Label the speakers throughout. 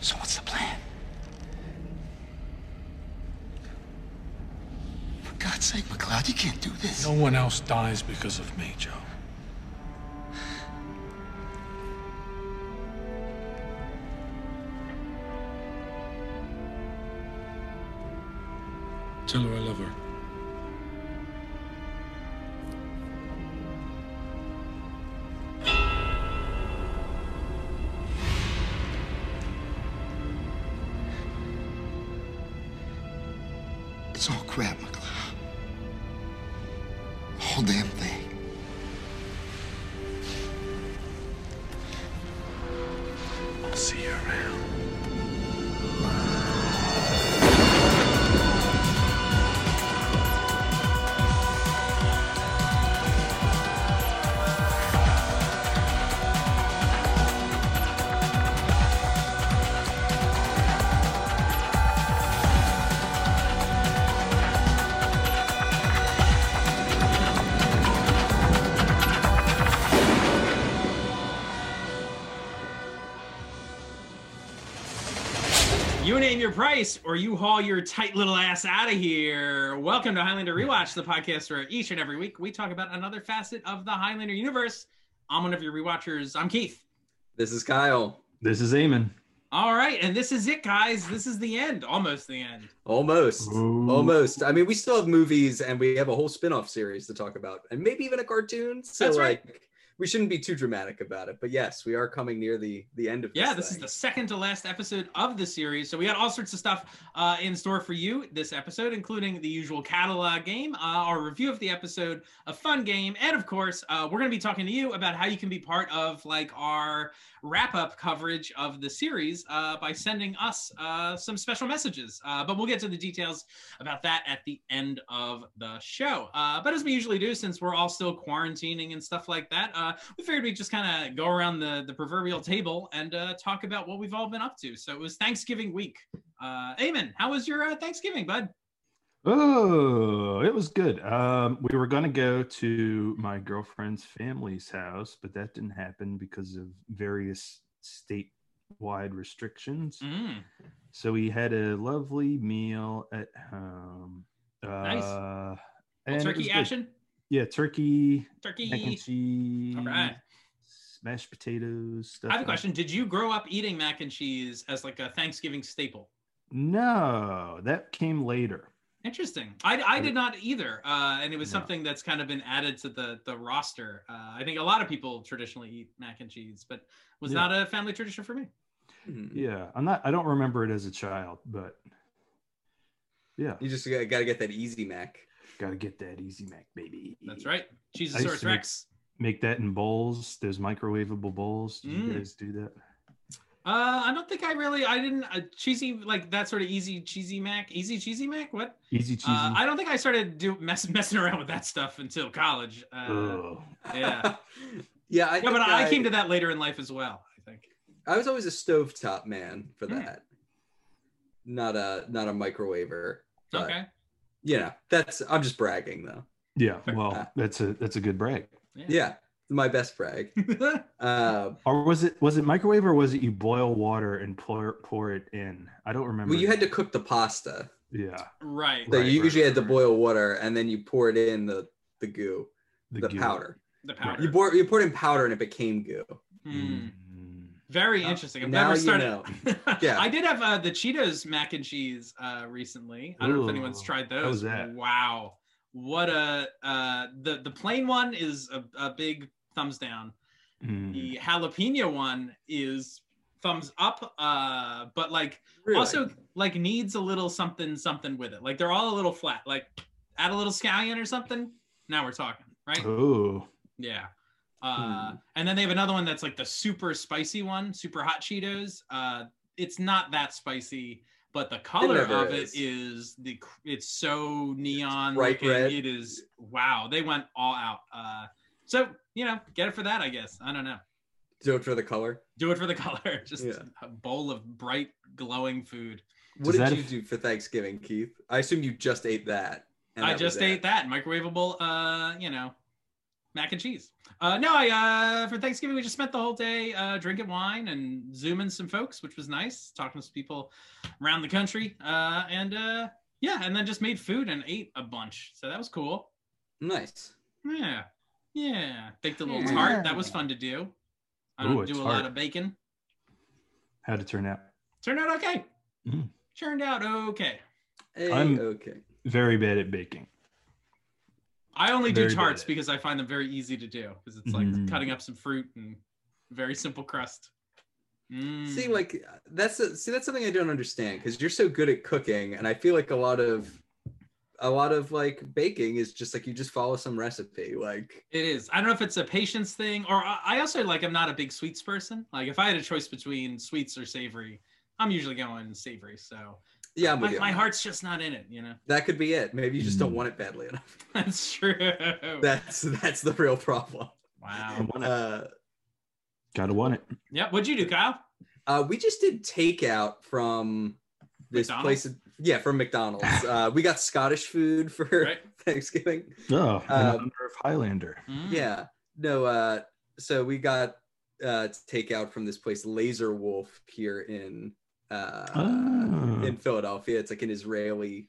Speaker 1: So what's the plan? For God's sake, McLeod, you can't do this.
Speaker 2: No one else dies because of me, Joe. Tell her I love her.
Speaker 1: It's all crap, McLeod. The whole damn thing.
Speaker 2: I'll see you around.
Speaker 3: You name your price, or you haul your tight little ass out of here. Welcome to Highlander Rewatch, the podcast where each and every week we talk about another facet of the Highlander universe. I'm one of your rewatchers. I'm Keith.
Speaker 4: This is Kyle.
Speaker 5: This is Eamon.
Speaker 3: All right, and this is it, guys. This is the end, almost the end.
Speaker 4: Almost.
Speaker 5: Ooh.
Speaker 4: Almost. I mean, we still have movies and we have a whole spin-off series to talk about and maybe even a cartoon. So
Speaker 3: That's right.
Speaker 4: like we shouldn't be too dramatic about it. But yes, we are coming near the the end of this.
Speaker 3: Yeah, this is
Speaker 4: thing.
Speaker 3: the second to last episode of the series. So we got all sorts of stuff uh, in store for you this episode, including the usual catalog game, uh, our review of the episode, a fun game, and of course, uh, we're going to be talking to you about how you can be part of like our wrap up coverage of the series uh, by sending us uh, some special messages. Uh, but we'll get to the details about that at the end of the show. Uh, but as we usually do, since we're all still quarantining and stuff like that, uh, we figured we'd just kind of go around the, the proverbial table and uh, talk about what we've all been up to. So it was Thanksgiving week. Uh, Eamon, how was your uh, Thanksgiving, bud?
Speaker 5: Oh, it was good. Um, we were going to go to my girlfriend's family's house, but that didn't happen because of various statewide restrictions.
Speaker 3: Mm,
Speaker 5: So we had a lovely meal at home. Uh,
Speaker 3: Nice.
Speaker 5: and it was
Speaker 3: turkey
Speaker 5: good.
Speaker 3: action?
Speaker 5: Yeah, turkey, mac and
Speaker 3: Turkey.
Speaker 5: cheese,
Speaker 3: All right.
Speaker 5: mashed potatoes. Stuff
Speaker 3: I have a
Speaker 5: like-
Speaker 3: question. Did you grow up eating mac and cheese as like a Thanksgiving staple?
Speaker 5: No, that came later.
Speaker 3: Interesting. I, I did not either, uh, and it was
Speaker 5: No.
Speaker 3: something that's kind of been added to the the roster. Uh, I think a lot of people traditionally eat mac and cheese, but was
Speaker 5: Yeah.
Speaker 3: not a family tradition for me.
Speaker 4: Hmm.
Speaker 5: Yeah, I'm not. I don't remember it as a child, but yeah,
Speaker 4: You just got to get that easy Mac.
Speaker 5: gotta get that easy mac, baby.
Speaker 3: That's right.
Speaker 5: I used
Speaker 3: Cheezosaurus
Speaker 5: to make-
Speaker 3: Rex.
Speaker 5: Make that in bowls. Those microwavable bowls. Do you
Speaker 3: Mm.
Speaker 5: guys do that?
Speaker 3: Uh, I don't think I really. I didn't uh, cheesy like that sort of easy cheesy mac. Easy cheesy mac. What?
Speaker 5: Easy cheesy.
Speaker 3: Uh, I don't think I started do mess, messing around with that stuff until college. Uh,
Speaker 5: Ugh.
Speaker 3: Yeah.
Speaker 4: yeah, I
Speaker 3: yeah,
Speaker 4: think
Speaker 3: but I,
Speaker 4: I-
Speaker 3: came to that later in life as well. I think.
Speaker 4: I was always a stovetop man for
Speaker 3: Hmm.
Speaker 4: that. Not a not a microwaver. But,
Speaker 3: Okay.
Speaker 4: You know, that's I'm just bragging though.
Speaker 5: yeah.
Speaker 3: Fair.
Speaker 5: Well, that's a that's a good brag.
Speaker 4: Yeah. My best brag. Uh,
Speaker 5: Or was it was it microwave or was it you boil water and pour pour it in? I don't remember.
Speaker 4: well, you had to cook the pasta.
Speaker 5: yeah
Speaker 3: right.
Speaker 4: So
Speaker 5: Right,
Speaker 4: you
Speaker 5: right,
Speaker 4: usually
Speaker 5: right,
Speaker 4: had to
Speaker 5: right.
Speaker 4: boil water and then you poured in the, the goo, the,
Speaker 5: goo.
Speaker 4: powder.
Speaker 3: The powder.
Speaker 4: You poured you poured in powder and it became goo.
Speaker 3: Hmm.
Speaker 5: Mm.
Speaker 3: Very
Speaker 4: Now-
Speaker 3: interesting. I've
Speaker 4: now
Speaker 3: never
Speaker 4: you
Speaker 3: started.
Speaker 4: Yeah.
Speaker 3: I did have uh, the Cheetos mac and cheese uh, recently. I don't know if
Speaker 5: Ooh,
Speaker 3: anyone's tried those.
Speaker 5: how's that?
Speaker 3: Wow, what a uh, the the plain one is a, a big thumbs down.
Speaker 5: Mm.
Speaker 3: The
Speaker 4: Mm-hmm.
Speaker 3: jalapeno one is thumbs up, uh, but like
Speaker 4: Really?
Speaker 3: also like needs a little something something with it. Like they're all a little flat. Like add a little scallion or something. Now we're talking, right?
Speaker 5: Oh,
Speaker 3: Yeah.
Speaker 4: Hmm.
Speaker 3: Uh, And then they have another one that's like the super spicy one, super hot Cheetos. Uh, it's not that spicy, but the color
Speaker 4: never
Speaker 3: of
Speaker 4: is.
Speaker 3: it is the cr- it's so neon.
Speaker 4: bright
Speaker 3: looking.
Speaker 4: red.
Speaker 3: It is wow. They went all out. Uh, so you know, get it for that, I guess. I don't know.
Speaker 4: do it for the color.
Speaker 3: Do it for the color. Just
Speaker 4: Yeah.
Speaker 3: a bowl of bright, glowing food.
Speaker 4: What
Speaker 5: Does
Speaker 4: did
Speaker 5: that
Speaker 4: you
Speaker 5: aff-
Speaker 4: do for Thanksgiving, Keith? I assume you just ate that. and
Speaker 3: I
Speaker 4: that was
Speaker 3: just
Speaker 4: it.
Speaker 3: ate that microwavable. Uh, you know, mac and cheese. Uh, no, I uh, for Thanksgiving we just spent the whole day uh, drinking wine and zooming some folks, which was nice, talking to some people around the country, uh, and uh, yeah, and then just made food and ate a bunch, so that was cool.
Speaker 4: Nice.
Speaker 3: Yeah, yeah, baked a little tart. That was fun to do. I don't
Speaker 5: Ooh, a
Speaker 3: do a
Speaker 5: tart.
Speaker 3: lot of baking.
Speaker 5: How'd it turn out?
Speaker 3: Turned out okay.
Speaker 5: Mm.
Speaker 3: Turned out okay.
Speaker 4: Hey,
Speaker 5: I'm-
Speaker 4: okay.
Speaker 5: Very bad at baking.
Speaker 3: I only do
Speaker 5: Very good at
Speaker 3: tarts
Speaker 5: it.
Speaker 3: because I find them very easy to do because it's like
Speaker 5: Mhm.
Speaker 3: cutting up some fruit and very simple crust. Mm.
Speaker 4: See, like that's a, see that's something I don't understand because you're so good at cooking, and I feel like a lot of a lot of like baking is just like you just follow some recipe. Like
Speaker 3: It is. I don't know if it's a patience thing, or I I also like I'm not a big sweets person. Like if I had a choice between sweets or savory, I'm usually going savory. So
Speaker 4: yeah, I'm with
Speaker 3: my,
Speaker 4: you.
Speaker 3: my heart's just not in it. You know,
Speaker 4: that could be it. Maybe you just don't
Speaker 5: Mm.
Speaker 4: want it badly enough.
Speaker 3: that's true.
Speaker 4: That's that's the real problem.
Speaker 3: wow.
Speaker 5: Gotta want it.
Speaker 4: Uh,
Speaker 5: Gotta want it.
Speaker 3: Yep. What'd you do, Kyle?
Speaker 4: uh, we just did takeout from this
Speaker 3: McDonald's?
Speaker 4: place. Yeah, from McDonald's. uh, we got Scottish food for
Speaker 3: Right.
Speaker 4: Thanksgiving.
Speaker 5: Oh, an
Speaker 4: Um,
Speaker 5: honor of Highlander.
Speaker 3: Mm.
Speaker 4: Yeah. No, uh so we got uh takeout from this place Laser Wolf here in uh
Speaker 5: Oh.
Speaker 4: in Philadelphia. It's like an Israeli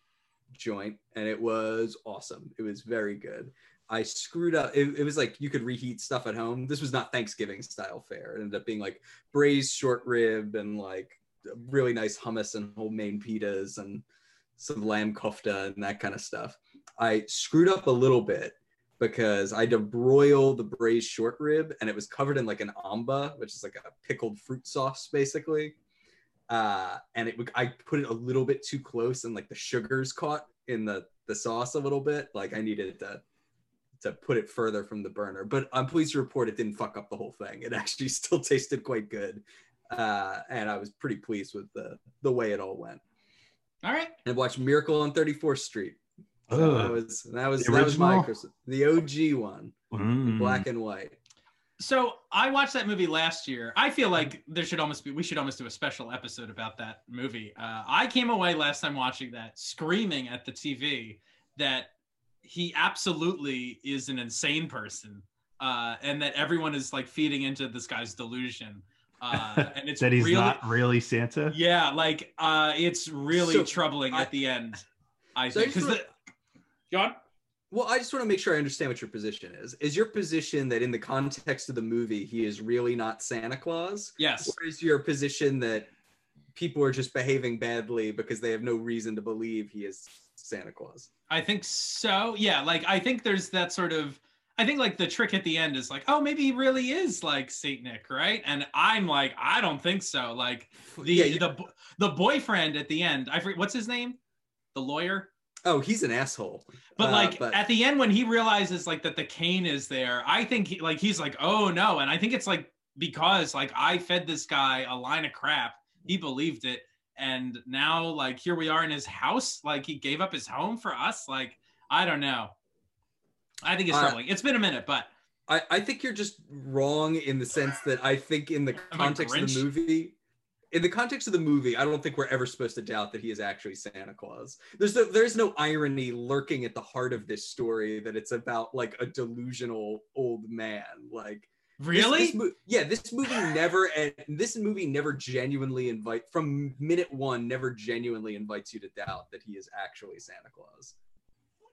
Speaker 4: joint and it was awesome. It was very good. I screwed up. It, it was like you could reheat stuff at home. This was not Thanksgiving style fare. It ended up being like braised short rib and like really nice hummus and homemade pitas and some lamb kofta and that kind of stuff. I screwed up a little bit because I had to broil the braised short rib and it was covered in like an amba, which is like a pickled fruit sauce basically. Uh, and it would- I put it a little bit too close and like the sugars caught in the the sauce a little bit. Like I needed to to put it further from the burner. But I'm pleased to report it didn't fuck up the whole thing. It actually still tasted quite good. Uh, and I was pretty pleased with the the way it all went.
Speaker 3: All right.
Speaker 4: And watched Miracle on 34th Street. So that
Speaker 5: Oh,
Speaker 4: was that was
Speaker 5: The
Speaker 4: that was my
Speaker 5: original?
Speaker 4: Christmas. The OG one,
Speaker 5: mm.
Speaker 4: black and white.
Speaker 3: So I watched that movie last year. I
Speaker 5: Mm-hmm.
Speaker 3: feel like there should almost be we should almost do a special episode about that movie. Uh, I came away last time watching that screaming at the TV that he absolutely is an insane person, uh, and that everyone is like feeding into this guy's delusion, uh, and it's
Speaker 5: that he's
Speaker 3: really,
Speaker 5: not really Santa.
Speaker 3: Yeah, like uh, it's really
Speaker 4: So,
Speaker 3: troubling
Speaker 4: I-
Speaker 3: at the end. I
Speaker 4: So I
Speaker 3: think
Speaker 4: just
Speaker 3: because
Speaker 4: wanna-
Speaker 3: John.
Speaker 4: Well, I just want to make sure I understand what your position is. Is your position that in the context of the movie, he is really not Santa Claus?
Speaker 3: Yes.
Speaker 4: Or is your position that people are just behaving badly because they have no reason to believe he is Santa Claus?
Speaker 3: I think so. Yeah, like I think there's that sort of I think like the trick at the end is like, oh, maybe he really is like Saint Nick, right? And I'm like, I don't think so. Like the
Speaker 4: Yeah, you-
Speaker 3: the bo- the boyfriend at the end, I forget what's his name, the lawyer.
Speaker 4: Oh, he's an asshole.
Speaker 3: But
Speaker 4: Uh,
Speaker 3: like
Speaker 4: but-
Speaker 3: at the end when he realizes like that the cane is there, I think he, like he's like, oh no, and I think it's like because like I fed this guy a line of crap, he believed it, and now like here we are in his house, like he gave up his home for us, like I don't know. I think it's
Speaker 4: Uh,
Speaker 3: troubling. it's been a minute, but
Speaker 4: I, I think you're just wrong in the sense that I think in the
Speaker 3: I
Speaker 4: context of the
Speaker 3: Grinch?
Speaker 4: movie, in the context of the movie, I don't think we're ever supposed to doubt that he is actually Santa Claus. There's no, there's no irony lurking at the heart of this story that it's about like a delusional old man. Like this-
Speaker 3: really,
Speaker 4: this mo- yeah, this movie never and this movie never genuinely invite from minute one never genuinely invites you to doubt that he is actually Santa Claus.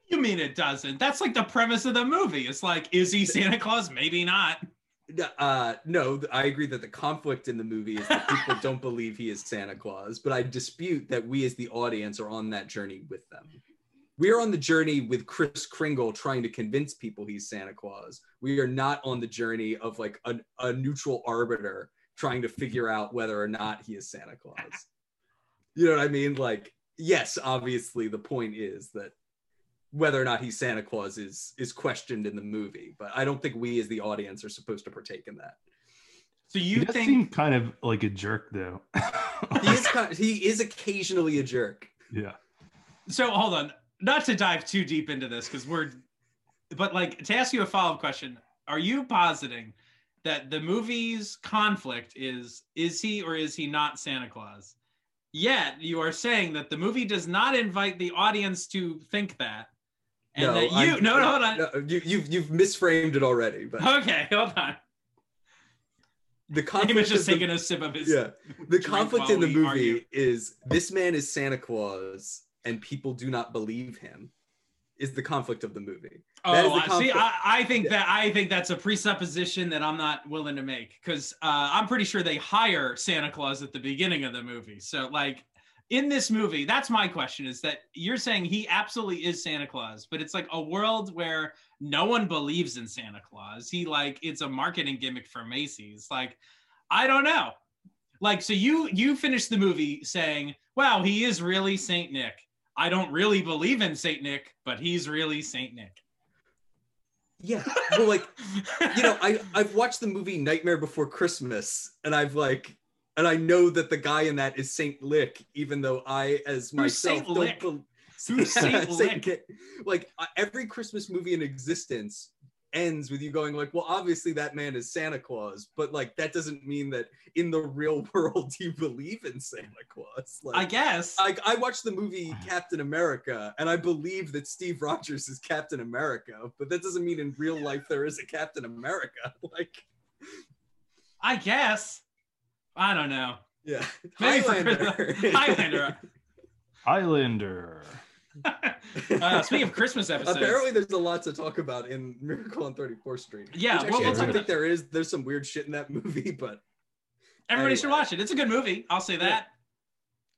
Speaker 3: you mean it doesn't? That's like the premise of the movie. It's like, is he Santa Claus? Maybe not.
Speaker 4: Uh, no, th- I agree that the conflict in the movie is that people don't believe he is Santa Claus, but I dispute that we as the audience are on that journey with them. We are on the journey with Chris Kringle trying to convince people he's Santa Claus. We are not on the journey of like a, a neutral arbiter trying to figure out whether or not he is Santa Claus. You know what I mean? Like, yes, obviously the point is that whether or not he's Santa Claus is is questioned in the movie, but I don't think we as the audience are supposed to partake in that.
Speaker 3: So
Speaker 5: He
Speaker 3: you
Speaker 5: does
Speaker 3: think
Speaker 5: seem kind of like a jerk, though.
Speaker 4: He is kind he is occasionally a jerk.
Speaker 5: yeah.
Speaker 3: so hold on not to dive too deep into this because we're but like to ask you a follow-up question are you positing that the movie's conflict is is he or is he not santa claus yet you are saying that the movie does not invite the audience to think that And that you
Speaker 4: I'm-
Speaker 3: no, no, hold on.
Speaker 4: you, you've you've misframed it already. But
Speaker 3: Okay, hold on.
Speaker 4: the
Speaker 3: He
Speaker 4: conflict
Speaker 3: was just
Speaker 4: of the-
Speaker 3: taking a sip of his.
Speaker 4: yeah the
Speaker 3: drink
Speaker 4: conflict
Speaker 3: while
Speaker 4: in the
Speaker 3: we
Speaker 4: movie
Speaker 3: argue.
Speaker 4: is this man is santa claus and people do not believe him is the conflict of the movie That is
Speaker 3: Oh,
Speaker 4: the
Speaker 3: I- see,
Speaker 4: conflict.
Speaker 3: I, I think that I think that's a presupposition that I'm not willing to make because uh, I'm pretty sure they hire Santa Claus at the beginning of the movie. So, like in this movie, that's my question: is that you're saying he absolutely is Santa Claus, but it's like a world where no one believes in Santa Claus. He like it's a marketing gimmick for Macy's. Like, I don't know. Like, so you you finish the movie saying, "Wow, he is really Saint Nick." I don't really believe in Saint Nick, but he's really Saint Nick.
Speaker 4: yeah well like you know i i've watched the movie nightmare before christmas and i've like and i know that the guy in that is saint lick even though i as myself
Speaker 3: Saint
Speaker 4: don't
Speaker 3: Lick?
Speaker 4: bel-
Speaker 3: Who's Saint Lick?
Speaker 4: Nick. like I- every christmas movie in existence ends with you going like well obviously that man is santa claus but like that doesn't mean that in the real world you believe in santa claus like
Speaker 3: I guess.
Speaker 4: like I watched the movie
Speaker 3: Uh-huh.
Speaker 4: Captain America, and I believe that Steve Rogers is Captain America, but that doesn't mean in real life there is a Captain America. Like,
Speaker 3: I guess. I don't know.
Speaker 4: yeah,
Speaker 3: Maybe for-
Speaker 4: Highlander.
Speaker 3: Highlander.
Speaker 5: Highlander.
Speaker 3: Uh, speaking of Christmas episodes,
Speaker 4: Apparently, there's a lot to talk about in Miracle on 34th Street.
Speaker 3: Yeah,
Speaker 4: which
Speaker 3: well,
Speaker 4: actually,
Speaker 5: we'll
Speaker 4: I
Speaker 5: talk
Speaker 4: don't think
Speaker 3: about-
Speaker 4: there is. There's some weird shit in that movie, but
Speaker 3: everybody should
Speaker 4: anyway.
Speaker 3: watch it. It's a good movie. I'll say that.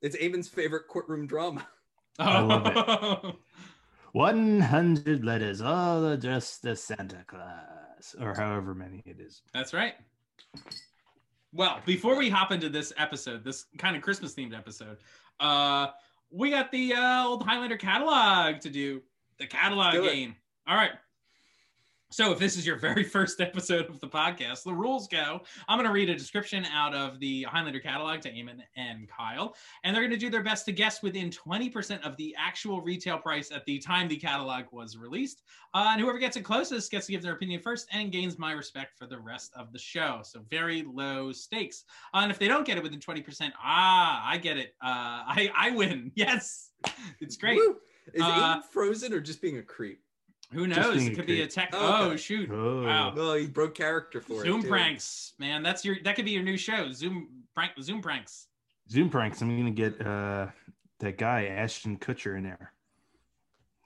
Speaker 4: it's Eamon's favorite courtroom drama.
Speaker 5: I love One hundred letters, Oh, all addressed to Santa Claus, or however many it is.
Speaker 3: That's right. Well, before we hop into this episode, this kind of Christmas themed episode, uh, we got the uh, old Highlander catalog to do the catalog
Speaker 4: Do it.
Speaker 3: game. All right. So, if this is your very first episode of the podcast, the rules go I'm going to read a description out of the Highlander catalog to Eamon and Kyle, and they're going to do their best to guess within 20% of the actual retail price at the time the catalog was released. Uh, and whoever gets it closest gets to give their opinion first and gains my respect for the rest of the show. So very low stakes. Uh, and if they don't get it within 20%, ah, I get it. Uh, I, I win. Yes. It's great.
Speaker 4: Woo! Is
Speaker 3: Uh,
Speaker 4: Eamon frozen or just being a creep?
Speaker 3: Who
Speaker 5: Just
Speaker 3: knows?
Speaker 5: being
Speaker 3: It
Speaker 5: a
Speaker 3: could be a
Speaker 5: creep.
Speaker 3: tech.
Speaker 4: Okay.
Speaker 3: Oh, shoot.
Speaker 5: Oh,
Speaker 3: Wow.
Speaker 4: Oh, he broke character for it.
Speaker 3: Zoom
Speaker 4: too.
Speaker 3: pranks, man. That's your that could be your new show. Zoom prank Zoom pranks.
Speaker 5: Zoom pranks. I'm gonna get uh, that guy Ashton Kutcher in there.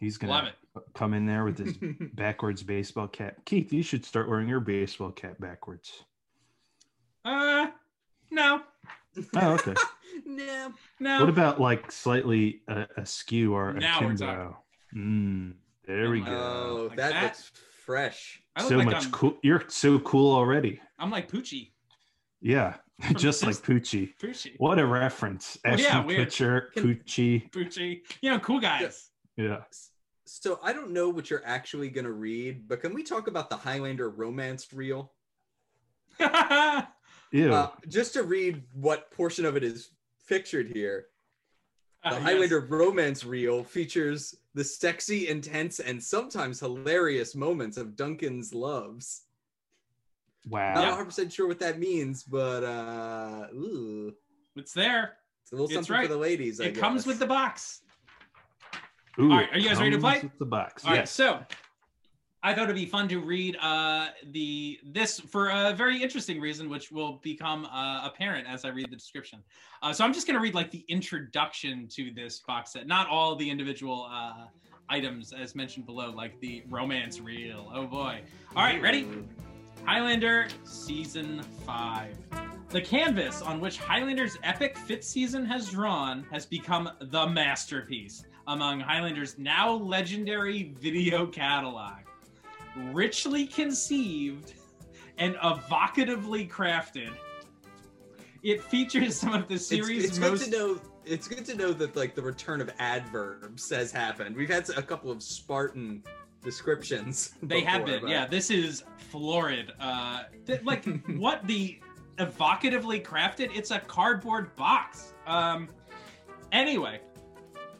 Speaker 5: He's gonna
Speaker 3: Love it.
Speaker 5: come in there with his backwards baseball cap. Keith, you should start wearing your baseball cap backwards.
Speaker 3: Uh no.
Speaker 5: Oh, okay.
Speaker 4: no.
Speaker 3: No.
Speaker 5: what about like slightly uh, askew or
Speaker 3: Now we're
Speaker 5: akimbo? Mm, there we
Speaker 3: Oh my
Speaker 5: go.
Speaker 4: Oh,
Speaker 3: Like
Speaker 4: that
Speaker 3: that?
Speaker 4: looks fresh.
Speaker 3: I look
Speaker 5: so
Speaker 3: like
Speaker 5: much
Speaker 3: I'm,
Speaker 5: cool. You're so cool already.
Speaker 3: I'm like Poochie.
Speaker 5: Yeah, just like
Speaker 3: Just-
Speaker 5: Poochie.
Speaker 3: Poochie.
Speaker 5: What a reference!
Speaker 3: Well,
Speaker 5: Ashton
Speaker 3: Oh, yeah, weird.
Speaker 5: Kutcher,
Speaker 4: Can-
Speaker 5: Poochie.
Speaker 3: Poochie. You know, cool guys.
Speaker 5: Yeah.
Speaker 4: So I don't know what you're actually gonna read, but can we talk about the Highlander romance reel?
Speaker 5: Ew.
Speaker 4: Uh, just to read what portion of it is pictured here. The
Speaker 3: Uh, yes.
Speaker 4: Highlander romance reel features the sexy, intense, and sometimes hilarious moments of Duncan's loves. Not
Speaker 5: wow.
Speaker 4: 100 percent sure what that means, but uh, ooh,
Speaker 3: It's there.
Speaker 4: it's a little
Speaker 3: It's
Speaker 4: something
Speaker 3: right.
Speaker 4: for the ladies. I
Speaker 3: it comes
Speaker 4: guess.
Speaker 3: with the box.
Speaker 5: Ooh,
Speaker 3: All right, are you guys ready to
Speaker 5: comes
Speaker 3: play?
Speaker 5: with the box.
Speaker 3: All right,
Speaker 5: yes.
Speaker 3: so I thought it'd be fun to read uh, the this for a very interesting reason, which will become uh, apparent as I read the description. Uh, so I'm just going to read like the introduction to this box set, not all the individual uh, items as mentioned below, like the romance reel. Oh boy! All right, ready?
Speaker 4: Mm.
Speaker 3: Highlander Season 5. The canvas on which Highlander's epic fifth season has drawn has become the masterpiece among Highlander's now legendary video catalog. Richly conceived and evocatively crafted, it features some of the
Speaker 4: It's,
Speaker 3: series'
Speaker 4: it's
Speaker 3: most.
Speaker 4: good to know. It's good to know that like the return of adverbs has happened. We've had a couple of Spartan descriptions.
Speaker 3: They have
Speaker 4: before,
Speaker 3: been,
Speaker 4: but-
Speaker 3: yeah. This is florid. Uh, th- like what the evocatively crafted? It's a cardboard box. Um, anyway,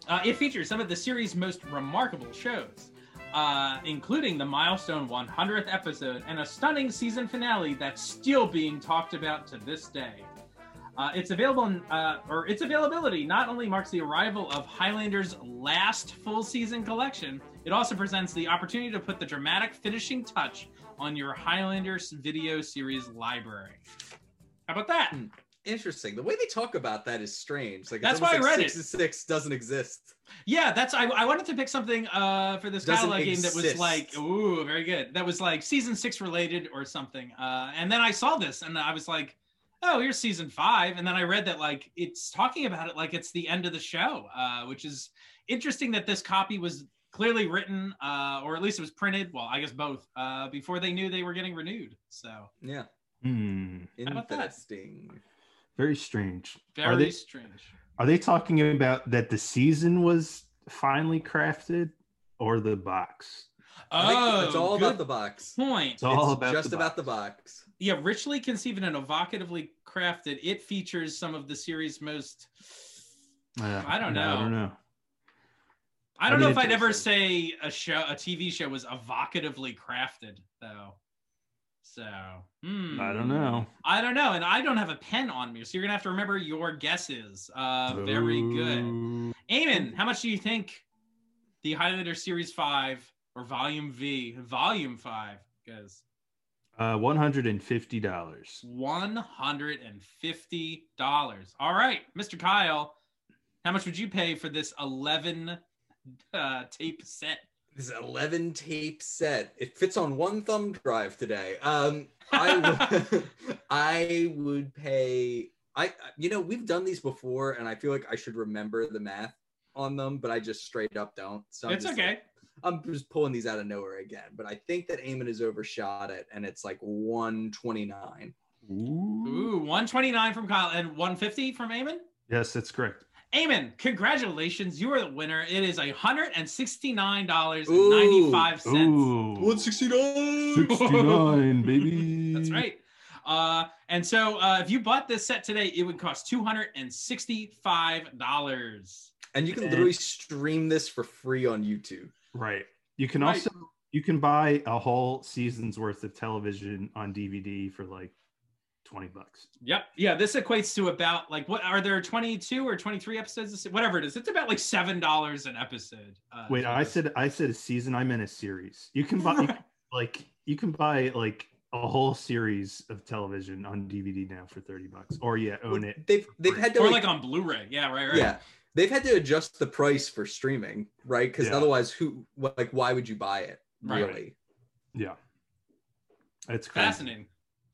Speaker 3: uh, it features some of the series' most remarkable shows, uh, including the milestone 100th episode and a stunning season finale that's still being talked about to this day. Uh, it's available, uh, or its availability not only marks the arrival of Highlander's last full season collection, it also presents the opportunity to put the dramatic finishing touch on your Highlanders video series library. How about that?
Speaker 4: Interesting. The way they talk about that is strange. Like it's
Speaker 3: That's
Speaker 4: almost
Speaker 3: why I
Speaker 4: like
Speaker 3: read
Speaker 4: six
Speaker 3: it.
Speaker 4: to six doesn't exist.
Speaker 3: Yeah, that's I, I wanted to pick something uh for this
Speaker 4: Doesn't
Speaker 3: catalog game that was
Speaker 4: exist.
Speaker 3: like ooh very good that was like season six related or something uh and then I saw this and I was like oh here's season five and then I read that like it's talking about it like it's the end of the show uh which is interesting that this copy was clearly written uh or at least it was printed well I guess both uh before they knew they were getting renewed so
Speaker 4: Yeah.
Speaker 5: Hmm.
Speaker 3: about that?
Speaker 4: Interesting.
Speaker 5: Very strange.
Speaker 3: very
Speaker 5: they-
Speaker 3: strange
Speaker 5: Are they talking about that the season was finally crafted or the box?
Speaker 4: I think
Speaker 3: oh
Speaker 4: it's all
Speaker 3: good
Speaker 4: about the box.
Speaker 3: point
Speaker 5: It's all
Speaker 4: It's
Speaker 5: about
Speaker 4: just
Speaker 5: the
Speaker 4: about
Speaker 5: box.
Speaker 4: the box.
Speaker 3: yeah, richly conceived and evocatively crafted, it features some of the series most.
Speaker 5: Yeah,
Speaker 3: I don't
Speaker 5: I
Speaker 3: know.
Speaker 5: don't know.
Speaker 3: I don't
Speaker 5: I mean,
Speaker 3: know if I'd ever say
Speaker 4: interesting.
Speaker 3: a show, a TV show, was evocatively crafted though. So hmm.
Speaker 5: I don't know.
Speaker 3: I don't know, and I don't have a pen on me, so you're gonna have to remember your guesses. Uh, very good,
Speaker 5: Ooh.
Speaker 3: Eamon. How much do you think the Highlander series five or volume V, volume five, goes?
Speaker 5: Uh, one hundred and fifty dollars.
Speaker 3: $150. All right, Mr. Kyle, how much would you pay for this 11 uh, tape set?
Speaker 4: This is an 11 tape set. It fits on one thumb drive today. Um, I, would, I would pay. I you know we've done these before, and I feel like I should remember the math on them, but I just straight up don't. So I'm
Speaker 3: it's
Speaker 4: just,
Speaker 3: okay.
Speaker 4: I'm just pulling these out of nowhere again. But I think that Eamon has overshot it, and it's like 129.
Speaker 5: Ooh.
Speaker 3: Ooh, 129 from Kyle and 150 from Eamon.
Speaker 5: Yes, that's correct.
Speaker 3: Eamon, congratulations. You are the winner. It is $169.95.
Speaker 5: Ooh.
Speaker 4: 169.
Speaker 5: Sixty-nine, baby.
Speaker 3: That's right. Uh, and so uh, if you bought this set today, it would cost $265.
Speaker 4: And you can literally stream this for free on YouTube.
Speaker 5: Right. You can
Speaker 3: Right.
Speaker 5: also you can buy a whole season's worth of television on DVD for like twenty bucks.
Speaker 3: Yep. Yeah, this equates to about like what are there 22 or 23 episodes? This- Whatever it is, it's about like seven dollars an episode. Uh,
Speaker 5: Wait,
Speaker 3: for
Speaker 5: I
Speaker 3: this.
Speaker 5: said I said a season. I meant a series. You can buy you can, like you can buy like a whole series of television on DVD now for thirty bucks, or yeah, own it.
Speaker 4: They've they've had to
Speaker 3: or
Speaker 4: like,
Speaker 3: like, on Blu-ray. Yeah, right, right.
Speaker 4: yeah they've had to adjust the price for streaming right because
Speaker 5: Yeah.
Speaker 4: otherwise who wh- like why would you buy it
Speaker 3: Right.
Speaker 4: really
Speaker 5: Yeah, it's crazy.
Speaker 3: Fascinating.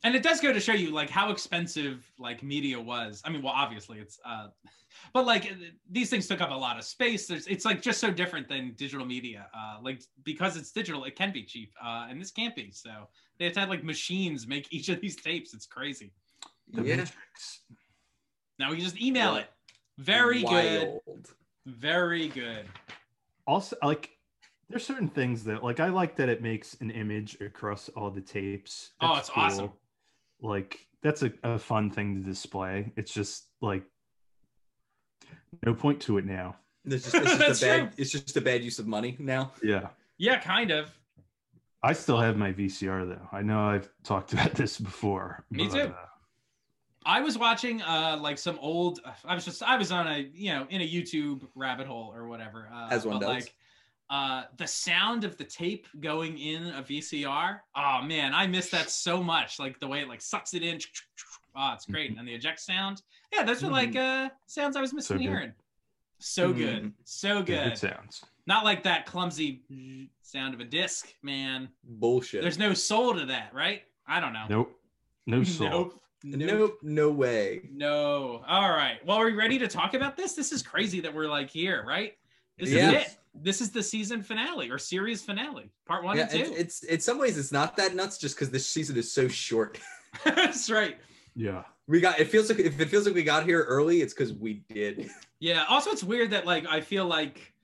Speaker 3: And it does go to show you like how expensive like media was. I mean, well, obviously it's uh but like these things took up a lot of space. There's it's like just so different than digital media. Uh like because it's digital, it can be cheap. Uh and this can't be. So they have to have like machines make each of these tapes. It's crazy.
Speaker 5: The
Speaker 4: yeah
Speaker 5: Matrix.
Speaker 3: Now we can just email
Speaker 4: Yeah.
Speaker 3: it. Very good.
Speaker 4: good
Speaker 3: Very good.
Speaker 5: also like there's certain things that like I like that it makes an image across all the tapes.
Speaker 3: Oh, it's awesome.
Speaker 5: Like that's a, a fun thing to display. It's just like no point to it now.
Speaker 4: it's just, it's
Speaker 3: That's
Speaker 4: just a bad it's just a bad use of money now
Speaker 5: Yeah.
Speaker 3: Yeah, kind of.
Speaker 5: I still have my VCR though. I know I've talked about this before.
Speaker 3: Me
Speaker 5: but,
Speaker 3: too.
Speaker 5: uh,
Speaker 3: I was watching uh like some old I was just I was on a you know in a YouTube rabbit hole or whatever. Uh,
Speaker 4: As one
Speaker 3: but,
Speaker 4: does.
Speaker 3: Like, uh the sound of the tape going in a VCR. Oh man, I miss that so much. Like the way it like sucks it in. Oh, it's
Speaker 4: Mm-hmm.
Speaker 3: great. And the eject sound. Yeah, those are like uh sounds I was missing
Speaker 5: good.
Speaker 3: hearing. So
Speaker 4: Mhm.
Speaker 3: good. So
Speaker 5: yeah,
Speaker 3: good.
Speaker 5: Good sounds.
Speaker 3: Not like that clumsy sound of a disc, man.
Speaker 4: bullshit
Speaker 3: There's no soul to that, right? I don't know.
Speaker 5: Nope. No soul.
Speaker 3: Nope.
Speaker 4: no no way
Speaker 3: No. All right. Well, are we ready to talk about this? This is crazy that we're like here, right? This
Speaker 4: Yeah.
Speaker 3: is it. This is the season finale or series finale, part one
Speaker 4: yeah,
Speaker 3: and
Speaker 4: it's,
Speaker 3: two.
Speaker 4: it's in some ways it's not that nuts just because this season is so short
Speaker 3: That's right.
Speaker 5: Yeah.
Speaker 4: we got it feels like if it feels like we got here early it's because we did
Speaker 3: Yeah. Also, it's weird that like I feel like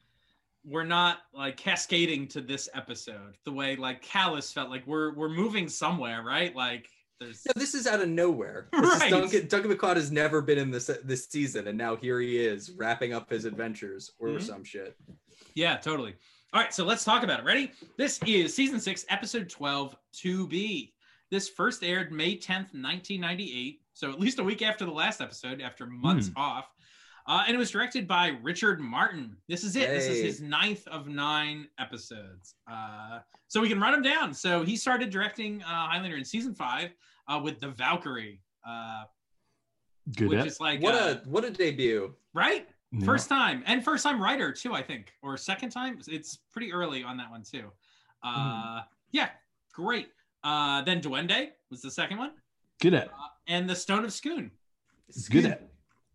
Speaker 3: we're not like cascading to this episode the way like Callus felt like we're we're moving somewhere, right? Like there's
Speaker 4: no, this is out of nowhere This is
Speaker 3: Right.
Speaker 4: duncan, duncan mccloud has never been in this this season and now here he is wrapping up his adventures or
Speaker 3: Mhm.
Speaker 4: some shit
Speaker 3: Yeah, totally. All right, so let's talk about it. Ready? This is season six, episode 12, 2B. This first aired May 10th, 1998. So at least a week after the last episode, after months
Speaker 4: Hmm.
Speaker 3: off. Uh, and it was directed by Richard Martin. This is it. This is
Speaker 4: Hey.
Speaker 3: his ninth of nine episodes. Uh, so we can run him down. So he started directing uh, Highlander in season five uh, with The Valkyrie, uh,
Speaker 5: Good.
Speaker 3: which
Speaker 5: ep-
Speaker 3: is like,
Speaker 4: what
Speaker 3: uh,
Speaker 4: a what a debut.
Speaker 3: right?
Speaker 5: Yeah.
Speaker 3: First time and first time writer too, I think, or second time. It's pretty early on that one too.
Speaker 4: Mm.
Speaker 3: Uh, Yeah, great. Uh, then Duende was the second one,
Speaker 5: Good at.
Speaker 3: and the Stone of Scoon.
Speaker 5: Good at.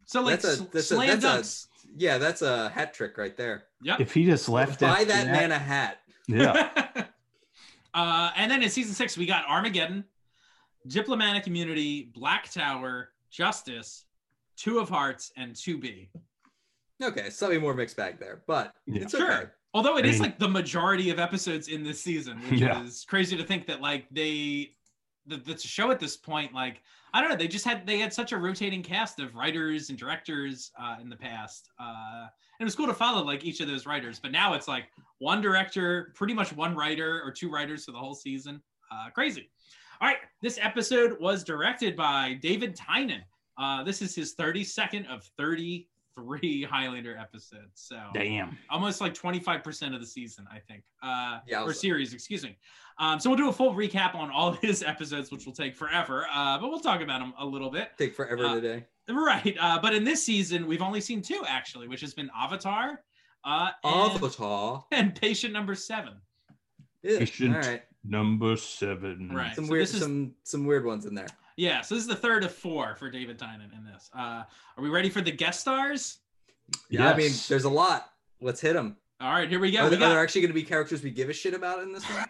Speaker 3: So like
Speaker 4: That's a
Speaker 3: sl-
Speaker 4: that's a
Speaker 3: slam
Speaker 4: that's
Speaker 3: dunks.
Speaker 4: a yeah, that's a hat trick right there.
Speaker 3: Yep.
Speaker 5: If he just left
Speaker 4: Buy
Speaker 5: after
Speaker 4: that man a hat.
Speaker 5: Yeah.
Speaker 3: uh, and then in season six, we got Armageddon, Diplomatic Immunity, Black Tower, Justice, Two of Hearts, and Two B.
Speaker 4: Okay, slightly more mixed bag there, but
Speaker 5: Yeah.
Speaker 4: it's okay.
Speaker 3: Sure. Although it is
Speaker 5: I mean-
Speaker 3: like the majority of episodes in this season, which
Speaker 5: Yeah.
Speaker 3: is crazy to think that like they the, the show at this point, like I don't know, they just had they had such a rotating cast of writers and directors uh, in the past, uh, and it was cool to follow like each of those writers. But now it's like one director, pretty much one writer or two writers for the whole season. Uh, crazy. All right, this episode was directed by David Tynan. Uh, this is his 32nd of 33 Highlander episodes. So
Speaker 5: Damn.
Speaker 3: almost like 25% of the season, I think, uh,
Speaker 4: Yeah, I
Speaker 3: or
Speaker 4: was-
Speaker 3: series, excuse me. Um, so we'll do a full recap on all his episodes, which will take forever, uh, but we'll talk about them a little bit.
Speaker 4: Take forever
Speaker 3: Uh,
Speaker 4: today.
Speaker 3: Right. Uh, but in this season, we've only seen two, actually, which has been Avatar uh,
Speaker 4: Oh,
Speaker 3: and,
Speaker 4: Avatar.
Speaker 3: and Patient Number Seven.
Speaker 4: Yeah,
Speaker 5: Patient.
Speaker 4: All right.
Speaker 5: Number seven.
Speaker 3: Right.
Speaker 4: Some
Speaker 3: So
Speaker 4: weird
Speaker 3: this is-
Speaker 4: some some weird ones in there.
Speaker 3: Yeah, so this is the third of four for David Tynan in this. Uh, are we ready for the guest stars?
Speaker 4: Yeah, I mean,
Speaker 5: Yes.
Speaker 4: there's a lot. Let's hit them.
Speaker 3: All right, here we go.
Speaker 4: are,
Speaker 3: we
Speaker 4: there,
Speaker 3: got-
Speaker 4: are there actually going to be characters we give a shit about in this one?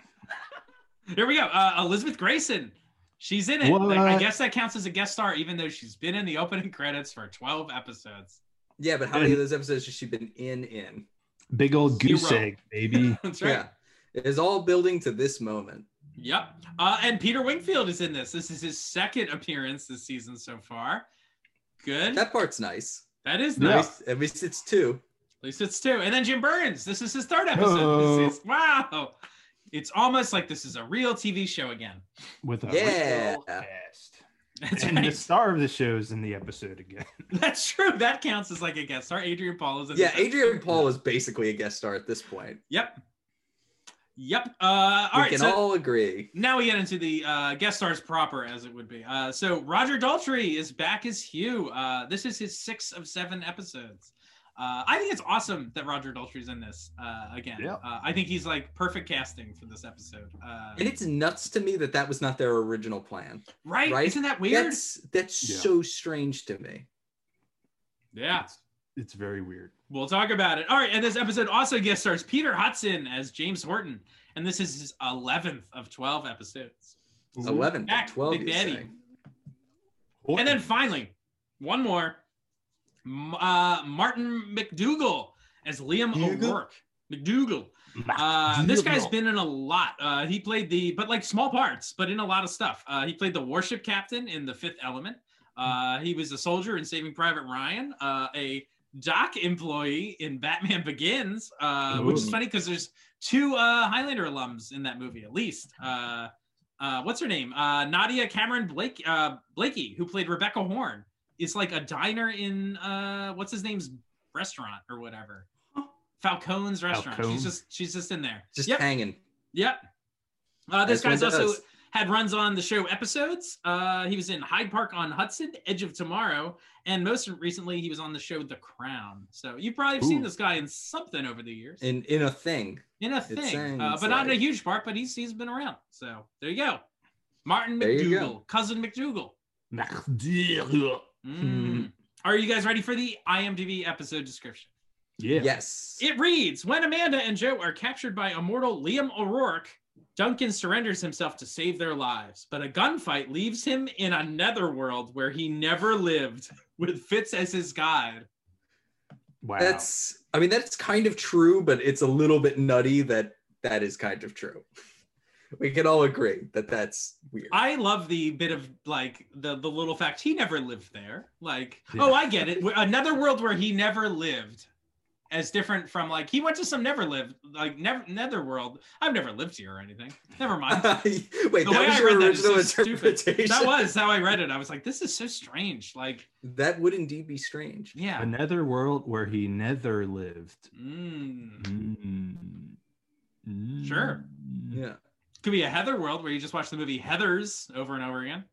Speaker 3: Here we go. Uh, Elizabeth Grayson. She's in it. Like, I
Speaker 5: What?
Speaker 3: guess that counts as a guest star, even though she's been in the opening credits for 12 episodes.
Speaker 4: yeah, but how many of those episodes has she been in? In
Speaker 5: Big old
Speaker 3: Zero.
Speaker 5: goose egg, baby.
Speaker 3: That's right.
Speaker 4: yeah, it is all building to this moment.
Speaker 3: Yep. Uh, and Peter Wingfield is in this. This is his second appearance this season so far. Good.
Speaker 4: That part's nice.
Speaker 3: that is
Speaker 5: Yeah.
Speaker 3: nice.
Speaker 4: At, least, at least it's two.
Speaker 3: At least it's two. And then Jim Burns. This is his third episode. this
Speaker 4: Oh.
Speaker 5: Hello.
Speaker 3: season. Wow. It's almost like this is a real TV show again.
Speaker 5: With a
Speaker 4: Yeah.
Speaker 5: real cast.
Speaker 3: That's
Speaker 5: And the
Speaker 3: right.
Speaker 5: star of the show is in the episode again.
Speaker 3: That's true. That counts as like a guest star. Adrian Paul is in
Speaker 4: Yeah,
Speaker 3: this episode.
Speaker 4: Adrian Paul is basically a guest star at this point.
Speaker 3: Yep. Yep. Uh, all
Speaker 4: we
Speaker 3: right,
Speaker 4: can
Speaker 3: so-
Speaker 4: all agree.
Speaker 3: now we get into the uh, guest stars proper, as it would be. Uh, so Roger Daltrey is back as Hugh. Uh, this is his sixth of seven episodes. Uh, I think it's awesome that Roger Daltrey's in this uh, again.
Speaker 5: Yeah.
Speaker 3: Uh, I think he's like perfect casting for this episode. Uh,
Speaker 4: And it's nuts to me that that was not their original plan.
Speaker 3: right?
Speaker 4: right?
Speaker 3: Isn't that weird?
Speaker 4: That's that's
Speaker 5: Yeah.
Speaker 4: so strange to me.
Speaker 3: Yeah.
Speaker 5: It's, it's very weird.
Speaker 3: We'll talk about it. All right. And this episode also guest stars Peter Hudson as James Horton. And this is his 11th of 12 episodes.
Speaker 4: Eleven,
Speaker 3: Mm-hmm. Back,
Speaker 4: twelve.
Speaker 3: Big
Speaker 4: you
Speaker 3: Daddy.
Speaker 4: say.
Speaker 5: Oh,
Speaker 3: And then finally, one more, M- uh, Martin McDougall as Liam
Speaker 4: McDougall?
Speaker 3: O'Rourke. McDougall. Uh, this guy's been in a lot. Uh, he played the, but like small parts, but in a lot of stuff. Uh, he played the warship captain in The Fifth Element. Uh, he was a soldier in Saving Private Ryan, uh, a dock employee in Batman Begins, uh, which is
Speaker 5: Ooh.
Speaker 3: funny because there's two uh, Highlander alums in that movie, at least. Uh, uh, what's her name? Uh, Nadia Cameron Blake uh, Blakey, who played Rebecca Horn, is like a diner in uh, what's his name's restaurant or whatever. Falcone's restaurant.
Speaker 5: Falcone.
Speaker 3: She's just she's just in there.
Speaker 4: Just
Speaker 3: yep.
Speaker 4: hanging.
Speaker 3: Yep. Uh, this
Speaker 4: As one
Speaker 3: guy's also
Speaker 4: does.
Speaker 3: had runs on the show episodes. Uh, he was in Hyde Park on Hudson, Edge of Tomorrow, and most recently he was on the show The Crown. So you've probably seen
Speaker 5: Ooh.
Speaker 3: this guy in something over the years, in,
Speaker 4: in in a thing.
Speaker 3: a
Speaker 4: it
Speaker 3: thing, uh,
Speaker 4: sounds
Speaker 3: but not in a
Speaker 4: like-
Speaker 3: huge part. But he's he's been around. So there you go, Martin
Speaker 4: There you go.
Speaker 3: McDougal, cousin McDougal.
Speaker 5: Mardi.
Speaker 4: Hmm.
Speaker 3: Mm. Are you guys ready for the IMDb episode description?
Speaker 5: Yeah.
Speaker 4: Yes.
Speaker 3: It reads When Amanda and Joe are captured by immortal Liam O'Rourke, Duncan surrenders himself to save their lives, but a gunfight leaves him in a netherworld where he never lived, with Fitz as his guide.
Speaker 5: Wow.
Speaker 4: That's I mean that's kind of true, but it's a little bit nutty that that is kind of true. we can all agree that that's weird.
Speaker 3: I love the bit of like the, the little fact he never lived there. Like,
Speaker 5: Yeah.
Speaker 3: oh, I get it. A netherworld where he never lived. as different from like he went to some never lived like never netherworld. I've never lived here or anything. Never mind.
Speaker 4: Wait,
Speaker 3: The
Speaker 4: that
Speaker 3: way
Speaker 4: was
Speaker 3: I
Speaker 4: your
Speaker 3: read that is
Speaker 4: original
Speaker 3: so stupid.
Speaker 4: interpretation.
Speaker 3: That was how I read it. I was like, this is so strange. Like,
Speaker 4: That would indeed be strange.
Speaker 3: yeah.
Speaker 5: Another world where he never lived.
Speaker 3: Mm.
Speaker 5: Mm. Mm.
Speaker 3: Mm-hmm. Sure. Mm-hmm.
Speaker 4: Yeah.
Speaker 3: Could be a Heather world where you just watch the movie Heathers over and over again.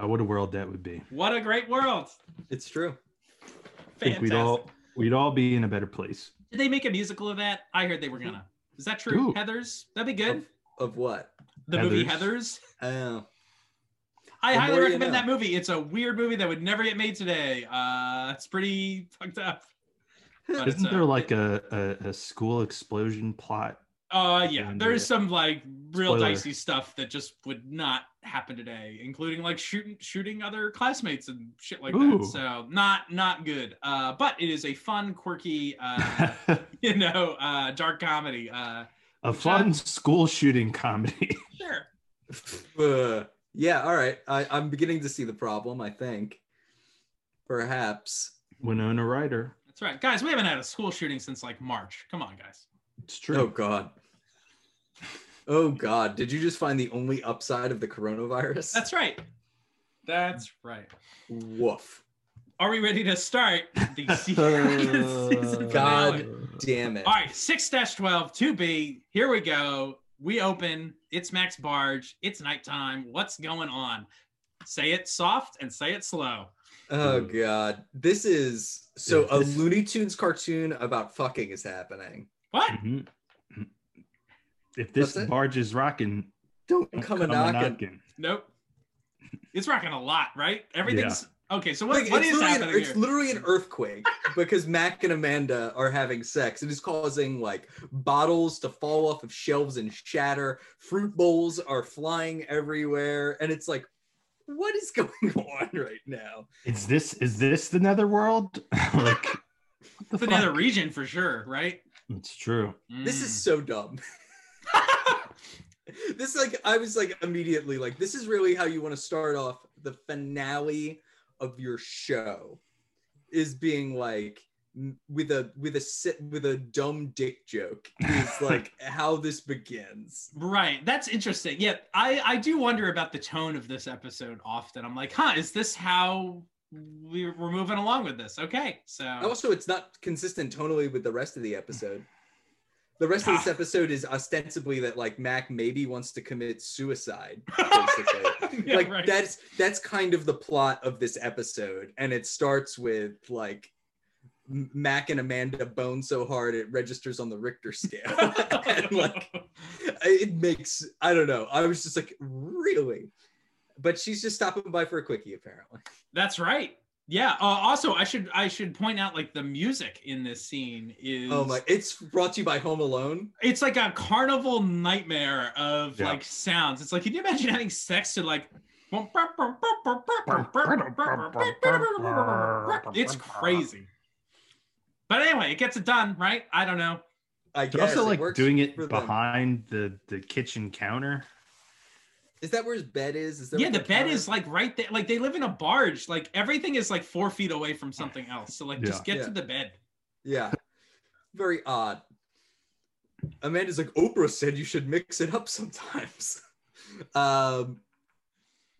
Speaker 5: Uh, what a world that would be.
Speaker 3: What a great world.
Speaker 4: It's true.
Speaker 5: I think
Speaker 3: Fantastic.
Speaker 5: we'd all we'd all be in a better place.
Speaker 3: Did they make a musical of that? I heard they were gonna. Is that true?
Speaker 5: Ooh. Oh,
Speaker 3: Heathers? That'd be good.
Speaker 4: Of what?
Speaker 3: The movie
Speaker 5: Heathers.
Speaker 3: Heathers.
Speaker 4: Oh.
Speaker 3: I
Speaker 4: The
Speaker 3: highly
Speaker 4: more you
Speaker 3: recommend
Speaker 4: know.
Speaker 3: that movie. It's a weird movie that would never get made today. Uh, it's pretty fucked up. But it's
Speaker 5: Isn't
Speaker 3: a-
Speaker 5: there like a, a, a school explosion plot?
Speaker 3: Uh, yeah, there's some like real
Speaker 5: Spoiler.
Speaker 3: dicey stuff that just would not happen today, including like shooting shooting other classmates and shit like
Speaker 5: Ooh.
Speaker 3: that. So not not good. Uh, but it is a fun, quirky, uh, you know, uh, dark comedy. Uh,
Speaker 5: a
Speaker 3: Which I-
Speaker 5: fun school shooting comedy.
Speaker 3: sure.
Speaker 4: Uh, yeah, all right. I, I'm beginning to see the problem, I think. Perhaps.
Speaker 5: Winona Ryder.
Speaker 3: That's right, guys. We haven't had a school shooting since like March. Come on, guys.
Speaker 5: It's
Speaker 4: Oh
Speaker 5: true.
Speaker 4: god. Oh god. Did you just find the only upside of the coronavirus?
Speaker 3: That's right. That's right.
Speaker 4: woof.
Speaker 3: Are we ready to start the se- season
Speaker 5: Uh,
Speaker 3: finale?
Speaker 4: God. Damn it.
Speaker 3: All right, 6 12, 2B. Here we go. We open. It's Max Barge. It's nighttime. What's going on? Say it soft and say it slow.
Speaker 4: Oh god. This is so
Speaker 5: Yeah, this-
Speaker 4: a Looney Tunes cartoon about fucking is happening.
Speaker 3: What?
Speaker 5: Mhm. If this
Speaker 4: That's it?
Speaker 5: barge is rocking,
Speaker 4: Don't
Speaker 5: don't
Speaker 4: come a knocking.
Speaker 5: knocking.
Speaker 3: Nope. It's rocking a lot, right? Everything's okay. So, what,
Speaker 4: Like,
Speaker 3: what
Speaker 4: it's
Speaker 3: is
Speaker 4: literally an-
Speaker 3: happening
Speaker 4: it's
Speaker 3: here?
Speaker 4: literally an earthquake because Mac and Amanda are having sex. It is causing like bottles to fall off of shelves and shatter. Fruit bowls are flying everywhere, and it's like, what is going on right now?
Speaker 5: Is this is this the netherworld? like what the
Speaker 3: It's
Speaker 5: fuck?
Speaker 3: another region for sure, right? Mm.
Speaker 5: It's true.
Speaker 4: This is so dumb. this like I was like immediately like this is really how you want to start off the finale of your show is being like m- with a with a sit with a dumb dick joke is like how this begins.
Speaker 3: Right. That's interesting. Yeah. I, I do wonder about the tone of this episode often. I'm like, huh, is this how we, we're moving along with this? Okay. So,
Speaker 4: Also, it's not consistent tonally with the rest of the episode. The rest of this episode is ostensibly that like Mac maybe wants to commit suicide, basically.
Speaker 3: Yeah,
Speaker 4: like
Speaker 3: right.
Speaker 4: that's that's kind of the plot of this episode and it starts with like M- mac and amanda bone so hard it registers on the richter scale and like it makes i don't know i was just like really but she's just stopping by for a quickie apparently
Speaker 3: That's right. Yeah. Uh, also, I should I should point out like the music in this scene is
Speaker 4: oh my it's brought to you by home alone
Speaker 3: it's like a carnival nightmare of
Speaker 5: Yeah.
Speaker 3: like sounds. It's like can you imagine having sex to like it's crazy. But anyway, it gets it done, right? I don't know.
Speaker 4: i
Speaker 5: They're
Speaker 4: guess
Speaker 5: also like
Speaker 4: works
Speaker 5: doing it
Speaker 4: for them.
Speaker 5: behind the the kitchen counter.
Speaker 4: is that where his bed is is that
Speaker 3: Yeah,
Speaker 4: where
Speaker 3: the bed
Speaker 4: counter-
Speaker 3: is like right there. Like they live in a barge. Like everything is like four feet away from something else. So like just get
Speaker 4: Yeah.
Speaker 3: to the bed.
Speaker 4: Yeah. Very odd. Amanda's like, Oprah said you should mix it up sometimes. um,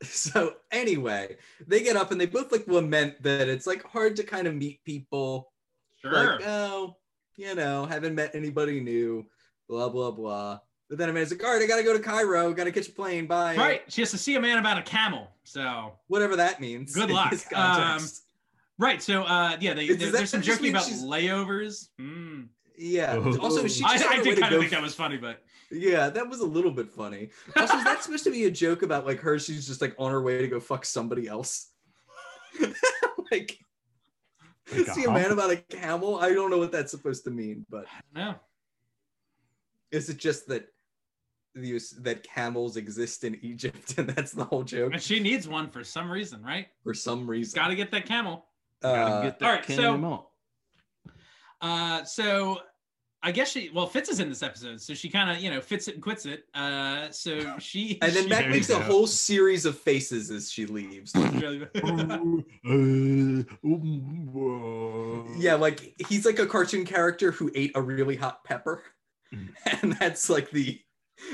Speaker 4: so anyway, they get up and they both like lament that it's like hard to kind of meet people.
Speaker 3: Sure.
Speaker 4: Like, oh, you know, haven't met anybody new, blah, blah, blah. But then Amanda's like, all right, I gotta go to Cairo, gotta catch a plane, bye.
Speaker 3: right. She has to see a man about a camel. So
Speaker 4: Whatever that means.
Speaker 3: Good
Speaker 4: in
Speaker 3: luck. Um,
Speaker 4: this context.
Speaker 3: Right. So, uh, yeah, they,
Speaker 4: Does
Speaker 3: there-
Speaker 4: that-
Speaker 3: there's some
Speaker 4: that just
Speaker 3: joking about
Speaker 4: means she's-
Speaker 3: layovers. Mm.
Speaker 4: yeah.
Speaker 5: Oh.
Speaker 4: Also, she
Speaker 3: I,
Speaker 4: just had
Speaker 3: I
Speaker 4: a way
Speaker 3: did
Speaker 4: to
Speaker 3: kind of
Speaker 4: go
Speaker 3: think that was funny, but
Speaker 4: Yeah, that was a little bit funny. Also, is that supposed to be a joke about like her? She's just like on her way to go fuck somebody else. like,
Speaker 5: Like a
Speaker 4: see a man
Speaker 5: hump?
Speaker 4: about a camel. I don't know what that's supposed to mean, but
Speaker 3: no.
Speaker 4: is it just that the that camels exist in Egypt and that's the whole joke
Speaker 3: And she needs one for some reason, right?
Speaker 4: for some reason?
Speaker 3: Got to get that camel.
Speaker 5: Gotta
Speaker 4: Uh,
Speaker 5: get that
Speaker 3: all right, so-
Speaker 5: camel.
Speaker 3: Uh, so I guess she, well, Fitz is in this episode. So she kind of, you know, fits it and quits it. Uh, so she,
Speaker 4: and then
Speaker 3: she-
Speaker 4: Mac
Speaker 5: There
Speaker 4: makes
Speaker 5: you
Speaker 4: a
Speaker 5: go.
Speaker 4: whole series of faces as she leaves.
Speaker 5: Uh, um,
Speaker 4: yeah, like he's like a cartoon character who ate a really hot pepper,
Speaker 5: Mhm.
Speaker 4: and that's like the,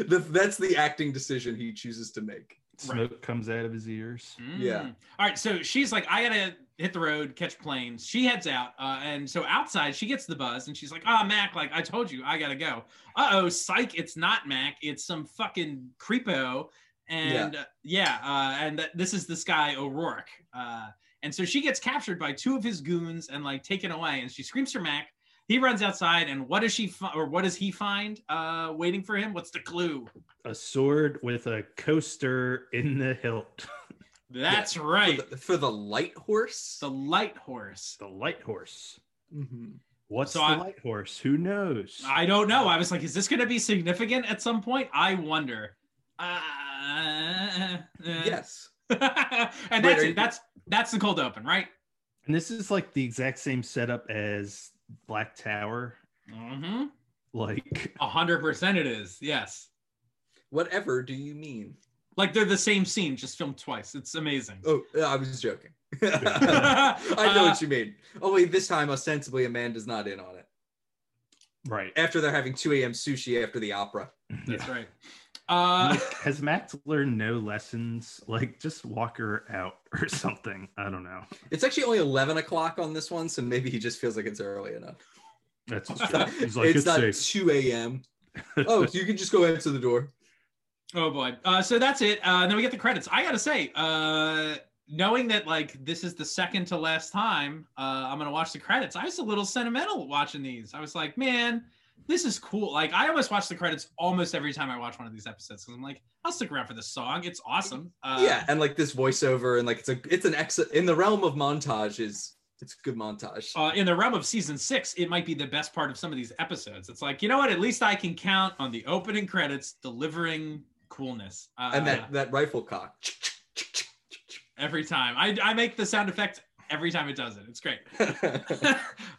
Speaker 4: the that's the acting decision he chooses to make.
Speaker 5: Smoke comes out of his ears.
Speaker 4: Yeah.
Speaker 3: Mm. All right. So she's like, I gotta hit the road, catch planes. She heads out, uh, and so outside she gets the buzz, and she's like, Ah, Mac, like I told you, I gotta go. Uh oh, psych, it's not Mac, it's some fucking creepo. And uh, yeah, uh, and th- this is this guy O'Rourke. Uh, and so she gets captured by two of his goons and like taken away, and she screams for Mac. He runs outside, and what does she fi- or what does he find uh, waiting for him? What's the clue?
Speaker 5: A sword with a coaster in the hilt.
Speaker 3: That's
Speaker 4: For
Speaker 3: right,
Speaker 4: the, for the light horse.
Speaker 3: the light horse.
Speaker 5: The light horse.
Speaker 4: Mhm.
Speaker 5: What's
Speaker 3: So
Speaker 5: the
Speaker 3: I-
Speaker 5: light horse? Who knows?
Speaker 3: I don't know. I was like, is this going to be significant at some point? I wonder. Uh, uh,
Speaker 4: Yes.
Speaker 3: and
Speaker 4: Wait,
Speaker 3: that's
Speaker 4: are
Speaker 3: it.
Speaker 4: you-
Speaker 3: That's that's the cold open, right?
Speaker 5: and this is like the exact same setup as Black Tower.
Speaker 3: Mm-hmm.
Speaker 5: Like
Speaker 3: A hundred percent, it is. Yes,
Speaker 4: Whatever do you mean?
Speaker 3: like they're the same scene, just filmed twice. It's amazing. Uh,
Speaker 4: Oh, I was joking. I
Speaker 3: I
Speaker 4: know
Speaker 5: Uh,
Speaker 4: what you mean. Only this time, ostensibly, a man is not in on it.
Speaker 5: right.
Speaker 4: After they're having 2 a.m. sushi after the opera.
Speaker 3: That's right. Uh,
Speaker 5: Like, has Max learned no lessons? Like just walk her out or something. I don't know.
Speaker 4: It's actually only 11 o'clock on this one, so maybe he just feels like it's early enough.
Speaker 5: That's
Speaker 4: it's
Speaker 5: he's like it's,
Speaker 4: not
Speaker 5: safe.
Speaker 4: 2 a.m. Oh, so you can just go into the door.
Speaker 3: Oh boy. Uh, so that's it. Uh, and then we get the credits. I gotta say, uh, knowing that like this is the second to last time uh, I'm gonna watch the credits, I was a little sentimental watching these. I was like, man, this is cool. Like I almost watch the credits almost every time I watch one of these episodes because I'm like, I'll stick around for this song. It's awesome. Uh,
Speaker 4: yeah, and like this voiceover, and like it's a it's an exit in the realm of montage is it's good montage.
Speaker 3: Uh, in the realm of season six, it might be the best part of some of these episodes. It's like, you know what? At least I can count on the opening credits delivering coolness. Uh,
Speaker 4: and that that rifle cock.
Speaker 3: every time. I, I make the sound effect every time it does it. It's great.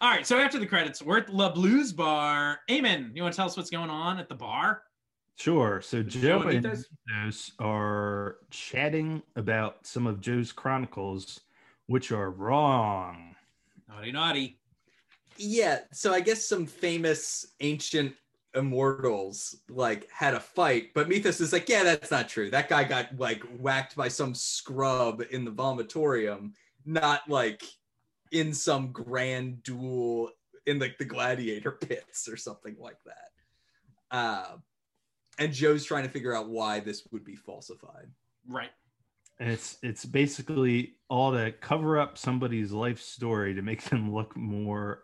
Speaker 3: All right, so after the credits, we're at La Blues Bar. Amen. You want to tell us what's going on at the bar?
Speaker 5: Sure. So Joe and
Speaker 3: Joanitas?
Speaker 5: Nitos are chatting about some of Joe's chronicles, which are wrong.
Speaker 3: Naughty, naughty.
Speaker 4: yeah, so I guess some famous ancient immortals like had a fight, but Methus is like, yeah, that's not true. That guy got like whacked by some scrub in the vomitorium, not like in some grand duel in like the gladiator pits or something like that. Uh, and Joe's trying to figure out why this would be falsified.
Speaker 3: Right.
Speaker 5: And it's it's basically all to cover up somebody's life story to make them look more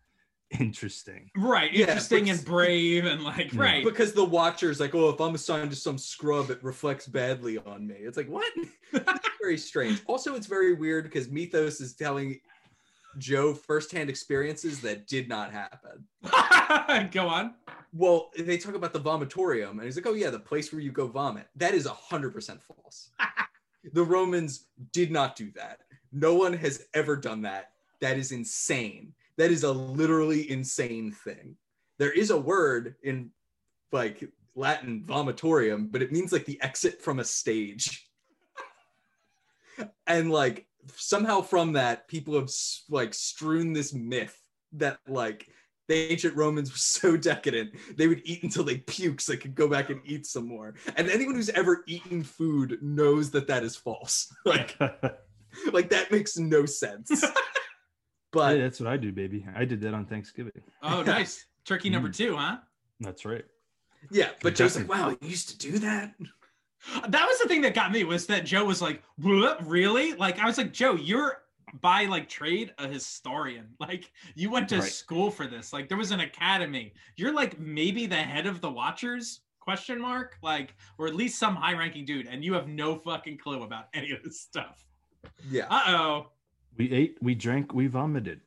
Speaker 5: interesting.
Speaker 3: Right.
Speaker 4: Yeah,
Speaker 3: Interesting
Speaker 4: but-
Speaker 3: and brave and like,
Speaker 5: Yeah.
Speaker 3: right.
Speaker 4: Because the Watcher's like, oh, if I'm assigned to some scrub, it reflects badly on me. It's like, what? very strange. Also, it's very weird because Mythos is telling Joe firsthand experiences that did not happen.
Speaker 3: Go on.
Speaker 4: Well, they talk about the vomitorium, and he's like, oh, yeah, the place where you go vomit. That is 100% false. the Romans did not do that. No one has ever done that. That is insane. That is a literally insane thing. There is a word in like Latin vomitorium, but it means like the exit from a stage. and like somehow from that, people have s- like strewn this myth that like the ancient Romans were so decadent they would eat until they puke so they could go back and eat some more. And anyone who's ever eaten food knows that that is false. like, like that makes no sense.
Speaker 5: Hey,
Speaker 4: but
Speaker 5: that's what I do, baby. I did that on Thanksgiving.
Speaker 3: Oh, nice. Turkey number
Speaker 4: Hmm.
Speaker 3: two, huh?
Speaker 5: That's right.
Speaker 4: yeah, but Joe's like, wow, you used to do that.
Speaker 3: That was the thing that got me was that Joe was like, "What? really? Like, I was like, Joe, you're by like trade a historian. Like, you went to
Speaker 5: Right.
Speaker 3: school for this. Like, there was an academy. You're like maybe the head of the Watchers? Question mark? Like, or at least some high-ranking dude, and you have no fucking clue about any of this stuff.
Speaker 4: Yeah.
Speaker 3: Uh oh.
Speaker 5: We ate, we drank, we vomited.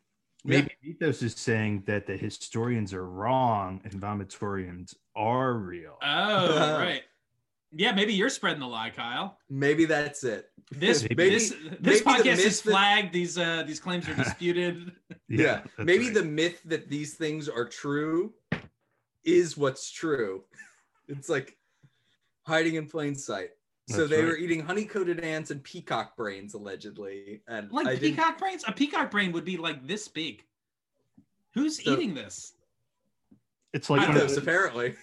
Speaker 5: Maybe Mythos is saying that the historians are wrong and vomitoriums are real.
Speaker 4: Uh,
Speaker 3: Oh, right. Yeah, maybe you're spreading the lie, Kyle.
Speaker 4: Maybe that's it.
Speaker 3: This
Speaker 5: Maybe-
Speaker 3: this
Speaker 4: maybe
Speaker 3: this
Speaker 4: the
Speaker 3: podcast is
Speaker 4: myth that-
Speaker 3: flagged. These uh these claims are disputed.
Speaker 5: that's
Speaker 4: Maybe
Speaker 5: right.
Speaker 4: the myth that these things are true is what's true. It's like hiding in plain sight. so
Speaker 5: That's
Speaker 4: they
Speaker 5: right.
Speaker 4: were eating honey coated ants and peacock brains allegedly. And
Speaker 3: like
Speaker 4: I didn't-
Speaker 3: peacock brains a peacock brain would be like this big Who's
Speaker 4: So-
Speaker 3: eating this?
Speaker 5: It's like
Speaker 3: I
Speaker 5: one of
Speaker 4: Athos,
Speaker 5: the-
Speaker 4: apparently.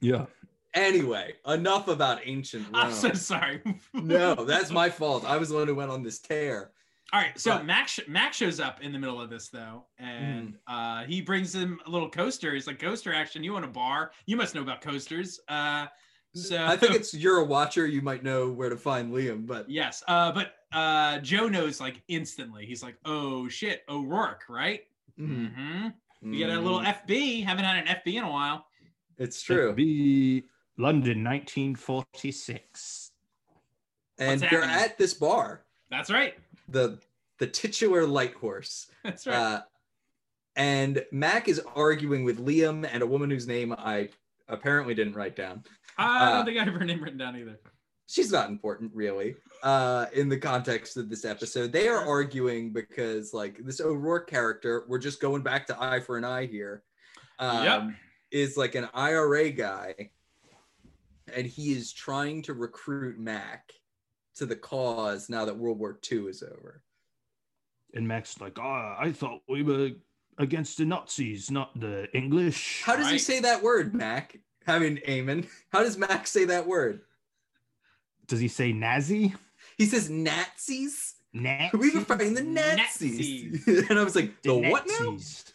Speaker 5: yeah.
Speaker 4: Anyway, enough about ancient Rome.
Speaker 3: I'm so sorry.
Speaker 4: no, that's my fault. I was the one who went on this tear.
Speaker 3: All right, so
Speaker 4: But- Mm.
Speaker 3: Max Max shows up in the middle of this though, and uh, he brings him a little coaster. He's like, "Coaster action! You own a bar? You must know about coasters." Uh, so
Speaker 4: I think it's you're a watcher. You might know where to find Liam, but
Speaker 3: yes, uh, but uh, Joe knows like instantly. He's like, "Oh shit, O'Rourke, right?"
Speaker 4: Mm,
Speaker 3: hmm You get a little
Speaker 4: mm,
Speaker 3: FB. Haven't had an FB in a while.
Speaker 4: It's true.
Speaker 5: Be London, 1946.
Speaker 4: and
Speaker 3: What's
Speaker 4: they're
Speaker 3: happening?
Speaker 4: at this bar,
Speaker 3: That's right.
Speaker 4: the the titular light horse.
Speaker 3: That's right.
Speaker 4: Uh, and Mac is arguing with Liam and a woman whose name I apparently didn't write down.
Speaker 3: I don't
Speaker 4: uh,
Speaker 3: think I have her name written down either.
Speaker 4: she's not important really uh in the context of this episode they are arguing because like this o'rourke character we're just going back to eye for an eye here um,
Speaker 3: Yep.
Speaker 4: is like an ira guy and he is trying to recruit mac to the cause now that world war ii is over
Speaker 5: And Mac's like, ah, I thought we were against the Nazis, not the English.
Speaker 4: how does he
Speaker 3: Right.
Speaker 4: say that word mac i mean Eamon. how does mac say that word
Speaker 5: does he say Nazi?
Speaker 4: he says nazis
Speaker 5: Nazi?
Speaker 4: we were fighting the nazis, and i was like the, what now
Speaker 5: Nazis.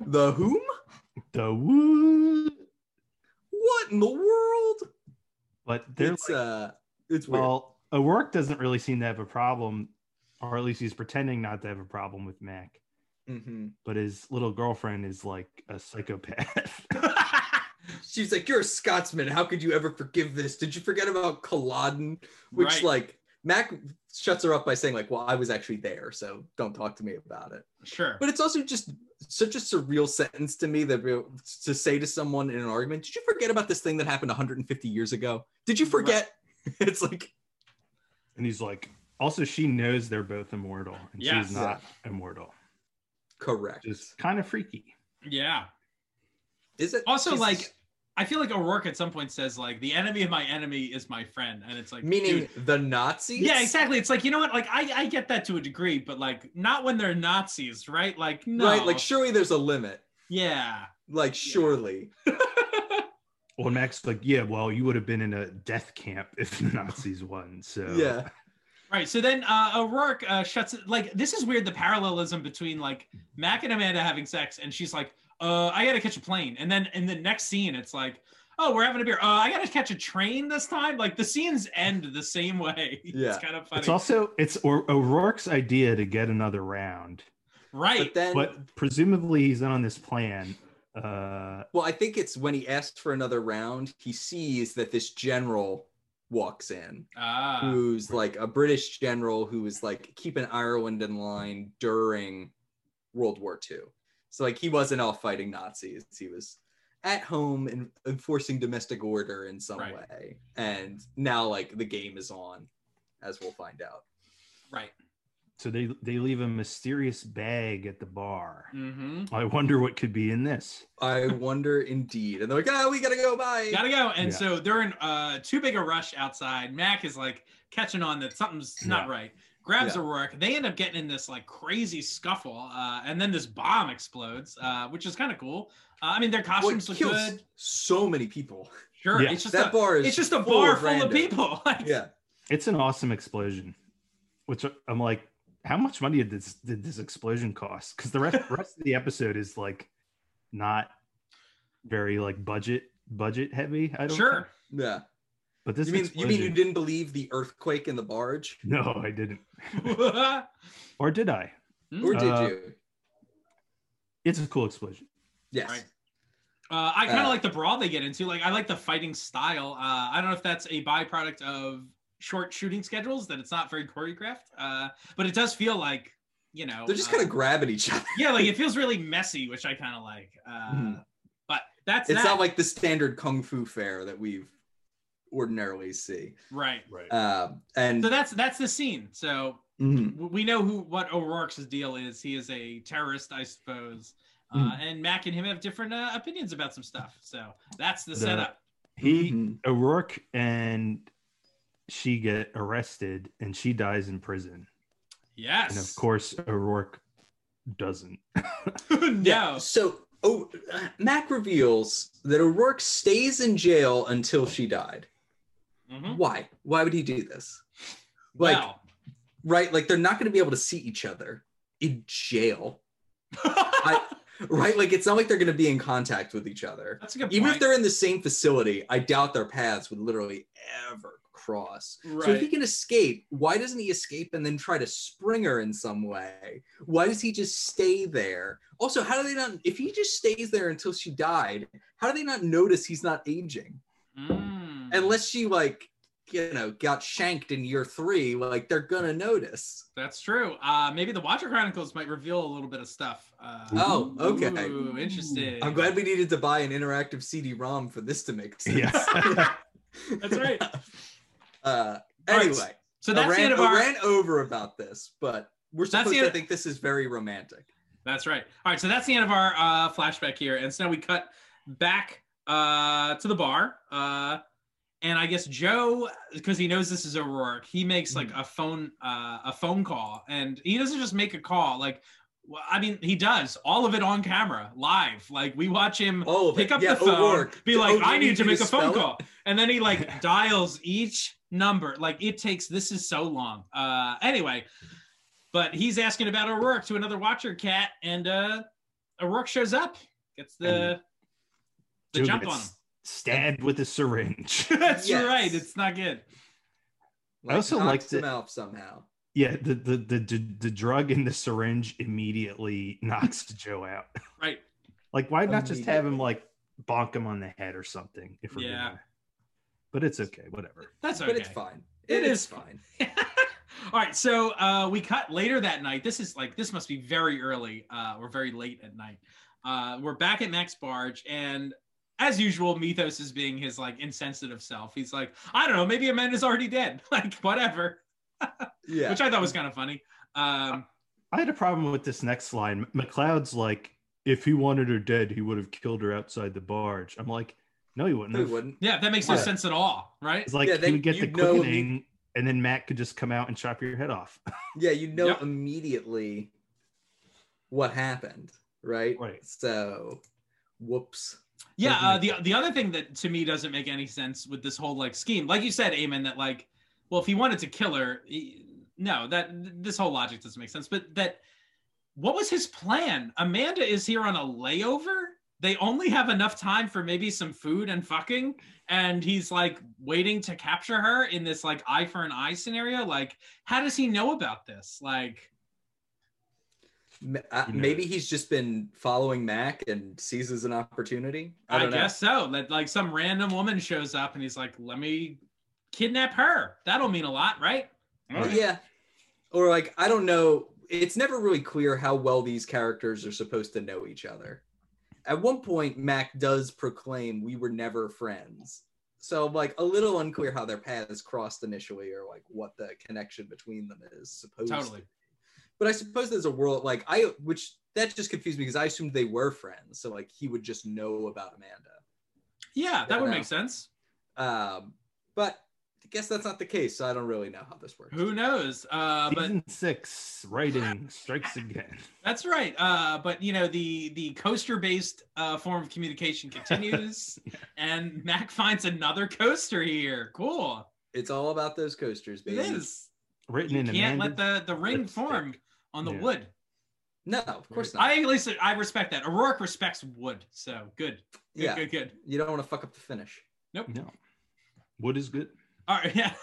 Speaker 4: the whom
Speaker 5: The woo.
Speaker 4: what in the world?
Speaker 5: But they're
Speaker 4: it's uh, it's weird.
Speaker 5: Well, O'Rourke doesn't really seem to have a problem, or at least he's pretending not to have a problem with Mac.
Speaker 4: Mhm.
Speaker 5: But his little girlfriend is like a psychopath.
Speaker 4: She's like, "You're a Scotsman. How could you ever forgive this? Did you forget about Culloden?" Which,
Speaker 3: Right.
Speaker 4: like, Mac shuts her up by saying, "Like, well, I was actually there, so don't talk to me about it."
Speaker 3: sure.
Speaker 4: But it's also just such a surreal sentence to me that we- to say to someone in an argument, "Did you forget about this thing that happened 150 years ago? Did you
Speaker 3: Right.
Speaker 4: forget?" it's like,
Speaker 5: and he's like, also, she knows they're both immortal, and
Speaker 3: Yes.
Speaker 5: she's not immortal,
Speaker 4: correct.
Speaker 5: which is kind of freaky.
Speaker 3: Yeah.
Speaker 4: Is it
Speaker 3: Also,
Speaker 4: Jesus.
Speaker 3: like, I feel like O'Rourke at some point says like, "The enemy of my enemy is my friend," and it's like
Speaker 4: meaning
Speaker 3: dude,
Speaker 4: the Nazis?
Speaker 3: Yeah, exactly. It's like you know what? Like I, I get that to a degree, but like not when they're Nazis, right? Like no,
Speaker 4: Right? Like, surely there's a limit.
Speaker 3: yeah,
Speaker 4: Like, surely.
Speaker 5: Well, Mac's like, yeah, well, you would have been in a death camp if the Nazis won. So
Speaker 4: Yeah.
Speaker 3: right. So then uh, O'Rourke uh, shuts. it- Like this is weird. The parallelism between like Mac and Amanda having sex, and she's like, "Uh, I gotta catch a plane," and then in the next scene, it's like. Oh, we're having a beer. Uh, I gotta catch a train this time. Like the scenes end the same way.
Speaker 4: Yeah.
Speaker 3: it's kind of funny,
Speaker 5: it's also it's o- O'Rourke's idea to get another round,
Speaker 3: right?
Speaker 4: But then,
Speaker 5: but presumably he's on this plan. Uh,
Speaker 4: well, I think it's when he asks for another round, he sees that this general walks in,
Speaker 3: Ah,
Speaker 4: who's like a British general who was like keeping Ireland in line during World War II. So, like, he wasn't off fighting Nazis. He was at home and enforcing domestic order in some
Speaker 3: Right.
Speaker 4: way. And now, like, the game is on, as we'll find out.
Speaker 3: right.
Speaker 5: so they they leave a mysterious bag at the bar.
Speaker 3: hmm
Speaker 5: I wonder what could be in this.
Speaker 4: I wonder indeed. And they're like, oh, we gotta go. Bye.
Speaker 3: Gotta go. And
Speaker 5: Yeah.
Speaker 3: so they're in uh, too big a rush outside. Mac is like catching on that something's not right. Grabs
Speaker 4: Yeah.
Speaker 3: a Rourke. They end up getting in this like crazy scuffle, uh, and then this bomb explodes, uh, which is kind of cool. Uh, I mean, their
Speaker 4: Boy,
Speaker 3: costumes look
Speaker 4: kills
Speaker 3: good.
Speaker 4: so many people.
Speaker 3: Sure,
Speaker 5: Yeah.
Speaker 3: it's just
Speaker 4: that
Speaker 3: a,
Speaker 4: bar is
Speaker 3: it's just a
Speaker 4: full
Speaker 3: bar
Speaker 4: of
Speaker 3: full of
Speaker 4: random.
Speaker 3: people. Like,
Speaker 4: Yeah.
Speaker 5: It's an awesome explosion, which I'm like, how much money did this did this explosion cost? Because the rest rest of the episode is like not very like budget budget heavy. I don't think.
Speaker 3: sure.
Speaker 4: Yeah.
Speaker 5: But this
Speaker 4: you mean you mean you
Speaker 5: explosion-
Speaker 4: didn't believe the earthquake in the barge?
Speaker 5: No, I didn't.
Speaker 3: right.
Speaker 5: Or did I?
Speaker 3: Hmm?
Speaker 4: Or did
Speaker 5: Uh,
Speaker 4: you?
Speaker 5: It's a cool explosion.
Speaker 4: Yes.
Speaker 3: Uh, I kind of
Speaker 4: Uh,
Speaker 3: like the brawl they get into. Like, I like the fighting style. Uh, I don't know if that's a byproduct of short shooting schedules that it's not very choreographed, uh, but it does feel like you know
Speaker 4: They're just
Speaker 3: uh,
Speaker 4: kind of grabbing each other.
Speaker 3: yeah, like it feels really messy, which I kind of like. Uh,
Speaker 4: Mhm.
Speaker 3: But that's
Speaker 4: It's
Speaker 3: that.
Speaker 4: not like the standard kung fu fare that we've ordinarily see.
Speaker 3: right.
Speaker 5: Right.
Speaker 4: Um, and
Speaker 3: So that's that's the scene. So
Speaker 4: Mhm.
Speaker 3: w- we know who what O'Rourke's deal is. He is a terrorist, I suppose. Uh,
Speaker 4: Hmm.
Speaker 3: and Mac and him have different uh, opinions about some stuff. So that's the
Speaker 5: The-
Speaker 3: setup.
Speaker 5: he
Speaker 4: Mhm.
Speaker 5: O'Rourke and she get arrested and she dies in prison.
Speaker 3: Yes.
Speaker 5: And of course O'Rourke doesn't.
Speaker 3: no.
Speaker 4: So oh, Mac reveals that O'Rourke stays in jail until she died.
Speaker 3: Mhm.
Speaker 4: Why? Why would he do this? Like,
Speaker 3: Well.
Speaker 4: right? Like, they're not going to be able to see each other in jail, right? Like, it's not like they're going to be in contact with each other.
Speaker 3: that's a good
Speaker 4: Even if
Speaker 3: point.
Speaker 4: they're in the same facility, I doubt their paths would literally ever cross. So if he
Speaker 3: Right.
Speaker 4: can escape, why doesn't he escape and then try to spring her in some way? Why does he just stay there? Also, how do they not? If he just stays there until she died, how do they not notice he's not aging?
Speaker 3: Mm.
Speaker 4: Unless she like, you know, got shanked in year three, like they're gonna notice.
Speaker 3: That's true. Uh, maybe the Watcher Chronicles might reveal a little bit of stuff. Uh,
Speaker 4: Oh, okay.
Speaker 3: Ooh, interesting.
Speaker 4: I'm glad we needed to buy an interactive CD-ROM for this to make sense.
Speaker 5: Yeah.
Speaker 3: That's right.
Speaker 4: uh,
Speaker 3: All right,
Speaker 4: anyway,
Speaker 3: So that's
Speaker 4: I
Speaker 3: the
Speaker 4: ran,
Speaker 3: end of
Speaker 4: I
Speaker 3: our.
Speaker 4: ran over about this, but we're
Speaker 3: That's the
Speaker 4: supposed to
Speaker 3: end-
Speaker 4: think this is very romantic.
Speaker 3: That's right. All right. So that's the end of our uh, flashback here, and so now we cut back uh, to the bar. Uh, and I guess Joe, because he knows this is O'Rourke, he makes like
Speaker 4: Mm.
Speaker 3: a phone uh, a phone call, and he doesn't just make a call. Like, well, I mean, he does all of it on camera, live. Like we watch him
Speaker 4: Oh,
Speaker 3: pick up
Speaker 4: yeah,
Speaker 3: the phone,
Speaker 4: O'Rourke.
Speaker 3: be like,
Speaker 4: Oh,
Speaker 3: I
Speaker 4: you
Speaker 3: need to
Speaker 4: me
Speaker 3: make a phone
Speaker 4: spell it?
Speaker 3: call. And then he like dials each number. Like it takes, this is so long. Uh, anyway, but he's asking about O'Rourke to another Watcher cat, and uh, O'Rourke shows up, gets the, the
Speaker 5: Dude
Speaker 3: jump
Speaker 5: gets
Speaker 3: on him.
Speaker 5: Stabbed with a syringe.
Speaker 3: That's
Speaker 4: Yes.
Speaker 3: right. It's not good.
Speaker 5: I also
Speaker 4: knocks
Speaker 5: liked
Speaker 4: them
Speaker 5: it-
Speaker 4: out somehow.
Speaker 5: Yeah, the the, the the the drug in the syringe immediately knocks Joe out.
Speaker 3: Right.
Speaker 5: Like, why not just have him like bonk him on the head or something? If we're
Speaker 3: Yeah.
Speaker 5: gonna- But it's okay, whatever.
Speaker 3: That's okay.
Speaker 4: But it's fine.
Speaker 3: It
Speaker 4: it's
Speaker 3: is
Speaker 4: fine.
Speaker 3: All right, so uh, we cut later that night. This is like this must be very early uh, or very late at night. Uh, we're back at Max Barge, and as usual, Mythos is being his like insensitive self. He's like, I don't know, maybe Amanda's already dead, like whatever,
Speaker 4: Yeah.
Speaker 3: which I thought was kind of funny. Um,
Speaker 5: I had a problem with this next line. McLeod's like, if he wanted her dead, he would have killed her outside the barge. I'm like, no, he wouldn't.
Speaker 4: No, he
Speaker 5: Have.
Speaker 4: wouldn't.
Speaker 3: yeah, that makes no
Speaker 5: Yeah.
Speaker 3: sense at all, right?
Speaker 5: It's like
Speaker 4: Yeah,
Speaker 5: he
Speaker 4: then
Speaker 5: would get the
Speaker 4: you'd know imme-
Speaker 5: quickening, and then Matt could just come out and chop your head off.
Speaker 4: Yeah, you know
Speaker 3: Yep.
Speaker 4: immediately what happened, right?
Speaker 5: Right.
Speaker 4: So, whoops.
Speaker 3: Yeah,
Speaker 4: Doesn't
Speaker 3: uh,
Speaker 4: make
Speaker 3: the the other thing that to me doesn't make any sense with this whole like scheme, like you said, Eamon, that like, well, if he wanted to kill her, he- no, that th- this whole logic doesn't make sense. But that, what was his plan? Amanda is here on a layover. They only have enough time for maybe some food and fucking, and he's like waiting to capture her in this like eye for an eye scenario. Like, how does he know about this? Like,
Speaker 4: M- uh,
Speaker 5: Who knows?
Speaker 4: maybe he's just been following Mac and seizes an opportunity. I
Speaker 3: I,
Speaker 4: don't know.
Speaker 3: guess so. That like some random woman shows up and he's like, "Let me kidnap her." That'll mean a lot, right?
Speaker 5: Right.
Speaker 4: Oh, Yeah. Or like I don't know. It's never really clear how well these characters are supposed to know each other. At one point, Mac does proclaim we were never friends. So like a little unclear how their paths crossed initially or like what the connection between them is supposed
Speaker 3: Totally.
Speaker 4: to. But I suppose there's a world like I which that just confused me because I assumed they were friends. So like he would just know about Amanda.
Speaker 3: Yeah, that would
Speaker 4: Yeah.
Speaker 3: make sense.
Speaker 4: Um, but I guess that's not the case. So I don't really know how this works.
Speaker 3: Who knows? Uh, but
Speaker 5: Season six, writing strikes again.
Speaker 3: that's right. Uh, but you know the the coaster based uh, form of communication continues, and Mac finds another coaster here. Cool.
Speaker 4: It's all about those coasters,
Speaker 3: It
Speaker 4: baby.
Speaker 3: is.
Speaker 5: Written
Speaker 3: You
Speaker 5: in
Speaker 3: can't let
Speaker 5: Amanda's-
Speaker 3: the the ring
Speaker 5: lipstick.
Speaker 3: form on the
Speaker 5: Yeah.
Speaker 3: wood.
Speaker 4: No, of course not.
Speaker 3: I at least I respect that. O'Rourke respects wood, so good. Good,
Speaker 4: yeah,
Speaker 3: good, good.
Speaker 4: you don't want to fuck up the finish.
Speaker 5: No, wood is good.
Speaker 3: All right, yeah.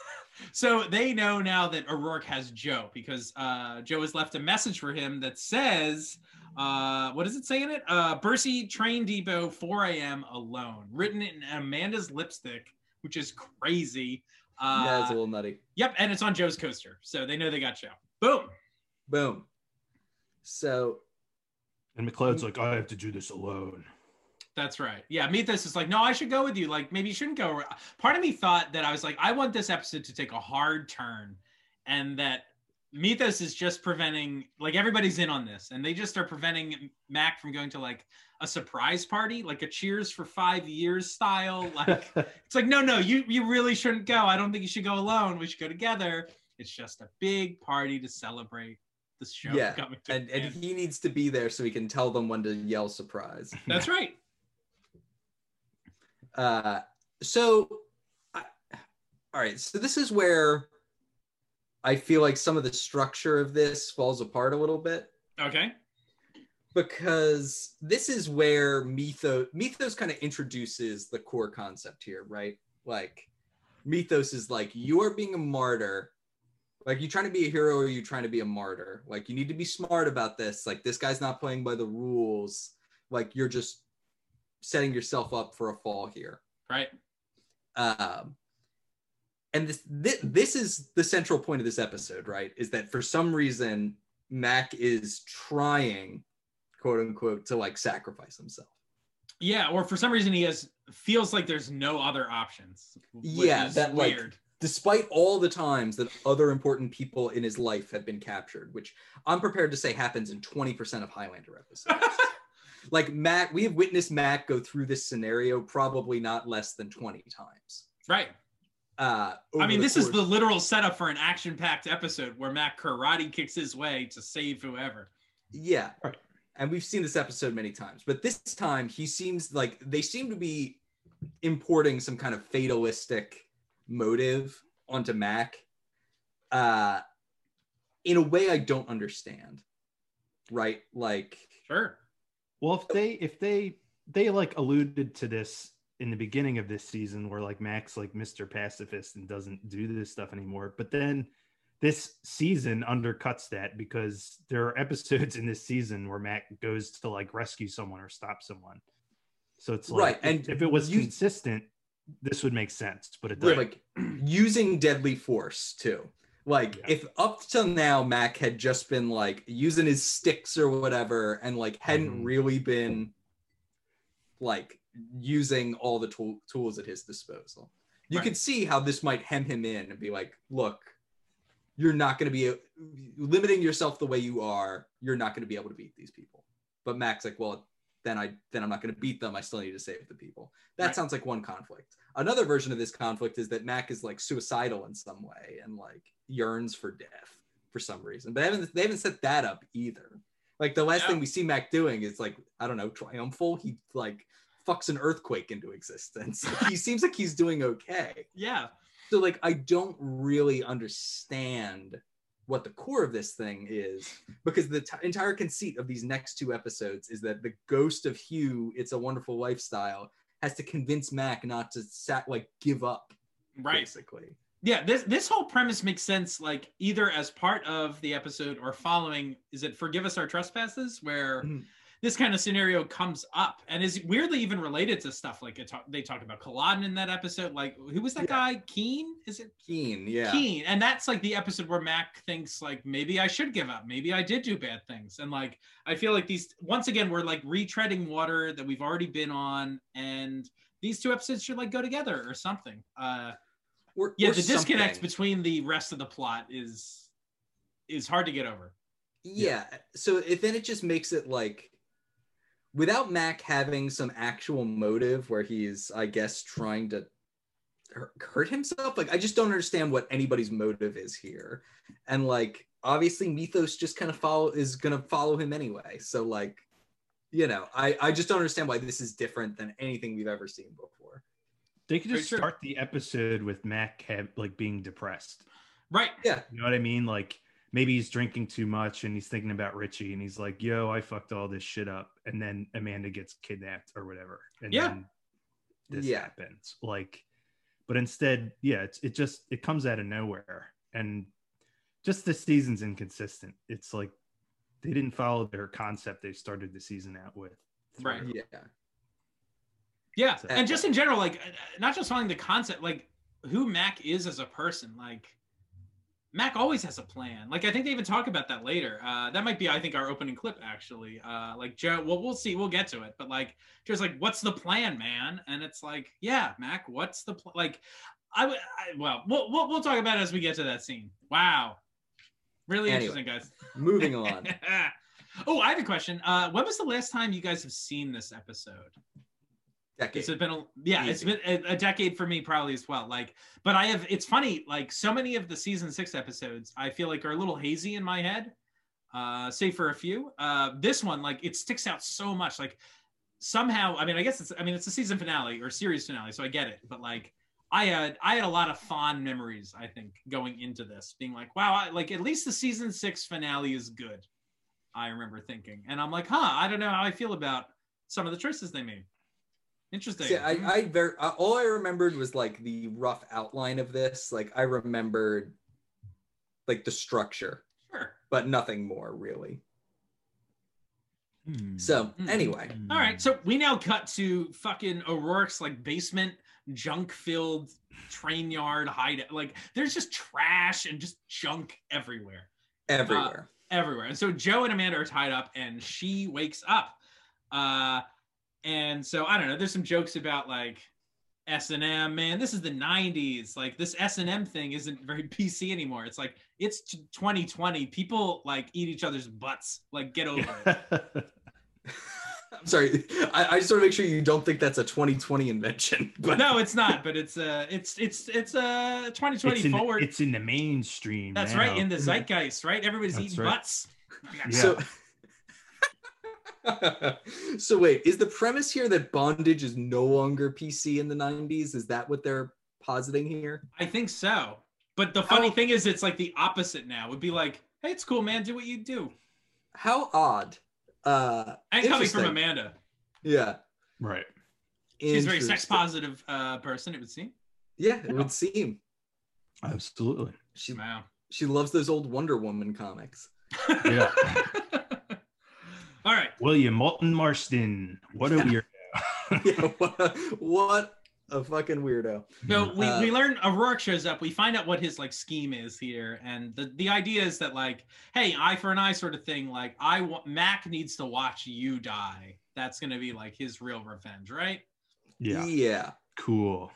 Speaker 3: So they know now that O'Rourke has Joe because uh, Joe has left a message for him that says, uh, what does it say in it? Uh, Bercy Train Depot, 4 a.m. alone, written in Amanda's lipstick, which is crazy. Uh,
Speaker 4: yeah, it's a little nutty.
Speaker 3: Yep, and it's on Joe's coaster. So they know they got Joe. Boom.
Speaker 4: Boom. So
Speaker 5: And McLeod's like, I have to do this alone.
Speaker 3: That's right. Yeah, Mythos is like, no, I should go with you. Like, maybe you shouldn't go. Part of me thought that I was like, I want this episode to take a hard turn, and that Mythos is just preventing, like, everybody's in on this, and they just are preventing Mac from going to like a surprise party, like a Cheers for five years style. Like, it's like, no, no, you you really shouldn't go. I don't think you should go alone. We should go together. It's just a big party to celebrate the show
Speaker 4: Yeah,
Speaker 3: coming to
Speaker 4: and
Speaker 3: an
Speaker 4: and
Speaker 3: end.
Speaker 4: he needs to be there so he can tell them when to yell surprise.
Speaker 3: that's right.
Speaker 4: Uh, so, I, all right. So this is where I feel like some of the structure of this falls apart a little bit
Speaker 3: Okay.
Speaker 4: because this is where mythos mythos kind of introduces the core concept here, right? Like mythos is like you are being a martyr. Like you trying to be a hero or you trying to be a martyr? Like you need to be smart about this. Like this guy's not playing by the rules. Like you're just setting yourself up for a fall here
Speaker 3: Right.
Speaker 4: um, and this, this this is the central point of this episode right is that for some reason mac is trying quote unquote to like sacrifice himself
Speaker 3: Yeah. Or for some reason, he has feels like there's no other options. which
Speaker 4: Yeah,
Speaker 3: is
Speaker 4: that, like,
Speaker 3: weird.
Speaker 4: despite all the times that other important people in his life have been captured which i'm prepared to say happens in 20% of highlander episodes like mac we have witnessed mac go through this scenario probably not less than 20 times
Speaker 3: right.
Speaker 4: uh,
Speaker 3: I
Speaker 4: over
Speaker 3: mean,
Speaker 4: the
Speaker 3: this is
Speaker 4: course-
Speaker 3: the literal setup for an action-packed episode where Mac karate kicks his way to save whoever.
Speaker 4: Yeah.
Speaker 5: Right.
Speaker 4: And we've seen this episode many times, but this time he seems like they seem to be importing some kind of fatalistic motive onto Mac uh, in a way I don't understand. Right? Like,
Speaker 3: Sure.
Speaker 5: Well, if they if they they like alluded to this in the beginning of this season, where like Max like Mr. Pacifist and doesn't do this stuff anymore, but then this season undercuts that because there are episodes in this season where Mac goes to like rescue someone or stop someone. So it's like
Speaker 4: Right,
Speaker 5: if-
Speaker 4: and
Speaker 5: if it was
Speaker 4: you-
Speaker 5: consistent, this would make sense, but it
Speaker 4: we're
Speaker 5: doesn't.
Speaker 4: like using deadly force too. Like,
Speaker 5: Yeah.
Speaker 4: if up till now Mac had just been like using his sticks or whatever and like hadn't
Speaker 5: Mhm.
Speaker 4: really been like using all the tool- tools at his disposal. You
Speaker 3: Right.
Speaker 4: could see how this might hem him in and be like, look, you're not going to be limiting yourself the way you are. You're not going to be able to beat these people. But Mac's like, well, then I then I'm not going to beat them. I still need to save the people. That
Speaker 3: Right.
Speaker 4: sounds like one conflict. Another version of this conflict is that Mac is like suicidal in some way and like yearns for death for some reason. But they haven't they haven't set that up either. Like the last
Speaker 3: Yeah.
Speaker 4: thing we see Mac doing is like I don't know triumphal. He like fucks an earthquake into existence. he seems like he's doing okay.
Speaker 3: Yeah.
Speaker 4: So like I don't really understand what the core of this thing is because the t- entire conceit of these next two episodes is that the ghost of Hugh, it's a wonderful lifestyle, has to convince Mac not to sat like give up
Speaker 3: Right.
Speaker 4: basically.
Speaker 3: Yeah. This this whole premise makes sense, like either as part of the episode or following. Is it "Forgive Us Our Trespasses," where
Speaker 4: Mhm.
Speaker 3: this kind of scenario comes up and is weirdly even related to stuff like it talk, they talked about Culloden in that episode. Like, who was that guy? Keen? Is it
Speaker 4: Keen, yeah.
Speaker 3: Keen. And that's like the episode where Mac thinks like maybe I should give up. Maybe I did do bad things. And like I feel like these once again we're like retreading water that we've already been on and these two episodes should like go together or something. Uh
Speaker 4: Or-
Speaker 3: yeah,
Speaker 4: or
Speaker 3: the disconnect
Speaker 4: something.
Speaker 3: between the rest of the plot is is hard to get over.
Speaker 4: yeah so it, then it just makes it like without mac having some actual motive where he's i guess trying to hur- hurt himself like i just don't understand what anybody's motive is here and like obviously mythos just kind of follow is gonna follow him anyway so like you know i i just don't understand why this is different than anything we've ever seen before
Speaker 5: they could
Speaker 3: Very
Speaker 5: just
Speaker 3: true.
Speaker 5: start the episode with Mac have, like being depressed.
Speaker 3: Right.
Speaker 5: You know what I mean? Like maybe he's drinking too much and he's thinking about Richie and he's like, "Yo, I fucked all this shit up." And then Amanda gets kidnapped or whatever. And
Speaker 3: Yeah.
Speaker 5: then this
Speaker 4: Yeah.
Speaker 5: happens. Like but instead, yeah, it's it just it comes out of nowhere. And just this season's inconsistent. It's like they didn't follow their concept they started the season out with.
Speaker 3: Right.
Speaker 4: yeah
Speaker 3: Yeah,
Speaker 5: So-
Speaker 3: and just in general, like uh, not just following the concept, like who Mac is as a person. Like Mac always has a plan. Like I think they even talk about that later. Uh, that might be, I think, our opening clip actually. Uh, like Joe, well, we'll see, we'll get to it. But like, just like, what's the plan, man? And it's like, yeah, Mac, what's the pl-? like? I, w- I well, we'll we'll we'll talk about it as we get to that scene. Wow, really
Speaker 4: Anyway.
Speaker 3: interesting, guys.
Speaker 4: moving on
Speaker 3: oh, I have a question. Uh, when was the last time you guys have seen this episode?
Speaker 4: decade.
Speaker 3: It's been a, yeah, it's
Speaker 4: Easy.
Speaker 3: been a, a decade for me probably as well. Like, but I have. It's funny. Like so many of the season six episodes, I feel like are a little hazy in my head. uh, save for a few. Uh, this one, like, it sticks out so much. Like, somehow, I mean, I guess it's, I mean, it's a season finale or series finale, so I get it. But like, I had, I had a lot of fond memories. I think going into this, being like, wow, I, like at least the season six finale is good. I remember thinking, and I'm like, huh, I don't know how I feel about some of the choices they made. Interesting. Mm,
Speaker 4: See, I, I very I, all I remembered was like the rough outline of this. Like I remembered like the structure,
Speaker 3: sure.
Speaker 4: but nothing more really.
Speaker 5: Hmm.
Speaker 4: So
Speaker 3: Mm.
Speaker 4: anyway,
Speaker 3: All right, so we now cut to fucking O'Rourke's like basement junk filled train yard hide like there's just trash and just junk everywhere
Speaker 4: everywhere.
Speaker 3: everywhere and so joe and amanda are tied up and she wakes up uh and so i don't know there's some jokes about like s&m man this is the 90s like this s&m thing isn't very pc anymore it's like it's t- 2020 people like eat each other's butts like get over it Uh,
Speaker 4: I'm sorry. I, I just want to make sure you don't think that's a 2020 invention. But
Speaker 3: no, it's not. But it's uh, it's it's it's uh, 2020
Speaker 5: it's, in,
Speaker 3: forward.
Speaker 5: it's in the mainstream.
Speaker 3: That's
Speaker 5: now.
Speaker 3: right in the zeitgeist, right? Everybody's
Speaker 5: That's
Speaker 3: eating
Speaker 5: right.
Speaker 3: butts.
Speaker 5: Yeah.
Speaker 4: so so wait, is the premise here that bondage is no longer PC in the 90s? Is that what they're positing here?
Speaker 3: I think so. But the funny
Speaker 4: How-
Speaker 3: thing is, it's like the opposite now. It'd be like, hey, it's cool, man. Do what you do.
Speaker 4: How odd. Uh
Speaker 3: And coming from
Speaker 4: interesting.
Speaker 3: Amanda,
Speaker 4: Yeah.
Speaker 5: right.
Speaker 3: she's a very sex
Speaker 4: Interesting.
Speaker 3: positive uh, person. It would seem.
Speaker 4: Yeah, it would seem.
Speaker 5: Absolutely.
Speaker 4: She
Speaker 3: Wow.
Speaker 4: she loves those old Wonder Woman comics.
Speaker 5: Yeah.
Speaker 3: All right.
Speaker 5: William Moulton Marston. What a weird.
Speaker 4: yeah, what a, what a fucking weirdo.
Speaker 5: Mm,
Speaker 3: So we,
Speaker 4: Uh,
Speaker 3: we learn O'Rourke shows up. We find out what his like scheme is here, and the, the idea is that like, hey, eye for an eye sort of thing. Like, I wa- Mac needs to watch you die. That's gonna be like his real revenge, right?
Speaker 5: Yeah.
Speaker 4: Yeah.
Speaker 5: Cool.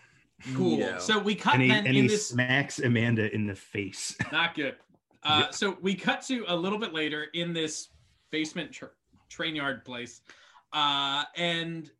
Speaker 3: Cool.
Speaker 4: Yeah.
Speaker 3: So we cut
Speaker 5: And he,
Speaker 3: then
Speaker 5: and
Speaker 3: in
Speaker 5: he
Speaker 3: this
Speaker 5: smacks Amanda in the face.
Speaker 3: not good. Uh, So we cut to a little bit later in this basement tr- train yard place, uh, and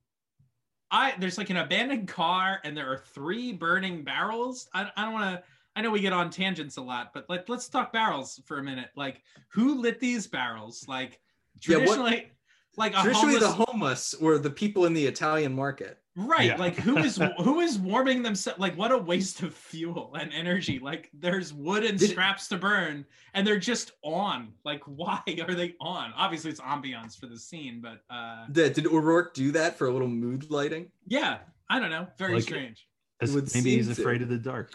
Speaker 3: I there's like an abandoned car, and there are three burning barrels. I, I don't want to. I know we get on tangents a lot, but like let's talk barrels for a minute. Like who lit these barrels? Like
Speaker 4: Yeah, what-
Speaker 3: traditionally, like a
Speaker 4: Traditionally
Speaker 3: uh, homeless,
Speaker 4: the homeless were the people in the Italian market.
Speaker 3: right?
Speaker 5: Yeah.
Speaker 3: Like who is who is warming themselves? Like what a waste of fuel and energy. Like there's wood and
Speaker 4: Did-
Speaker 3: scraps to burn, and they're just on. Like why are they on? Obviously it's ambiance for the scene, but uh,
Speaker 4: Did, did O'Rourke do that for a little mood lighting?
Speaker 3: yeah, I don't know. Very
Speaker 5: Like-
Speaker 3: strange.
Speaker 5: As-
Speaker 4: would
Speaker 5: Maybe he's
Speaker 4: seem to.
Speaker 5: afraid of the dark.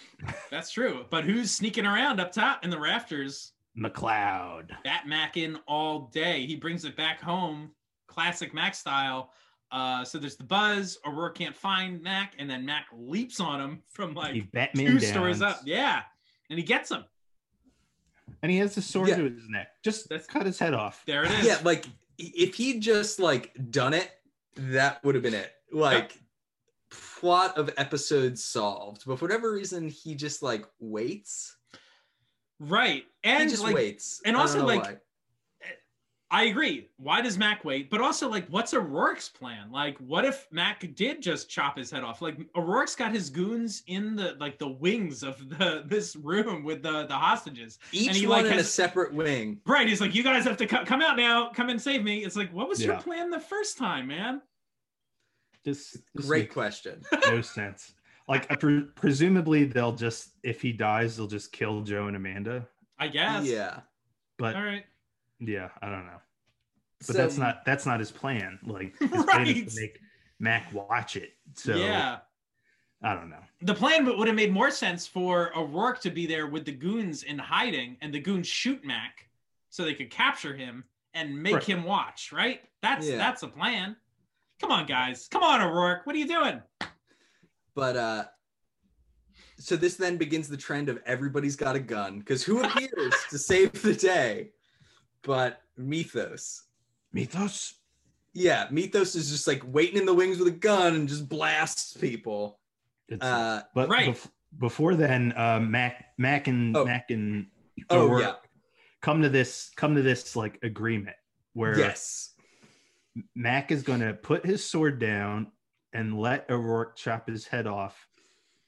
Speaker 3: That's true. But who's sneaking around up top in the rafters?
Speaker 5: McLeod.
Speaker 3: Bat Mackin all day. He brings it back home, classic Mac style. Uh, so there's the buzz. O'Rourke can't find Mac, and then Mac leaps on him from like
Speaker 5: he Batman
Speaker 3: two stories
Speaker 5: downs,
Speaker 3: up. Yeah, and he gets him.
Speaker 5: And he has the sword
Speaker 4: Yeah.
Speaker 5: to his neck. Just
Speaker 3: That's-
Speaker 5: cut his head off.
Speaker 3: There it is.
Speaker 4: Yeah, like if he'd just like done it, that would have been it. Like plot of episode solved. But for whatever reason, he just like waits.
Speaker 3: right.
Speaker 4: he
Speaker 3: And
Speaker 4: just
Speaker 3: like,
Speaker 4: waits.
Speaker 3: and
Speaker 4: I don't
Speaker 3: also,
Speaker 4: know
Speaker 3: like,
Speaker 4: why.
Speaker 3: I agree. Why does Mac wait? But also, like, what's O'Rourke's plan? Like, what if Mac did just chop his head off? Like, O'Rourke's got his goons in the like the wings of the this room with the the hostages.
Speaker 4: each
Speaker 3: he,
Speaker 4: one
Speaker 3: like,
Speaker 4: in a
Speaker 3: has-
Speaker 4: separate wing.
Speaker 3: Right. He's like, you guys have to co- come out now. Come and save me. It's like, what was your
Speaker 5: Yeah.
Speaker 3: plan the first time, man?
Speaker 5: This, this
Speaker 4: Great
Speaker 5: makes
Speaker 4: question.
Speaker 5: no sense. Like I pre- presumably they'll just if he dies they'll just kill Joe and Amanda.
Speaker 3: I guess.
Speaker 4: Yeah.
Speaker 5: But
Speaker 3: All right.
Speaker 5: yeah, I don't know. But
Speaker 4: So-
Speaker 5: that's not that's not his plan. Like his plan is to
Speaker 3: Right.
Speaker 5: make Mac watch it. So
Speaker 3: yeah.
Speaker 5: I don't know.
Speaker 3: the plan would have made more sense for O'Rourke to be there with the goons in hiding and the goons shoot Mac so they could capture him and make
Speaker 5: Right.
Speaker 3: him watch, right? That's
Speaker 4: Yeah.
Speaker 3: that's a plan. Come on, guys. Come on, O'Rourke. What are you doing?
Speaker 4: But uh so this then begins the trend of everybody's got a gun because who appears to save the day but Mythos?
Speaker 5: Mythos.
Speaker 4: Yeah, Mythos is just like waiting in the wings with a gun and just blasts people.
Speaker 5: It's,
Speaker 4: Uh,
Speaker 5: but
Speaker 3: right.
Speaker 5: bef- before then, uh, Mac Mac and
Speaker 4: Oh.
Speaker 5: Mac and
Speaker 4: oh
Speaker 5: O'Rourke
Speaker 4: yeah,
Speaker 5: come to this come to this like agreement where
Speaker 4: yes,
Speaker 5: Mac is going to put his sword down and let O'Rourke chop his head off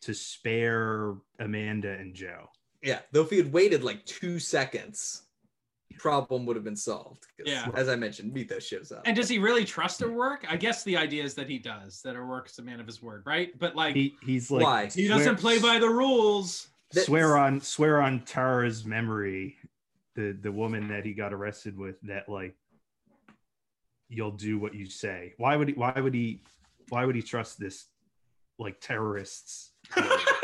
Speaker 5: to spare Amanda and Joe.
Speaker 4: yeah. Though if he had waited like two seconds, problem would have been solved. 'cause,
Speaker 3: Yeah.
Speaker 4: As I mentioned, Mito shows up.
Speaker 3: And does he really trust her work? I guess the idea is that he does, that her work's a man of his word, right? But like he,
Speaker 5: He, he's like
Speaker 4: Why?
Speaker 3: doesn't
Speaker 5: swear-
Speaker 3: play by the rules.
Speaker 4: That's-
Speaker 5: swear on swear on Tara's memory, the the woman that he got arrested with, that like you'll do what you say. Why would he why would he why would he trust this like terrorists?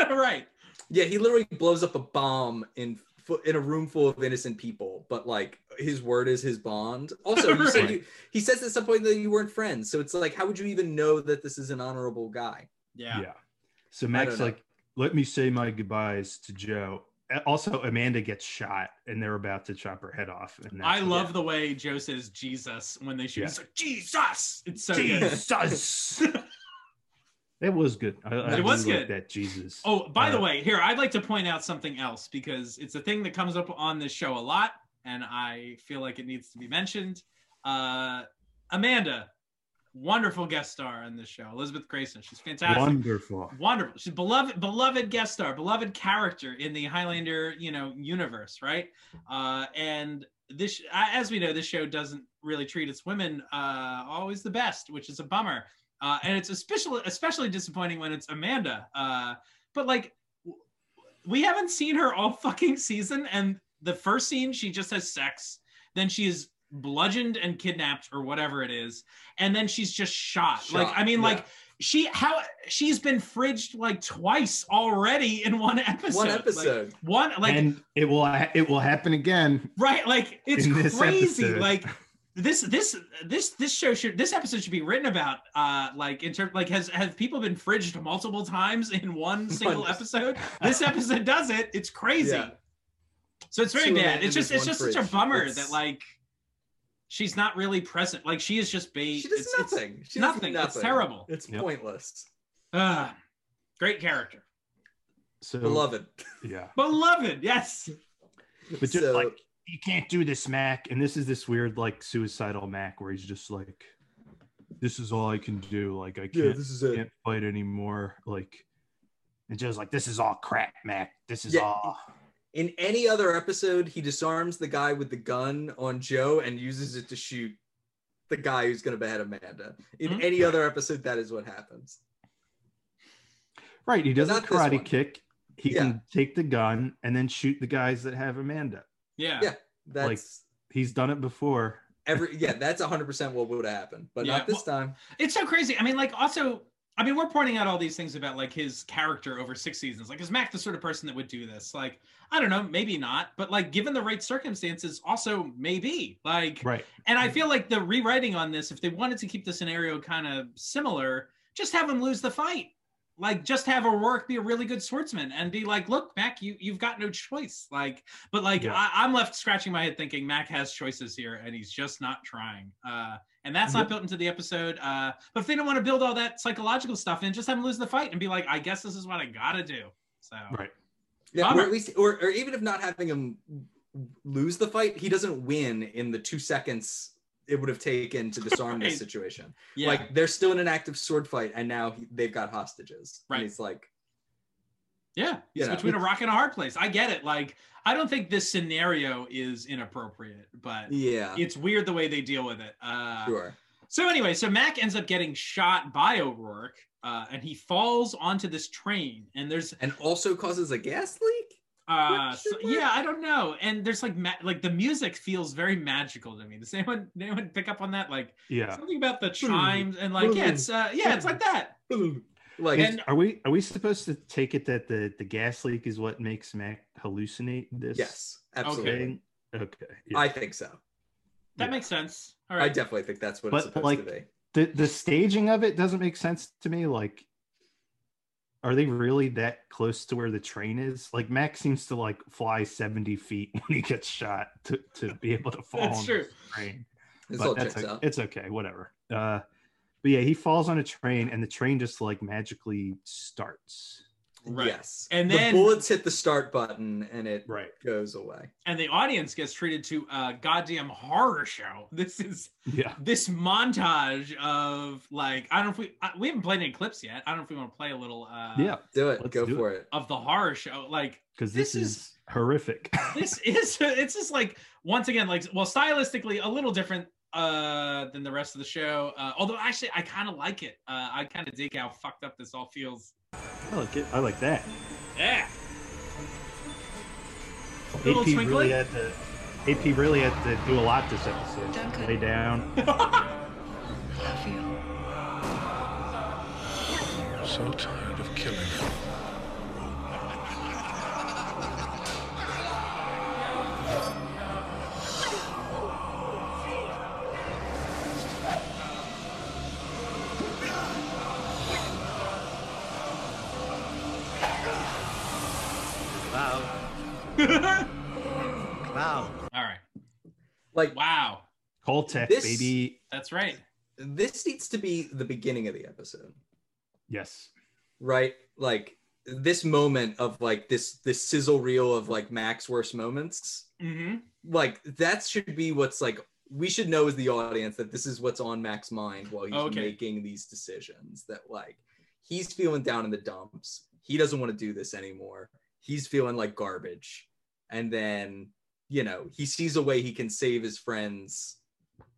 Speaker 3: right.
Speaker 4: Yeah, he literally blows up a bomb in fu- in a room full of innocent people, but like his word is his bond. Also, you said
Speaker 5: Right.
Speaker 4: you, he says at some point that you weren't friends, so it's like, how would you even know that this is an honorable guy?
Speaker 3: Yeah.
Speaker 5: So
Speaker 4: don't
Speaker 5: Max
Speaker 4: know.
Speaker 5: like, let me say my goodbyes to Joe. A- Also, Amanda gets shot and they're about to chop her head off. And that's
Speaker 3: I
Speaker 5: when-
Speaker 3: love the way Joe says Jesus when they shoot.
Speaker 5: Yeah.
Speaker 3: He's like, Jesus. It's so good.
Speaker 5: Jesus. it was good. I, I
Speaker 4: It
Speaker 3: was
Speaker 5: really
Speaker 3: good.
Speaker 5: liked That Jesus.
Speaker 3: Oh, by the
Speaker 5: Uh,
Speaker 3: way, here, I'd like to point out something else because it's a thing that comes up on this show a lot, and I feel like it needs to be mentioned. Uh, Amanda, wonderful guest star on this show, Elizabeth Grayson. She's fantastic.
Speaker 5: wonderful.
Speaker 3: Wonderful. She's beloved, beloved guest star, beloved character in the Highlander, you know, universe, right? Uh, and this, as we know, this show doesn't really treat its women uh, always the best, which is a bummer. Uh, and it's especially especially disappointing when it's Amanda. Uh, but like, w- we haven't seen her all fucking season, and the first scene she just has sex, then she is bludgeoned and kidnapped or whatever it is, and then she's just shot. Like,
Speaker 4: Shot,
Speaker 3: I mean,
Speaker 4: yeah.
Speaker 3: like she how she's been fridged like twice already in one episode.
Speaker 4: One
Speaker 3: Like,
Speaker 4: episode.
Speaker 3: one like
Speaker 5: and it will ha- it will happen again.
Speaker 3: right like it's
Speaker 5: In this
Speaker 3: crazy
Speaker 5: episode.
Speaker 3: like this this this this show should this episode should be written about uh like in terms like has have people been fridged multiple times in one single episode this episode does it it's crazy
Speaker 4: Yeah.
Speaker 3: so it's very
Speaker 4: Two
Speaker 3: bad
Speaker 4: men
Speaker 3: it's just
Speaker 4: in
Speaker 3: it's
Speaker 4: one
Speaker 3: just such
Speaker 4: fridge.
Speaker 3: a bummer
Speaker 4: It's-
Speaker 3: that like she's not really present like she is just bait
Speaker 4: She does
Speaker 3: it's, it's-
Speaker 4: nothing. she does
Speaker 3: nothing.
Speaker 4: nothing.
Speaker 3: It's terrible.
Speaker 4: It's
Speaker 5: Yep.
Speaker 4: pointless.
Speaker 3: uh, great character
Speaker 5: So
Speaker 4: Beloved.
Speaker 5: Yeah.
Speaker 3: beloved yes
Speaker 5: But just
Speaker 4: So-
Speaker 5: like you can't do this, Mac. And this is this weird like suicidal Mac where he's just like, this is all I can do. Like I can't,
Speaker 4: is
Speaker 5: can't fight anymore. Like, and Joe's like, this is all crap, Mac. This is
Speaker 4: Yeah.
Speaker 5: all.
Speaker 4: In any other episode, he disarms the guy with the gun on Joe and uses it to shoot the guy who's going to behead Amanda. In
Speaker 3: Mhm.
Speaker 4: any other episode, that is what happens.
Speaker 5: Right. He does a
Speaker 4: Not this one.
Speaker 5: karate kick. He
Speaker 4: Yeah.
Speaker 5: can take the gun and then shoot the guys that have Amanda.
Speaker 3: yeah
Speaker 4: Yeah. That's.
Speaker 5: He's done it before.
Speaker 4: every yeah that's 100% what would happen but
Speaker 3: Yeah,
Speaker 4: not this time
Speaker 3: it's so crazy. I mean, like also, I mean, we're pointing out all these things about like his character over six seasons. Like, is Mac the sort of person that would do this? Like, I don't know, maybe not, but like given the right circumstances, also maybe. Like,
Speaker 5: Right.
Speaker 3: and I feel like the rewriting on this, if they wanted to keep the scenario kind of similar, just have him lose the fight. Like, just have O'Rourke be a really good swordsman and be like, "Look, Mac, you you've got no choice." Like, but like
Speaker 5: Yeah.
Speaker 3: I, I'm left scratching my head thinking Mac has choices here, and he's just not trying. Uh, and that's not
Speaker 5: Yep.
Speaker 3: built into the episode. Uh, but if they don't want to build all that psychological stuff in, just have him lose the fight and be like, "I guess this is what I gotta do." So
Speaker 5: Right.
Speaker 4: yeah, or
Speaker 3: Bummer.
Speaker 4: at least or, or even if not having him lose the fight he doesn't win in the two seconds it would have taken to disarm
Speaker 3: Right.
Speaker 4: this situation
Speaker 3: yeah,
Speaker 4: like they're still in an active sword fight and now he, they've got hostages
Speaker 3: Right.
Speaker 4: and it's like
Speaker 3: Yeah,
Speaker 4: You
Speaker 3: it's
Speaker 4: know.
Speaker 3: between a rock and a hard place. I get it. Like, I don't think this scenario is inappropriate, but
Speaker 4: yeah
Speaker 3: it's weird the way they deal with it. Uh,
Speaker 4: sure
Speaker 3: So anyway, so Mac ends up getting shot by O'Rourke, uh, and he falls onto this train. And there's,
Speaker 4: and also causes a gas leak
Speaker 3: uh,
Speaker 4: What?
Speaker 3: so- yeah, I don't know. And there's like, ma- like the music feels very magical to me. Does anyone, anyone pick up on that? Like
Speaker 5: Yeah.
Speaker 3: something about the
Speaker 4: Hmm.
Speaker 3: chimes and like, yeah, it's, uh, yeah, it's like that.
Speaker 4: like
Speaker 5: Is-
Speaker 3: And-
Speaker 5: are we are we supposed to take it that the the gas leak is what makes Mac hallucinate this?
Speaker 4: yes absolutely
Speaker 5: thing? Okay. yeah.
Speaker 4: i think so
Speaker 3: That
Speaker 5: Yeah.
Speaker 3: makes sense. All
Speaker 4: i
Speaker 3: right.
Speaker 4: definitely think that's what it's
Speaker 5: But,
Speaker 4: supposed to
Speaker 5: like,
Speaker 4: be
Speaker 5: the the staging of it doesn't make sense to me. Like, are they really that close to where the train is? Like, Max seems to like fly seventy feet when he gets shot to, to be able to fall
Speaker 3: That's
Speaker 5: on
Speaker 3: true.
Speaker 5: the train.
Speaker 4: this
Speaker 5: But
Speaker 4: all
Speaker 5: that's
Speaker 4: checks
Speaker 5: o-
Speaker 4: out
Speaker 5: it's okay, whatever. Uh, but yeah, he falls on a train, and the train just like magically starts.
Speaker 3: Right.
Speaker 4: yes
Speaker 3: And
Speaker 4: the
Speaker 3: then-
Speaker 4: bullets hit the start button and it
Speaker 5: Right.
Speaker 4: goes away.
Speaker 3: And the audience gets treated to a goddamn horror show. This is
Speaker 5: Yeah.
Speaker 3: this montage of like I don't know if we I, we haven't played any clips yet. I don't know if we want to play a little uh
Speaker 5: yeah.
Speaker 4: Do it.
Speaker 5: Let's
Speaker 4: Go
Speaker 5: do
Speaker 4: for it.
Speaker 3: of the horror show. Like
Speaker 5: Because
Speaker 3: this
Speaker 5: this,
Speaker 3: is-
Speaker 5: is horrific.
Speaker 3: this is it's just like once again like well stylistically a little different uh than the rest of the show uh although actually i kind of like it uh i kind of dig how fucked up this all feels
Speaker 5: I like it. I like that.
Speaker 3: yeah Little
Speaker 5: AP
Speaker 3: twinkly?
Speaker 5: really had to. AP really had to do a lot this episode.
Speaker 6: Duncan.
Speaker 5: Lay down.
Speaker 6: Love you.
Speaker 2: So tired of killing him.
Speaker 7: Wow. Wow.
Speaker 3: all right
Speaker 4: Like
Speaker 3: wow
Speaker 5: Call tech,
Speaker 4: This-
Speaker 5: baby.
Speaker 3: that's right
Speaker 4: this needs to be the beginning of the episode,
Speaker 5: Yes.
Speaker 4: right? Like this moment of like this this sizzle reel of like Max worst moments.
Speaker 3: mm-hmm
Speaker 4: Like that should be what's like we should know as the audience that this is what's on Mac's mind while he's
Speaker 3: Okay.
Speaker 4: making these decisions that like he's feeling down in the dumps. He doesn't want to do this anymore. He's feeling like garbage. And then, you know, he sees a way he can save his friends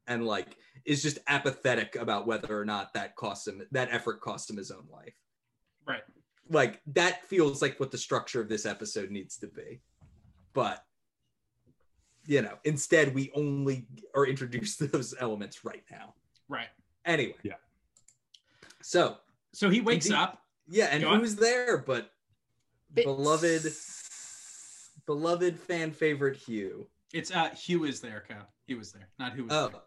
Speaker 4: and like is just apathetic about whether or not that cost him that effort cost him his own life.
Speaker 3: right
Speaker 4: Like that feels like what the structure of this episode needs to be. But you know, instead we only are introduced to those elements right now.
Speaker 3: right
Speaker 4: Anyway.
Speaker 5: Yeah.
Speaker 4: So
Speaker 3: so he wakes
Speaker 4: Indeed.
Speaker 3: up
Speaker 4: yeah, and
Speaker 3: Go on.
Speaker 4: who's there but beloved beloved fan favorite Hugh.
Speaker 3: it's uh hugh is there co he was there not who was
Speaker 4: Oh.
Speaker 3: there.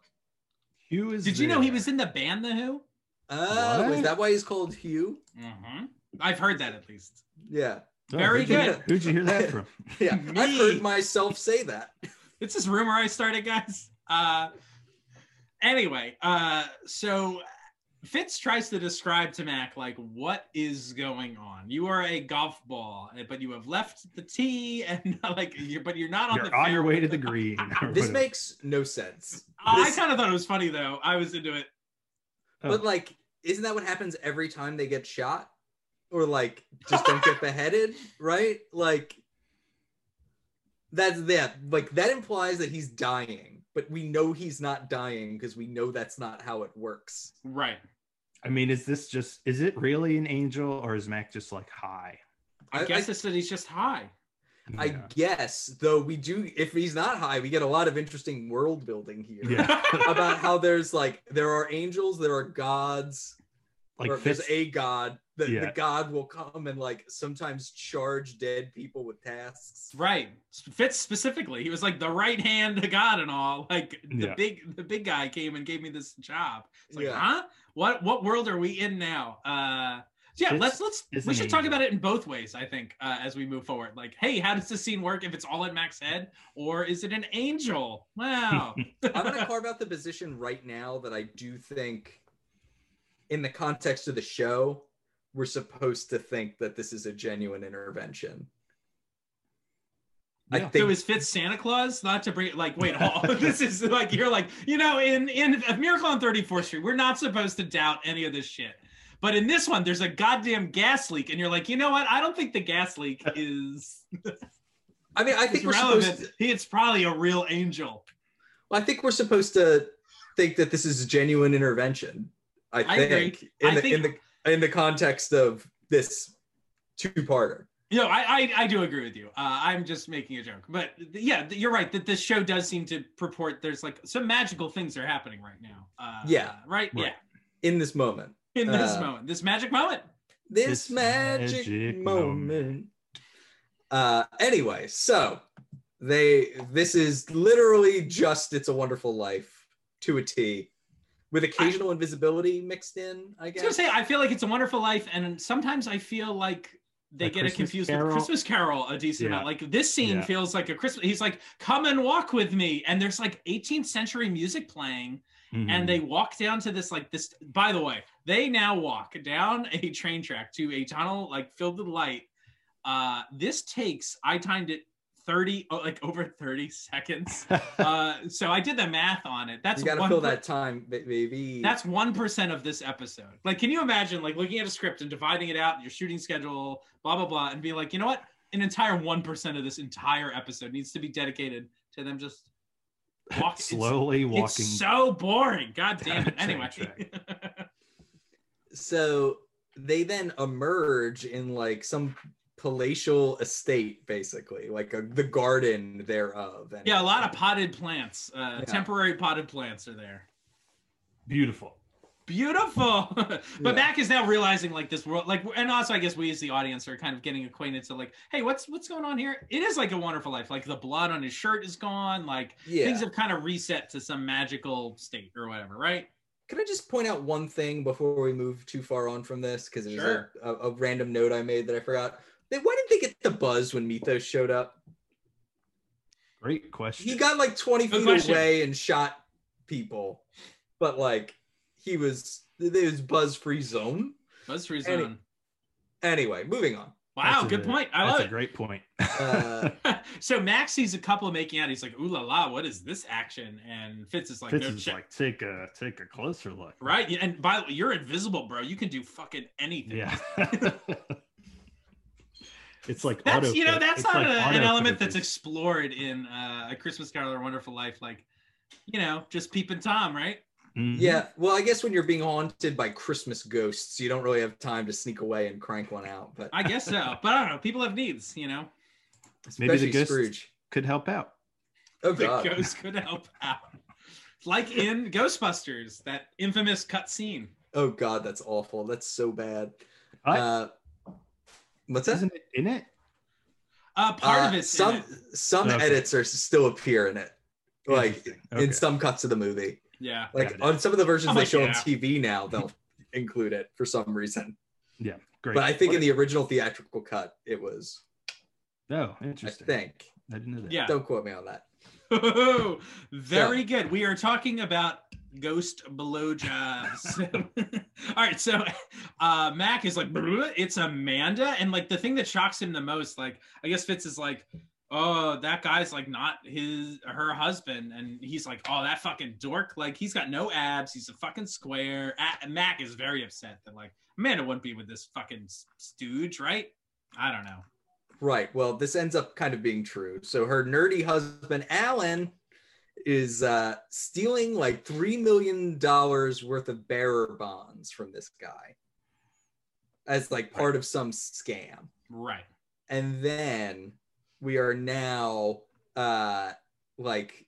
Speaker 5: Hugh is.
Speaker 3: did you know he
Speaker 5: there.
Speaker 3: was in the band the who
Speaker 4: Oh,
Speaker 5: What?
Speaker 4: is that why he's called Hugh?
Speaker 3: mm-hmm. i've heard that at least
Speaker 4: Yeah.
Speaker 5: Oh,
Speaker 3: Very
Speaker 5: who'd you-
Speaker 4: good.
Speaker 5: Who'd you hear that from?
Speaker 4: Yeah. I've
Speaker 3: Me.
Speaker 4: heard myself say that.
Speaker 3: it's this rumor I started, guys. Uh, anyway, uh, so Fitz tries to describe to Mac like what is going on. You are a golf ball, eh, but you have left the tee, and like, you're, but you're not on
Speaker 5: You're
Speaker 3: the.
Speaker 5: on your way to
Speaker 3: fairway.
Speaker 5: the green. or
Speaker 4: This
Speaker 5: whatever.
Speaker 4: makes no sense.
Speaker 3: Uh, I
Speaker 4: This-
Speaker 3: kind of thought it was funny though. I was into it.
Speaker 5: Oh.
Speaker 4: But like, isn't that what happens every time they get shot? Or like just don't get beheaded, right? Like that's that like that implies that he's dying, but we know he's not dying because we know that's not how it works.
Speaker 3: Right.
Speaker 5: I mean, is this just? Is it really an angel, or is Mac just like high?
Speaker 3: I,
Speaker 4: I-
Speaker 3: guess it's that he's just high.
Speaker 4: I
Speaker 5: Yeah.
Speaker 4: guess, though we do if he's not high, we get a lot of interesting world building here.
Speaker 5: Yeah.
Speaker 4: About how there's like there are angels, there are gods,
Speaker 5: like
Speaker 4: or if there's
Speaker 5: Fitz-
Speaker 4: a god that
Speaker 5: Yeah.
Speaker 4: the god will come and like sometimes charge dead people with tasks
Speaker 3: right. Fitz specifically, he was like the right hand to God and all. Like the
Speaker 5: Yeah.
Speaker 3: big, the big guy came and gave me this job. It's like,
Speaker 4: Yeah.
Speaker 3: huh? What what world are we in now? Uh so yeah,
Speaker 5: This
Speaker 3: let's let's
Speaker 5: is
Speaker 3: we
Speaker 5: an
Speaker 3: should talk
Speaker 5: angel.
Speaker 3: about it in both ways, I think, uh, as we move forward. Like, hey, how does this scene work if it's all in Mac's head? Or is it an angel? Wow.
Speaker 4: i'm going to carve out the position right now that i do think in the context of the show we're supposed to think that this is a genuine intervention i
Speaker 5: Yeah.
Speaker 4: think
Speaker 3: so is Fitz Santa Claus? Not to bring like wait, hold, this is like you're like, you know, in in A Miracle on 34th Street, we're not supposed to doubt any of this shit. But in this one, there's a goddamn gas leak, and you're like, you know what? I don't think the gas leak is,
Speaker 4: i mean i
Speaker 3: is
Speaker 4: think we're
Speaker 3: relevant.
Speaker 4: supposed to,
Speaker 3: It's probably a real angel.
Speaker 4: well, i think we're supposed to think that this is a genuine intervention i
Speaker 3: I agree.
Speaker 4: think in
Speaker 3: I
Speaker 4: the
Speaker 3: think-
Speaker 4: in the in the context of this two-parter
Speaker 3: No, I, I I do agree with you. Uh, I'm just making a joke, but th- yeah, th- you're right. That this show does seem to purport there's like some magical things are happening right now. Uh,
Speaker 4: Yeah.
Speaker 3: right.
Speaker 5: Right.
Speaker 4: in this moment
Speaker 3: Yeah, in this
Speaker 4: Uh,
Speaker 3: moment, this magic moment.
Speaker 4: this
Speaker 5: This
Speaker 4: magic,
Speaker 5: magic
Speaker 4: moment.
Speaker 5: moment.
Speaker 4: Uh, anyway, so they this is literally just "It's a Wonderful Life" to a T, with occasional invisibility mixed in.
Speaker 3: I
Speaker 4: I
Speaker 3: was
Speaker 4: guess.
Speaker 3: gonna say I feel like it's a wonderful life, and sometimes I feel like they
Speaker 5: Like
Speaker 3: get it
Speaker 5: Christmas
Speaker 3: confused
Speaker 5: Carol?
Speaker 3: with Christmas Carol a decent
Speaker 5: Yeah.
Speaker 3: amount. Like this scene
Speaker 5: Yeah.
Speaker 3: feels like a Christmas. He's like, "Come and walk with me," and there's like 18th century music playing,
Speaker 5: Mhm.
Speaker 3: and they walk down to this like this. By the way, they now walk down a train track to a tunnel like filled with light. Uh, this takes I timed it 30 oh, like over 30 seconds. Uh, so I did the math on it. That's
Speaker 4: you gotta
Speaker 3: one
Speaker 4: fill
Speaker 3: per-
Speaker 4: that time, ba- baby.
Speaker 3: that's one percent of this episode. Like, can you imagine like looking at a script and dividing it out, your shooting schedule, blah blah blah, and be like, you know what? an entire one percent of this entire episode needs to be dedicated to them just walking
Speaker 5: slowly
Speaker 3: it's,
Speaker 5: walking.
Speaker 3: It's so boring. God damn it.
Speaker 5: Train
Speaker 3: Anyway,
Speaker 4: So they then emerge in like some palatial estate, basically, like a, the garden thereof. and-
Speaker 3: yeah, a lot of potted plants. Uh,
Speaker 4: Yeah.
Speaker 3: Temporary potted plants are there.
Speaker 5: beautiful.
Speaker 3: beautiful but
Speaker 4: Yeah.
Speaker 3: mac is now realizing like this world like and also i guess we as the audience are kind of getting acquainted to like hey what's what's going on here it is like a wonderful life like the blood on his shirt is gone like
Speaker 4: Yeah.
Speaker 3: things have kind of reset to some magical state or whatever right
Speaker 4: Can I just point out one thing before we move too far on from this? Because it was
Speaker 3: Sure.
Speaker 4: a, a, a random note I made that I forgot. They, why didn't they get the buzz when Mythos showed up?
Speaker 5: Great question.
Speaker 4: He got like 20
Speaker 3: Good
Speaker 4: feet
Speaker 3: question.
Speaker 4: away and shot people, but like he was, there was buzz free zone.
Speaker 3: let's resume
Speaker 4: Any- Anyway, moving on.
Speaker 3: wow
Speaker 5: That's a-
Speaker 3: good point i
Speaker 5: that's
Speaker 3: love
Speaker 5: a
Speaker 3: it
Speaker 5: great point.
Speaker 4: Uh,
Speaker 3: so max sees a couple making out he's like ooh la la what is this action and fitz is like
Speaker 5: Fitz
Speaker 3: no
Speaker 5: is
Speaker 3: shit
Speaker 5: like, take a take a closer look.
Speaker 3: right Yeah, and by the way you're invisible bro you can do fucking anything
Speaker 5: Yeah. it's like
Speaker 3: that's
Speaker 5: auto
Speaker 3: you know that's
Speaker 5: it's
Speaker 3: not
Speaker 5: like
Speaker 3: a, an
Speaker 5: auto
Speaker 3: element that's
Speaker 5: focus.
Speaker 3: explored in uh, a christmas carol or wonderful life like you know just peeping tom right
Speaker 5: Mhm.
Speaker 4: Yeah, well, I guess when you're being haunted by Christmas ghosts, you don't really have time to sneak away and crank one out. But
Speaker 3: i guess so but i don't know people have needs you know
Speaker 4: especially
Speaker 5: Maybe the ghost-
Speaker 4: Scrooge.
Speaker 5: could help out.
Speaker 4: Oh
Speaker 3: the
Speaker 4: God,
Speaker 3: ghost could help out like in ghostbusters that infamous cut scene
Speaker 4: oh God, that's awful. That's so bad.
Speaker 5: What?
Speaker 4: Uh, what's that?
Speaker 5: Isn't it in it?
Speaker 3: uh part
Speaker 4: Uh,
Speaker 3: of it's in
Speaker 4: some
Speaker 3: it.
Speaker 4: some
Speaker 5: Okay.
Speaker 4: edits are still appear in it, like
Speaker 5: Interesting.
Speaker 4: in
Speaker 5: Okay.
Speaker 4: some cuts of the movie.
Speaker 3: yeah
Speaker 4: Like
Speaker 5: Got it.
Speaker 4: on some of the versions
Speaker 3: I'm
Speaker 4: they
Speaker 3: like,
Speaker 4: show on
Speaker 3: yeah.
Speaker 4: TV now, they'll include it for some reason.
Speaker 5: Great.
Speaker 4: But I think in the original theatrical cut, it was.
Speaker 5: no,
Speaker 4: I
Speaker 5: interesting.
Speaker 4: think.
Speaker 5: I didn't know that.
Speaker 3: yeah
Speaker 4: Don't quote me on that.
Speaker 3: very good we are talking about ghost blowjobs So- all right so uh mac is like "Bruh, it's amanda and like the thing that shocks him the most like i guess fitz is like oh that guy's like not his her husband and he's like oh that fucking dork like he's got no abs he's a fucking square a- mac is very upset that like amanda wouldn't be with this fucking s- stooge right i don't know
Speaker 4: Right. Well, this ends up kind of being true. So her nerdy husband, Alan, is uh, stealing like $3 million worth of bearer bonds from this guy as like part of some scam.
Speaker 3: right
Speaker 4: And then we are now uh, like,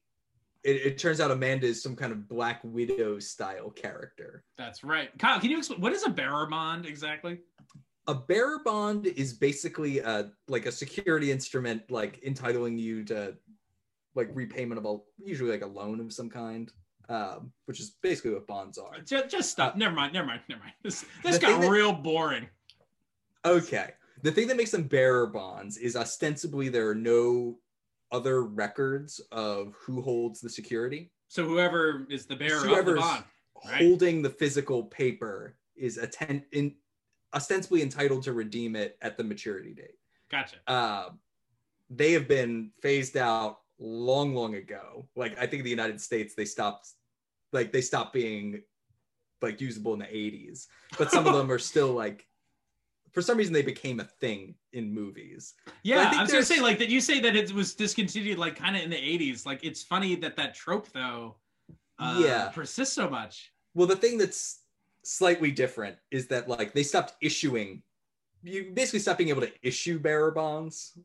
Speaker 4: it, it turns out Amanda is some kind of Black Widow style character.
Speaker 3: that's right kyle can you explain what is a bearer bond exactly
Speaker 4: a bearer bond is basically a like a security instrument like entitling you to like repayment of a usually like a loan of some kind um, which is basically what bonds are
Speaker 3: Just, just stop. Never mind. Never mind. Never mind. This, this
Speaker 4: The
Speaker 3: got
Speaker 4: thing that-
Speaker 3: real boring.
Speaker 4: okay the thing that makes them bearer bonds is ostensibly there are no other records of who holds the security
Speaker 3: So whoever is the bearer of the
Speaker 4: Whoever's-
Speaker 3: bond, Right.
Speaker 4: holding the physical paper is atten- in, ostensibly entitled to redeem it at the maturity date
Speaker 3: gotcha.
Speaker 4: uh, they have been phased out long, long ago. Like I think in the United States, they stopped, like they stopped being like usable in the '80s. But some of them are still like, for some reason, they became a thing in movies. I
Speaker 3: Yeah,
Speaker 4: think
Speaker 3: I was gonna
Speaker 4: there's-
Speaker 3: say like that. You say that it was discontinued like kind of in the '80s. Like it's funny that that trope though, uh,
Speaker 4: Yeah.
Speaker 3: persists so much.
Speaker 4: Well, the thing that's slightly different is that like they stopped issuing, you basically stopped being able to issue bearer bonds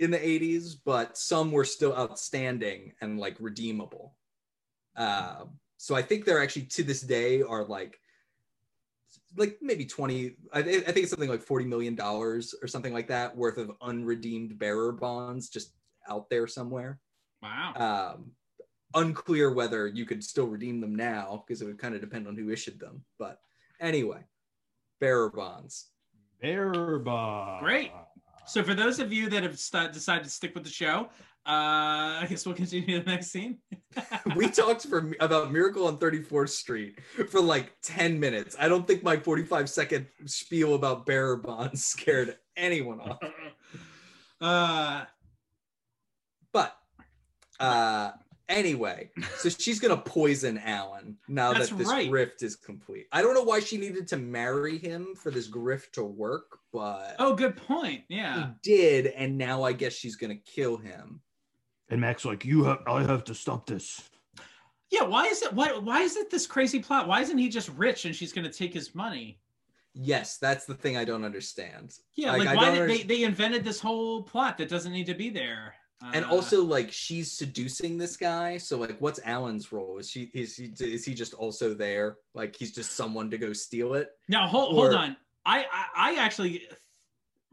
Speaker 4: in the 80s, but some were still outstanding and like redeemable. Uh, so I think they're actually to this day are like, like maybe 20, I, thi- I think it's something like $40 million or something like that worth of unredeemed bearer bonds just out there somewhere
Speaker 3: Wow.
Speaker 4: um, unclear whether you could still redeem them now because it would kind of depend on who issued them. But anyway, bearer bonds.
Speaker 5: Bear Bond.
Speaker 3: Great. so for those of you that have st- decided to stick with the show, uh, I guess we'll continue to the next scene.
Speaker 4: we talked for about Miracle on 34th Street for like 10 minutes. I don't think my 45 second spiel about bearer bonds scared anyone off.
Speaker 3: uh,
Speaker 4: But uh, Anyway, so she's gonna poison Alan now
Speaker 3: That's
Speaker 4: that this
Speaker 3: right.
Speaker 4: grift is complete. I don't know why she needed to marry him for this grift to work, but
Speaker 3: Oh, good point. Yeah.
Speaker 4: he did, and now I guess she's gonna kill him.
Speaker 5: And Mac's like, you have, I have to stop this.
Speaker 3: Yeah. Why is it? Why? Why is it this crazy plot? Why isn't he just rich and she's going to take his money?
Speaker 4: Yes, that's the thing I don't understand.
Speaker 3: Yeah.
Speaker 4: Like,
Speaker 3: Like,
Speaker 4: I
Speaker 3: why did
Speaker 4: don't
Speaker 3: they,
Speaker 4: underst-
Speaker 3: they invented this whole plot that doesn't need to be there?
Speaker 4: And
Speaker 3: Uh,
Speaker 4: also, like, she's seducing this guy. So, like, what's Alan's role? Is she is he is he just also there? Like, he's just someone to go steal it?
Speaker 3: now hold hold
Speaker 4: or-
Speaker 3: on. I, I I actually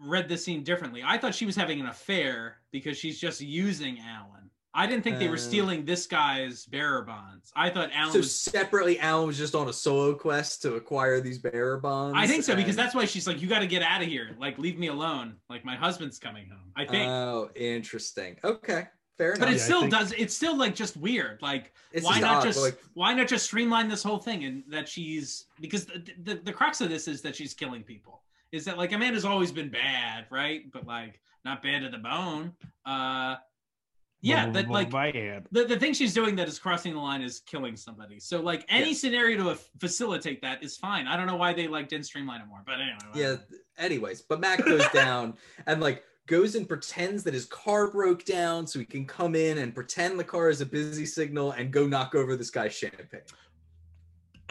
Speaker 3: read this scene differently. I thought she was having an affair because she's just using Alan. I didn't think they
Speaker 4: Uh.
Speaker 3: were stealing this guy's bearer bonds. I thought Alan
Speaker 4: so
Speaker 3: was
Speaker 4: separately, Alan was just on a solo quest to acquire these bearer bonds.
Speaker 3: I think so because
Speaker 4: and-
Speaker 3: that's why she's like, "You got to get out of here. Like, leave me alone. Like, my husband's coming home." I think,
Speaker 4: Oh, interesting. Okay, fair
Speaker 3: but it
Speaker 4: enough.
Speaker 5: Yeah, I
Speaker 3: still
Speaker 5: think-
Speaker 3: does. It's still like just weird. Like,
Speaker 4: It's
Speaker 3: why not
Speaker 4: odd,
Speaker 3: just
Speaker 4: but, like,
Speaker 3: why not just streamline this whole thing and that she's because the, the the crux of this is that she's killing people. Is that like Amanda's always been bad, right? But like not bad to the bone. Uh, yeah, that like
Speaker 5: I am.
Speaker 3: the, the thing she's doing that is crossing the line is killing somebody. So like any
Speaker 4: Yes.
Speaker 3: scenario to f- facilitate that is fine. I don't know why they like didn't streamline it more, but anyway.
Speaker 4: yeah. Anyways, but Mac goes down and like goes and pretends that his car broke down so he can come in and pretend the car is a busy signal and go knock over this guy's champagne.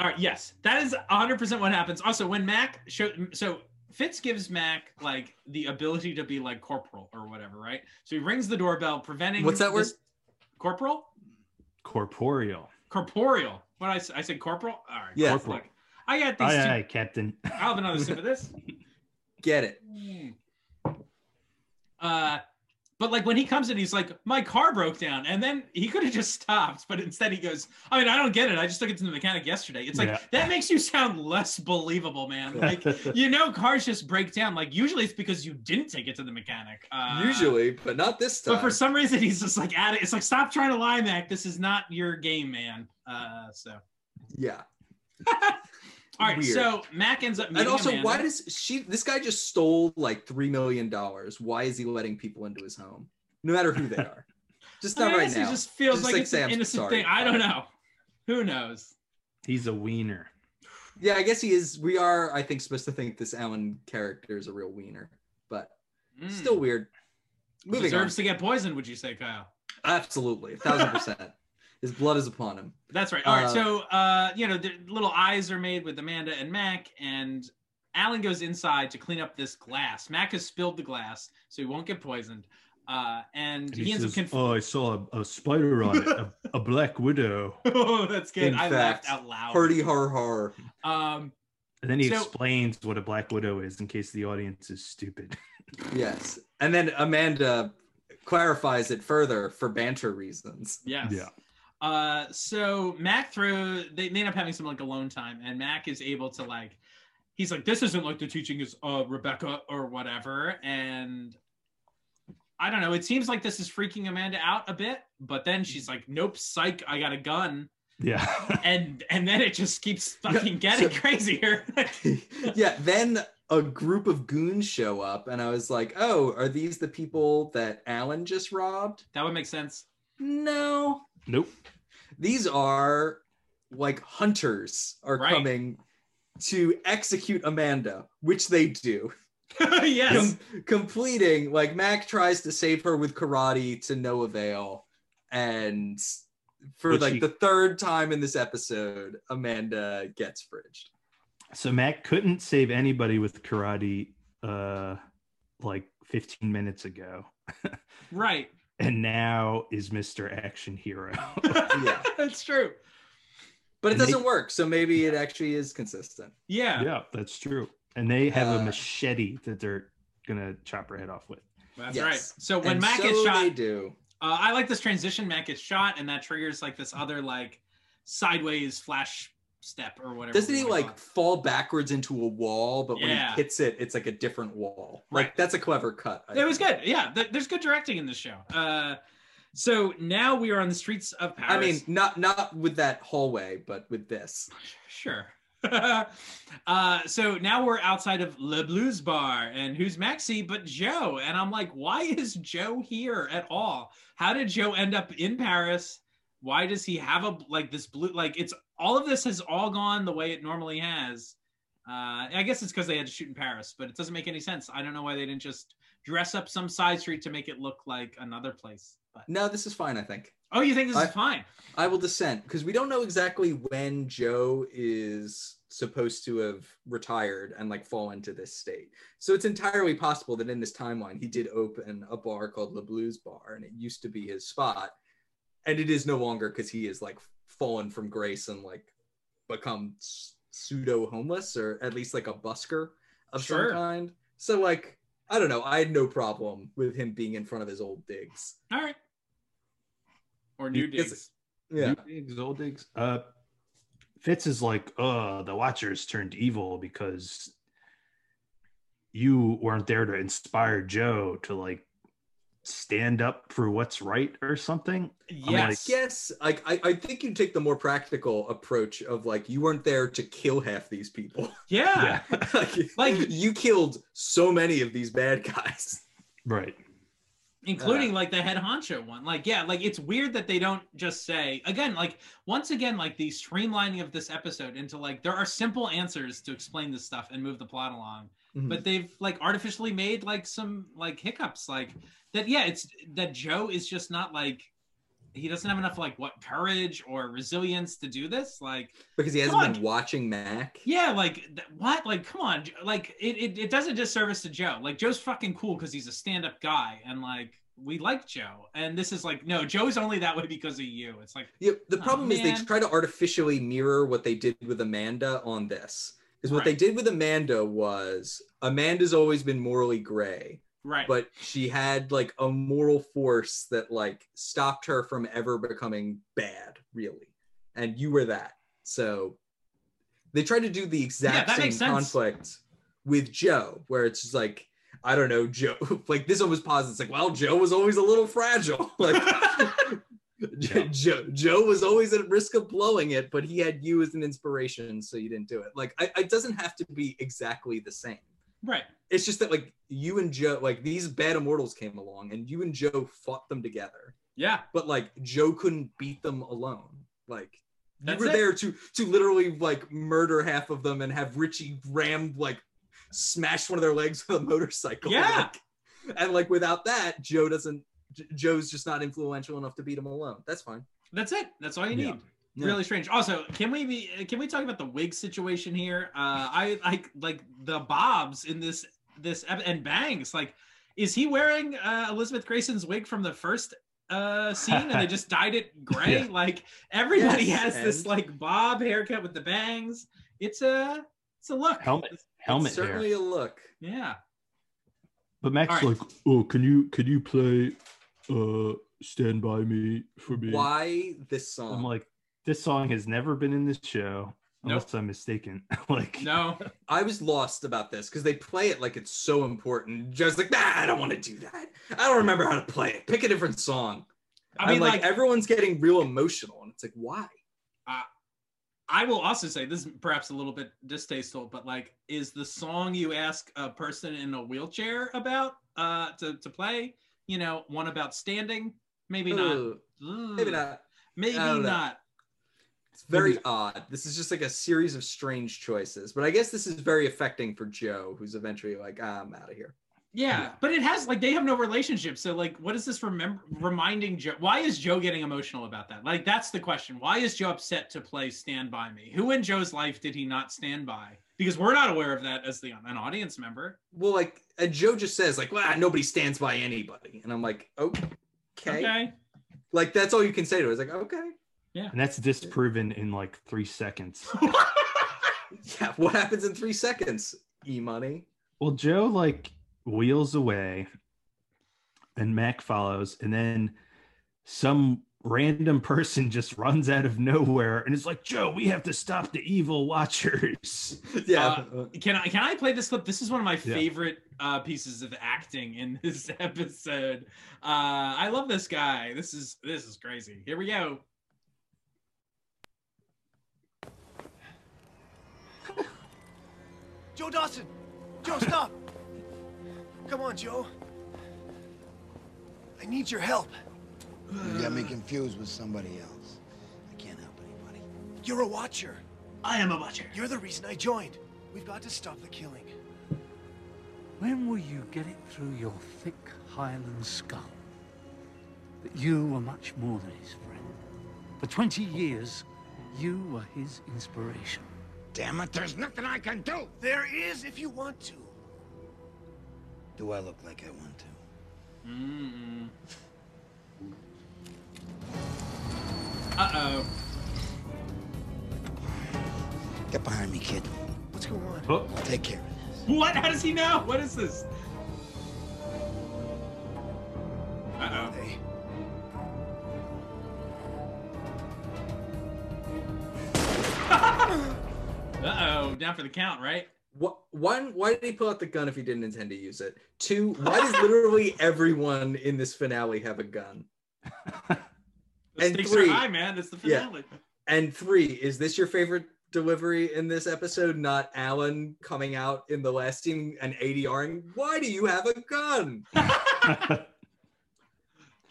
Speaker 3: All right. Yes, that is 100% what happens. Also, when Mac show, so Fitz gives Mac like the ability to be like corporal or whatever, right? So he rings the doorbell, preventing
Speaker 4: What's that word?
Speaker 3: this- Corporal,
Speaker 5: Corporeal.
Speaker 3: corporeal. What I, s- I said, corporal. All right.
Speaker 4: Yeah.
Speaker 3: corporal. Look, I got these.
Speaker 5: Aye,
Speaker 3: two,
Speaker 5: aye, Captain.
Speaker 3: I'll have another sip of this.
Speaker 4: Get it?
Speaker 3: Uh, but like when he comes in, he's like, "My car broke down," and then he could have just stopped, but instead he goes, "I mean, I don't get it. I just took it to the mechanic yesterday." It's like
Speaker 5: Yeah.
Speaker 3: that makes you sound less believable, man. Like you know, cars just break down. Like usually it's because you didn't take it to the mechanic. Uh,
Speaker 4: Usually, but not this time.
Speaker 3: but for some reason he's just like at it. It's like stop trying to lie, Mac. This is not your game, man. Uh, so
Speaker 4: yeah.
Speaker 3: all right,
Speaker 4: Weird.
Speaker 3: so Mac ends up.
Speaker 4: And
Speaker 3: meeting
Speaker 4: also,
Speaker 3: Amanda.
Speaker 4: why does she? This guy just stole like three million dollars. Why is he letting people into his home, no matter who they are? Just
Speaker 3: I
Speaker 4: not
Speaker 3: mean, I
Speaker 4: right
Speaker 3: guess It
Speaker 4: now.
Speaker 3: just feels
Speaker 4: Just
Speaker 3: like,
Speaker 4: like
Speaker 3: it's
Speaker 4: say,
Speaker 3: an
Speaker 4: "I'm
Speaker 3: innocent
Speaker 4: sorry."
Speaker 3: thing. I don't know. Who knows?
Speaker 5: He's a wiener.
Speaker 4: Yeah, I guess he is. We are, I think, supposed to think this Alan character is a real wiener, but
Speaker 3: Mm.
Speaker 4: still weird. Moving on.
Speaker 3: deserves to get poisoned. Would you say, Kyle?
Speaker 4: Absolutely, a thousand percent. His blood is upon him.
Speaker 3: That's right. All right.
Speaker 4: Uh,
Speaker 3: So, uh, you know, the little eyes are made with Amanda and Mac, and Alan goes inside to clean up this glass. Mac has spilled the glass, so he won't get poisoned. Uh, and
Speaker 5: And
Speaker 3: he, ends up
Speaker 5: says,
Speaker 3: conf-
Speaker 5: oh, I saw a, a spider on it, a, a black widow.
Speaker 3: oh, that's good.
Speaker 4: In
Speaker 3: I
Speaker 4: fact,
Speaker 3: laughed out loud.
Speaker 4: Hardy har har.
Speaker 3: Um,
Speaker 5: And then he
Speaker 3: So-
Speaker 5: explains what a black widow is in case the audience is stupid.
Speaker 4: Yes, and then Amanda clarifies it further for banter reasons.
Speaker 3: yes.
Speaker 5: Yeah.
Speaker 3: Uh, so Mac throw they, they end up having some like alone time, and Mac is able to like, he's like, this isn't like the teaching is uh Rebecca or whatever, and I don't know. It seems like this is freaking Amanda out a bit, but then she's like, nope, psych, I got a gun,
Speaker 5: Yeah.
Speaker 3: and and then it just keeps fucking
Speaker 4: Yeah,
Speaker 3: getting
Speaker 4: so-
Speaker 3: crazier.
Speaker 4: yeah, then a group of goons show up, and I was like, "Oh, are these the people that Alan just robbed?"
Speaker 3: that would make sense.
Speaker 4: No,
Speaker 5: nope.
Speaker 4: these are like hunters are
Speaker 3: Right.
Speaker 4: coming to execute Amanda, which they do,
Speaker 3: yes.
Speaker 4: Com- completing like Mac tries to save her with karate to no avail, and for
Speaker 5: Which
Speaker 4: like
Speaker 5: he-
Speaker 4: the third time in this episode, Amanda gets fridged.
Speaker 5: So Mac couldn't save anybody with karate uh, like 15 minutes ago.
Speaker 3: Right.
Speaker 5: And now is Mr. Action Hero.
Speaker 4: Yeah.
Speaker 3: That's true.
Speaker 4: But it
Speaker 5: And they-
Speaker 4: doesn't work, so maybe it actually is consistent.
Speaker 3: Yeah.
Speaker 5: yeah, that's true. And they have
Speaker 4: Uh,
Speaker 5: a machete that they're going to chop her head off with.
Speaker 3: That's
Speaker 4: Yes.
Speaker 3: right. So when
Speaker 4: and
Speaker 3: Mac
Speaker 4: so
Speaker 3: gets shot,
Speaker 4: they do.
Speaker 3: Uh, I like this transition. Mac gets shot, and that triggers like this other like sideways flash step or whatever.
Speaker 4: Doesn't
Speaker 3: we
Speaker 4: he
Speaker 3: wanna
Speaker 4: like
Speaker 3: call it.
Speaker 4: fall backwards into a wall? But when
Speaker 3: Yeah.
Speaker 4: he hits it, it's like a different wall.
Speaker 3: Right.
Speaker 4: Like that's a clever cut. I
Speaker 3: It was
Speaker 4: think.
Speaker 3: good. Yeah, th- there's good directing in this show. Uh, so now we are on the streets of Paris.
Speaker 4: I mean, not not with that hallway, but with this.
Speaker 3: sure. uh, so now we're outside of Le Blues Bar, and who's Maxie but Joe? And I'm like, why is Joe here at all? How did Joe end up in Paris? why does he have a like this blue like it's all of this has all gone the way it normally has uh i guess it's because they had to shoot in paris but it doesn't make any sense i don't know why they didn't just dress up some side street to make it look like another place but
Speaker 4: No, this is fine. I think
Speaker 3: oh you think this
Speaker 4: I-
Speaker 3: is fine
Speaker 4: I will dissent because we don't know exactly when Joe is supposed to have retired and like fall into this state. So it's entirely possible that in this timeline he did open a bar called Le Blues Bar and it used to be his spot, and it is no longer because he is like fallen from grace and like become pseudo homeless or at least like a busker of
Speaker 3: Sure.
Speaker 4: some kind. So like I don't know. I had no problem with him being in front of his old digs.
Speaker 3: all right or new
Speaker 4: It's-
Speaker 3: digs
Speaker 4: Yeah.
Speaker 5: New digs, old digs. Uh, Fitz is like, uh, the Watchers turned evil because you weren't there to inspire Joe to like stand up for what's right or something.
Speaker 3: yes
Speaker 4: Yes, like I, I think you take the more practical approach of like you weren't there to kill half these people.
Speaker 3: yeah.
Speaker 4: like,
Speaker 3: Like-
Speaker 4: you killed so many of these bad guys.
Speaker 5: Right.
Speaker 3: including like the head honcho one like yeah like it's weird that they don't just say again like once again like the streamlining of this episode into like there are simple answers to explain this stuff and move the plot along
Speaker 4: Hmm.
Speaker 3: but they've like artificially made like some like hiccups like that yeah it's that joe is just not like he doesn't have enough like what courage or resilience to do this like
Speaker 4: because he
Speaker 3: Come
Speaker 4: hasn't
Speaker 3: on.
Speaker 4: been watching Mac.
Speaker 3: yeah like th- what like come on Joe. like it, it, it does a disservice to joe like joe's fucking cool because he's a stand-up guy and like we like joe and this is like no joe's only that way because of you it's like
Speaker 4: Yeah, the
Speaker 3: Aw,
Speaker 4: problem is
Speaker 3: Oh, man.
Speaker 4: they try to artificially mirror what they did with Amanda on this. Because what they
Speaker 3: Right.
Speaker 4: did with Amanda was Amanda's always been morally gray.
Speaker 3: right
Speaker 4: but she had like a moral force that like stopped her from ever becoming bad really and you were that so they tried to do the
Speaker 3: Yeah,
Speaker 4: exact
Speaker 3: that
Speaker 4: same
Speaker 3: makes sense.
Speaker 4: conflict with joe where it's just like i don't know joe like this one was positive it's like well joe was always a little fragile like
Speaker 5: Yeah.
Speaker 4: Joe, Joe was always at risk of blowing it, but he had you as an inspiration, so you didn't do it. Like, I, it doesn't have to be exactly the same
Speaker 3: right
Speaker 4: it's just that like you and Joe, like these bad immortals came along and you and Joe fought them together,
Speaker 3: yeah
Speaker 4: but like Joe couldn't beat them alone. Like
Speaker 3: that's
Speaker 4: you were
Speaker 3: it.
Speaker 4: there to to literally like murder half of them and have Richie ram like smash one of their legs with a motorcycle.
Speaker 3: Yeah.
Speaker 4: Like, and like without that, Joe doesn't. J- Joe's just not influential enough to beat him alone. That's fine.
Speaker 3: That's it. That's all you
Speaker 5: Yeah.
Speaker 3: need.
Speaker 4: Yeah.
Speaker 3: Really strange. Also, can we be? Can we talk about the wig situation here? Uh, I like like the bobs in this this ep- and bangs. Like, is he wearing uh, Elizabeth Grayson's wig from the first uh, scene, and they just dyed it gray?
Speaker 5: Yeah.
Speaker 3: Like everybody
Speaker 4: Yes,
Speaker 3: has this
Speaker 4: and-
Speaker 3: like bob haircut with the bangs. It's a it's a look.
Speaker 5: Helmet. Helmet
Speaker 4: It's
Speaker 5: hair.
Speaker 4: certainly a look.
Speaker 3: Yeah.
Speaker 5: But Mac's
Speaker 3: All right.
Speaker 5: like, oh, can you can you play uh Stand By Me for me?
Speaker 4: Why this song?
Speaker 5: I'm like, this song has never been in this show. Unless I'm mistaken. like
Speaker 3: No.
Speaker 4: I was lost about this because they play it like it's so important. Joe's like, nah, I don't want to do that. I don't remember how to play it. Pick a different song.
Speaker 3: I mean,
Speaker 4: and,
Speaker 3: like,
Speaker 4: like, everyone's getting real emotional, and it's like, why?
Speaker 3: I will also say this is perhaps a little bit distasteful, but like, is the song you ask a person in a wheelchair about uh, to to play? You know, one about standing? Maybe not.
Speaker 4: Ugh,
Speaker 3: Hmm.
Speaker 4: Maybe not.
Speaker 3: Maybe
Speaker 4: I don't know.
Speaker 3: not.
Speaker 4: It's very odd. This is just like a series of strange choices. But I guess this is very affecting for Joe, who's eventually like, ah, I'm out of here.
Speaker 3: Yeah,
Speaker 5: Yeah.
Speaker 3: but it has like they have no relationship. So like, what is this remember reminding Joe? Why is Joe getting emotional about that? Like, that's the question. Why is Joe upset to play Stand by Me? Who in Joe's life did he not stand by? Because we're not aware of that as the an audience member.
Speaker 4: Well, like, and Joe just says, like, well, nobody stands by anybody. And I'm like, okay.
Speaker 3: okay.
Speaker 4: Like, that's all you can say to it. It's like, okay.
Speaker 5: and that's disproven in like three seconds.
Speaker 4: Yeah. What happens in three seconds? E money.
Speaker 5: Well, Joe like wheels away and Mac follows, and then some random person just runs out of nowhere and is like, Joe, we have to stop the evil watchers.
Speaker 4: Yeah.
Speaker 3: Can I can I play this clip? This is one of my
Speaker 5: Yeah.
Speaker 3: favorite uh, pieces of acting in this episode. Uh, I love this guy. This is this is crazy. Here we go.
Speaker 7: Joe Dawson! Joe, stop! Come on, Joe. I need your help.
Speaker 1: You got me confused with somebody else. I can't help anybody.
Speaker 7: You're a watcher.
Speaker 3: I am a watcher.
Speaker 7: You're the reason I joined. We've got to stop the killing.
Speaker 8: When will you get it through your thick Highland skull that you were much more than his friend? For 20 years, you were his inspiration.
Speaker 1: Damn it, there's nothing I can do!
Speaker 7: There is if you want to.
Speaker 1: Do I look like I want to?
Speaker 3: Mm-mm. Uh-oh.
Speaker 1: Get behind me, kid.
Speaker 7: What's going on?
Speaker 5: Oh,
Speaker 1: I'll take care of this.
Speaker 3: What? How does he know? What is this? Uh-oh.
Speaker 7: They.
Speaker 3: Uh-oh. Down for the count, right?
Speaker 4: What, one, why did he pull out the gun if he didn't intend to use it? Two, why does literally everyone in this finale have a gun?
Speaker 3: The
Speaker 4: And
Speaker 3: stakes
Speaker 4: three.
Speaker 3: are high, man. It's the
Speaker 4: Yeah.
Speaker 3: finale.
Speaker 4: And three, is this your favorite delivery in this episode? Not Alan coming out in the last scene and ADRing. Why do you have a gun?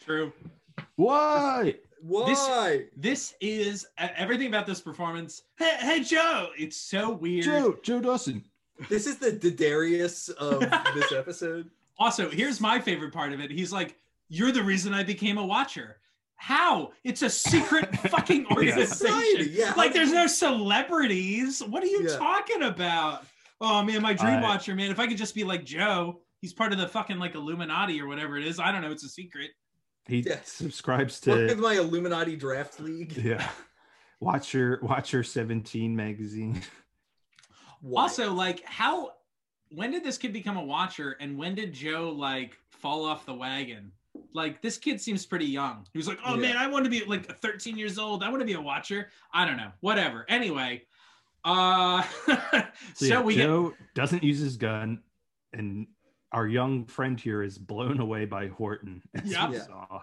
Speaker 3: True.
Speaker 5: why?
Speaker 4: Why?
Speaker 3: This is uh, everything about this performance. Hey, hey, Joe. It's so weird.
Speaker 5: Joe, Joe Dawson.
Speaker 4: This, is the Didarius of this episode.
Speaker 3: Also, here's my favorite part of it. He's like, "You're the reason I became a watcher." How? It's a secret fucking organization.
Speaker 4: Society, yeah.
Speaker 3: Like, there's no celebrities. What are you
Speaker 4: Yeah.
Speaker 3: talking about? Oh man, my dream
Speaker 5: I-
Speaker 3: watcher, man. If I could just be like Joe, he's part of the fucking like Illuminati or whatever it is. I don't know. It's a secret.
Speaker 5: He
Speaker 4: Yes.
Speaker 5: subscribes
Speaker 4: Work with
Speaker 5: to
Speaker 4: my Illuminati draft league.
Speaker 5: yeah. Watcher Watcher 17 magazine.
Speaker 4: Why?
Speaker 3: Also, like, how? When did this kid become a watcher, and when did Joe like fall off the wagon? Like, this kid seems pretty young. He was like, "Oh
Speaker 4: Yeah.
Speaker 3: man, I want to be like 13 years old. I want to be a watcher." I don't know. Whatever. Anyway, uh, so,
Speaker 5: So, yeah,
Speaker 3: we get
Speaker 5: Joe doesn't use his gun, and our young friend here is blown away by Horton. as we
Speaker 3: Yep.
Speaker 4: Yeah.
Speaker 5: saw.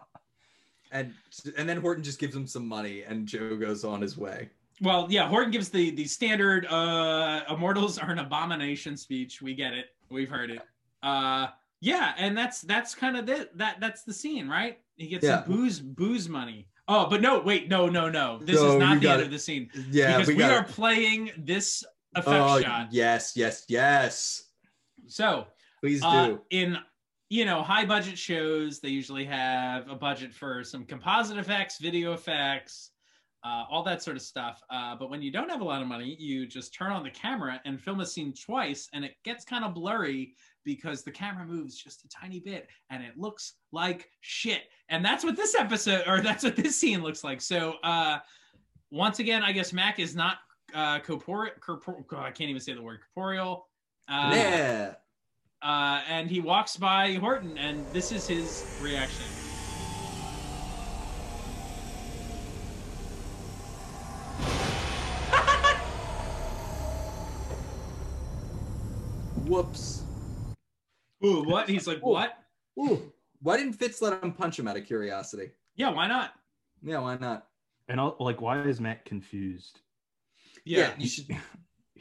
Speaker 4: and and then Horton just gives him some money, and Joe goes on his way.
Speaker 3: well, yeah. Horton gives the the standard uh, "Immortals are an abomination" speech. We get it. We've heard it. Uh, yeah, and that's that's kind of it. That that's the scene, right? He gets
Speaker 4: Yeah.
Speaker 3: some booze booze money. Oh, but no, wait, no, no, no. This
Speaker 4: No,
Speaker 3: is
Speaker 4: you
Speaker 3: not the
Speaker 4: got
Speaker 3: end
Speaker 4: it.
Speaker 3: of the scene.
Speaker 4: Yeah,
Speaker 3: because we,
Speaker 4: got
Speaker 3: are
Speaker 4: it.
Speaker 3: playing this effect
Speaker 4: Oh,
Speaker 3: shot.
Speaker 4: yes, yes, yes.
Speaker 3: So
Speaker 4: Please do.
Speaker 3: uh, in you know high budget shows, they usually have a budget for some composite effects, video effects, uh, all that sort of stuff. Uh, but when you don't have a lot of money, you just turn on the camera and film a scene twice, and it gets kind of blurry because the camera moves just a tiny bit and it looks like shit. And that's what this episode or that's what this scene looks like. So uh once again, I guess Mac is not uh corporeal corpor- oh, I can't even say the word corporeal. Uh,
Speaker 4: yeah.
Speaker 3: uh, and he walks by Horton, and this is his reaction.
Speaker 4: Whoops.
Speaker 3: Ooh, what? He's like, what?
Speaker 4: Ooh. Why didn't Fitz let him punch him out of curiosity?
Speaker 3: Yeah, why not?
Speaker 4: Yeah, why not?
Speaker 5: And I'll, like, why is Matt confused?
Speaker 3: Yeah.
Speaker 4: you should.
Speaker 5: He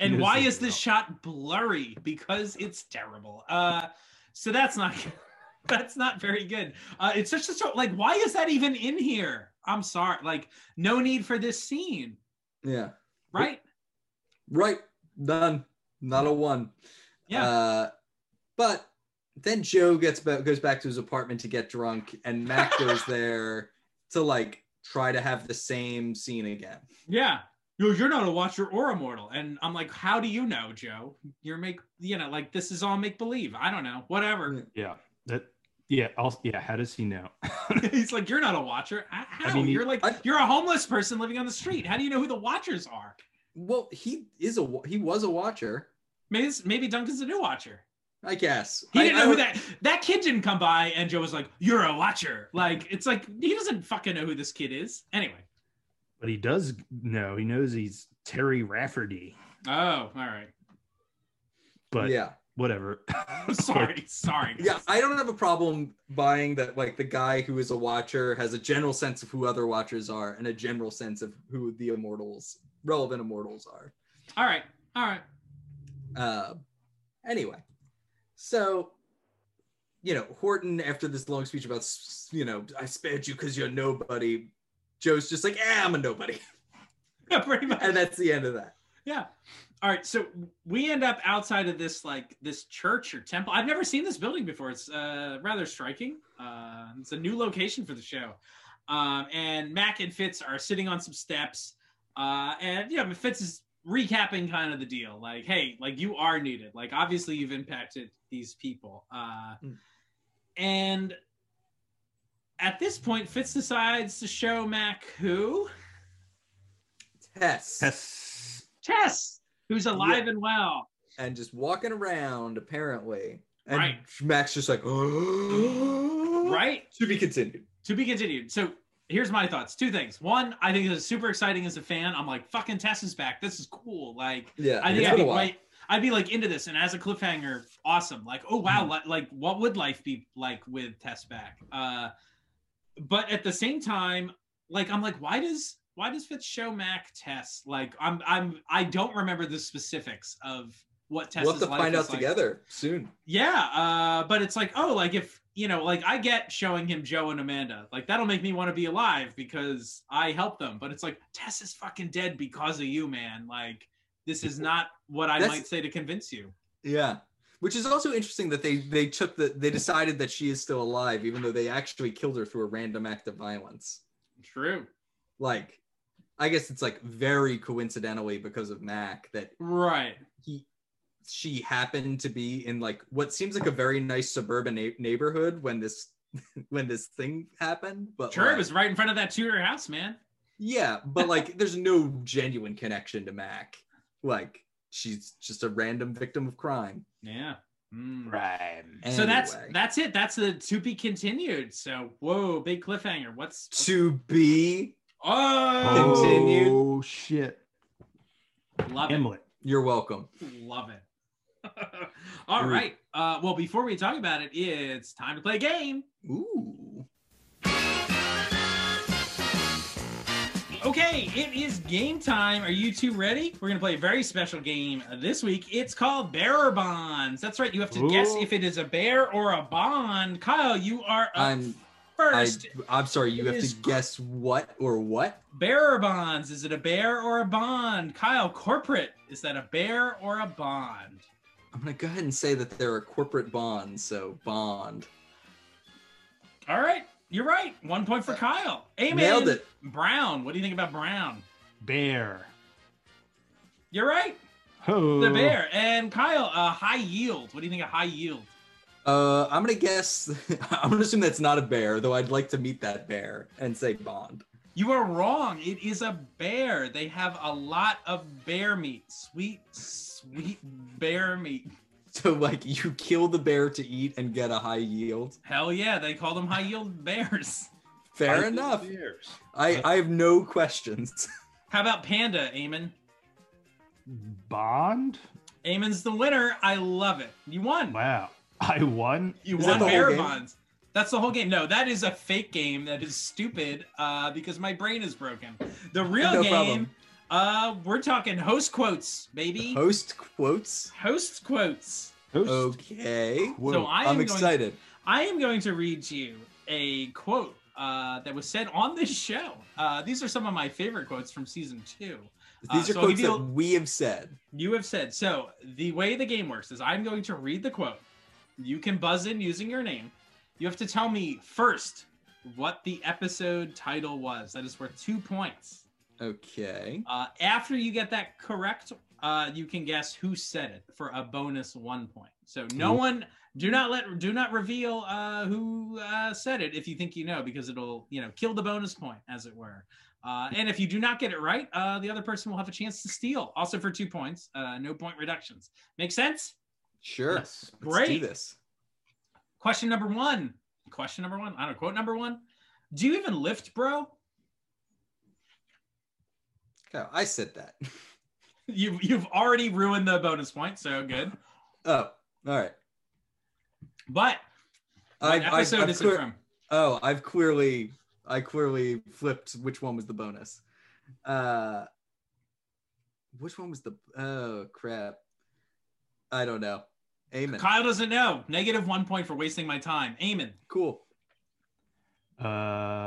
Speaker 3: And
Speaker 5: knows
Speaker 3: why
Speaker 5: something
Speaker 3: is this
Speaker 5: else.
Speaker 3: shot blurry? Because it's terrible. Uh, so that's not that's not very good. Uh, it's such a so like why is that even in here? I'm sorry, like no need for this scene,
Speaker 4: Yeah.
Speaker 3: right?
Speaker 4: Right. None. Not a one.
Speaker 3: Yeah.
Speaker 4: Uh, but then Joe gets ba- goes back to his apartment to get drunk, and Mac goes there to like try to have the same scene again.
Speaker 3: Yeah. No, you're not a watcher or immortal. And I'm like, how do you know, Joe? You're make you know, like this is all make believe. I don't know. Whatever.
Speaker 5: Yeah. That yeah, I'll, yeah, how does he know?
Speaker 3: He's like, you're not a watcher. I- How?
Speaker 5: mean, he-
Speaker 3: you're like,
Speaker 4: I-
Speaker 3: you're a homeless person living on the street. How do you know who the watchers are?
Speaker 4: Well, he is a wa- he was a watcher,
Speaker 3: Maybe, it's- maybe Duncan's a new watcher.
Speaker 4: I guess.
Speaker 3: He
Speaker 4: I-
Speaker 3: didn't
Speaker 4: I
Speaker 3: know who
Speaker 4: would-
Speaker 3: that that kid didn't come by, and Joe was like, "You're a watcher." Like, it's like he doesn't fucking know who this kid is. Anyway.
Speaker 5: but he does know. He knows he's Terry Rafferty,
Speaker 3: Oh, all right.
Speaker 5: but
Speaker 4: Yeah.
Speaker 5: whatever.
Speaker 3: sorry, sorry. guys.
Speaker 4: Yeah, I don't have a problem buying that like the guy who is a watcher has a general sense of who other watchers are and a general sense of who the immortals, relevant immortals are.
Speaker 3: All right. All right.
Speaker 4: Uh, anyway, so you know, Horton, after this long speech about, s- s- you know, I spared you because you're nobody, Joe's just like, eh, I'm a nobody.
Speaker 3: Yeah, pretty much.
Speaker 4: And that's the end of that.
Speaker 3: Yeah. All right. So we end up outside of this like this church or temple. I've never seen this building before. It's uh, rather striking. Uh, it's a new location for the show. Um, and Mac and Fitz are sitting on some steps. Uh, and you know, Fitz is recapping kind of the deal. Like, hey, like you are needed. Like obviously you've impacted these people. Uh,
Speaker 4: Mm.
Speaker 3: and at this point, Fitz decides to show Mac who
Speaker 4: Tess.
Speaker 5: Yes.
Speaker 3: Tess, who's alive and well.
Speaker 4: And just walking around, apparently. And
Speaker 3: Right.
Speaker 4: Max just like, oh.
Speaker 3: Right?
Speaker 4: To be continued.
Speaker 3: To be continued. So here's my thoughts. Two things. One, I think this is super exciting as a fan. I'm like, fucking Tess is back. This is cool. Like,
Speaker 4: Yeah.
Speaker 3: I think
Speaker 4: it's been
Speaker 3: I'd be
Speaker 4: a while.
Speaker 3: quite, I'd be like into this. And as a cliffhanger, awesome. Like, oh wow,
Speaker 4: Mm-hmm.
Speaker 3: li- like what would life be like with Tess back? Uh, but at the same time, like I'm like, why does why does Fitz show Mac Tess? Like, I'm I'm I don't remember the specifics of what Tess's
Speaker 4: We'll have to
Speaker 3: life
Speaker 4: find
Speaker 3: was
Speaker 4: out
Speaker 3: like
Speaker 4: together soon.
Speaker 3: yeah uh but it's like oh like if you know like i get showing him joe and amanda like that'll make me want to be alive because i helped them but it's like tess is fucking dead because of you man like this is not what i
Speaker 4: That's-
Speaker 3: might say to convince you
Speaker 4: Yeah. Which is also interesting that they they took the they decided that she is still alive, even though they actually killed her through a random act of violence.
Speaker 3: true
Speaker 4: Like, I guess it's like very coincidentally because of Mac that
Speaker 3: right
Speaker 4: she happened to be in like what seems like a very nice suburban na- neighborhood when this when this thing happened. But
Speaker 3: sure
Speaker 4: like,
Speaker 3: it was right in front of that Tudor house man
Speaker 4: yeah, but like there's no genuine connection to Mac. Like she's just a random victim of crime.
Speaker 3: yeah Mm.
Speaker 1: Prime.
Speaker 3: so that's
Speaker 4: Anyway.
Speaker 3: that's it that's the to be continued so whoa big cliffhanger what's
Speaker 4: to be
Speaker 3: oh
Speaker 4: Continued.
Speaker 5: Oh shit!
Speaker 3: love it
Speaker 5: Hamlet.
Speaker 4: You're welcome.
Speaker 3: Love it. All
Speaker 4: Ooh.
Speaker 3: right. Uh, well, before we talk about it, it's time to play a game.
Speaker 4: Ooh.
Speaker 3: Okay, it is game time. Are you two ready? We're going to play a very special game this week. It's called Bearer Bonds. That's right. You have to guess
Speaker 5: Ooh.
Speaker 3: if it is a bear or a bond. Kyle, you are up
Speaker 4: I'm I,
Speaker 3: first.
Speaker 4: I'm sorry, you
Speaker 3: Uh, It
Speaker 4: have
Speaker 3: is-
Speaker 4: to guess what or what?
Speaker 3: Bearer Bonds. Is it a bear or a bond? Kyle, corporate. Is that a bear or a bond?
Speaker 4: I'm gonna go ahead and say that there are corporate bonds, so bond.
Speaker 3: All right. You're right. One point for Kyle. Amen.
Speaker 4: Uh, Nailed it.
Speaker 3: Brown. What do you think about Brown?
Speaker 5: Bear.
Speaker 3: You're right.
Speaker 5: Oh.
Speaker 3: The bear and Kyle, uh, high yield. What do you think of high yield?
Speaker 4: Uh, I'm gonna guess. I'm gonna assume that's not a bear, though. I'd like to meet that bear and say bond.
Speaker 3: You are wrong. It is a bear. They have a lot of bear meat. Sweet, sweet bear meat.
Speaker 4: So like, you kill the bear to eat and get a high yield.
Speaker 3: Hell yeah, they call them high yield bears.
Speaker 4: Fair
Speaker 5: Five
Speaker 4: enough.
Speaker 5: Bears.
Speaker 4: I I have no questions.
Speaker 3: How about panda, Eamon?
Speaker 5: Bond.
Speaker 3: Eamon's the winner. I love it. You won.
Speaker 5: Wow. I won.
Speaker 3: You
Speaker 4: Is that
Speaker 3: won
Speaker 4: the whole
Speaker 3: bear
Speaker 4: game?
Speaker 3: bonds. That's the whole game. No, that is a fake game that is stupid uh, because my brain is broken. The real
Speaker 4: No
Speaker 3: game,
Speaker 4: problem.
Speaker 3: uh, we're talking host quotes, baby.
Speaker 4: Host quotes.
Speaker 3: host quotes.
Speaker 5: Host.
Speaker 4: Okay.
Speaker 5: Quote.
Speaker 3: So I am
Speaker 4: I'm
Speaker 3: Going,
Speaker 4: excited.
Speaker 3: I am going to read you a quote uh, that was said on this show. Uh, these are some of my favorite quotes from season two. Uh,
Speaker 4: These are
Speaker 3: so I'll give
Speaker 4: quotes
Speaker 3: you
Speaker 4: that
Speaker 3: a-
Speaker 4: we have said.
Speaker 3: You have said so. The way the game works is I'm going to read the quote. You can buzz in using your name. You have to tell me first what the episode title was. That is worth two points.
Speaker 4: Okay.
Speaker 3: Uh, after you get that correct, uh, you can guess who said it for a bonus one point. So no one, do not let, do not reveal uh, who uh, said it if you think you know, because it'll you know kill the bonus point as it were. Uh, and if you do not get it right, uh, the other person will have a chance to steal, also for two points. Uh, no point reductions. Make sense?
Speaker 4: Sure.
Speaker 5: Yes.
Speaker 4: Let's do
Speaker 3: Great.
Speaker 4: this.
Speaker 3: Question number one. Question number one. I don't know. Quote number one. Do you even lift, bro?
Speaker 4: Oh, I said that.
Speaker 3: You you've already ruined the bonus point, so good.
Speaker 4: Oh, all right.
Speaker 3: But what
Speaker 4: I've, I've,
Speaker 3: episode
Speaker 4: I've
Speaker 3: is
Speaker 4: clear-
Speaker 3: it from?
Speaker 4: Oh, I've clearly, I clearly flipped which one was the bonus. Uh, which one was the? Oh crap! I don't know. Amen.
Speaker 3: Kyle doesn't know. Negative one point for wasting my time. Eamon,
Speaker 4: Cool.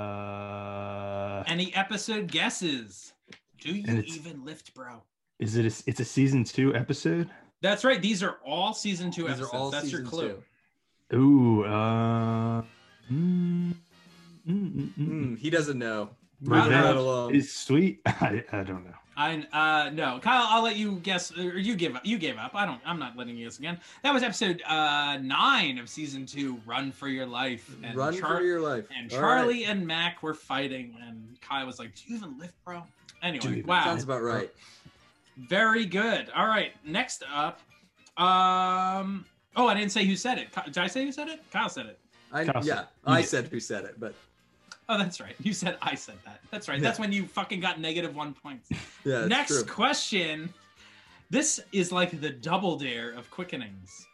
Speaker 5: Uh,
Speaker 3: any episode guesses? Do you
Speaker 5: And it's-
Speaker 3: even lift, bro?
Speaker 5: is it? A, it's a season two episode.
Speaker 3: That's right. These are all season two
Speaker 4: These
Speaker 3: episodes.
Speaker 4: are all
Speaker 3: That's your
Speaker 4: season
Speaker 3: clue.
Speaker 4: two.
Speaker 5: Ooh. Uh, mm, mm, mm, mm.
Speaker 4: Hmm, um, he doesn't know.
Speaker 3: Right
Speaker 4: Leave
Speaker 3: now,
Speaker 4: that alone.
Speaker 5: Is sweet? I, I don't know.
Speaker 3: I uh no, Kyle. I'll let you guess. Or you give up. You gave up. I don't. I'm not letting you guess again. That was episode uh nine of season two. Run for your life. And
Speaker 4: Run
Speaker 3: Char-
Speaker 4: for your life.
Speaker 3: And
Speaker 4: All right.
Speaker 3: Charlie and Mac were fighting, and Kyle was like, "Do you even lift, bro?"
Speaker 5: Do you
Speaker 3: Anyway,
Speaker 5: even-
Speaker 3: wow,
Speaker 4: Sounds about right.
Speaker 3: very good. All right, next up. Um. Oh, I didn't say who said it. Ky- Did I say who said it? Kyle said it.
Speaker 4: I,
Speaker 5: Kyle said
Speaker 4: yeah,
Speaker 5: it.
Speaker 4: I
Speaker 5: Yeah.
Speaker 4: said who said it, but
Speaker 3: Oh, that's right. You said I said that. That's right. That's when you fucking got negative one point.
Speaker 4: yeah. it's
Speaker 3: Next
Speaker 4: true.
Speaker 3: question. This is like the double dare of quickenings.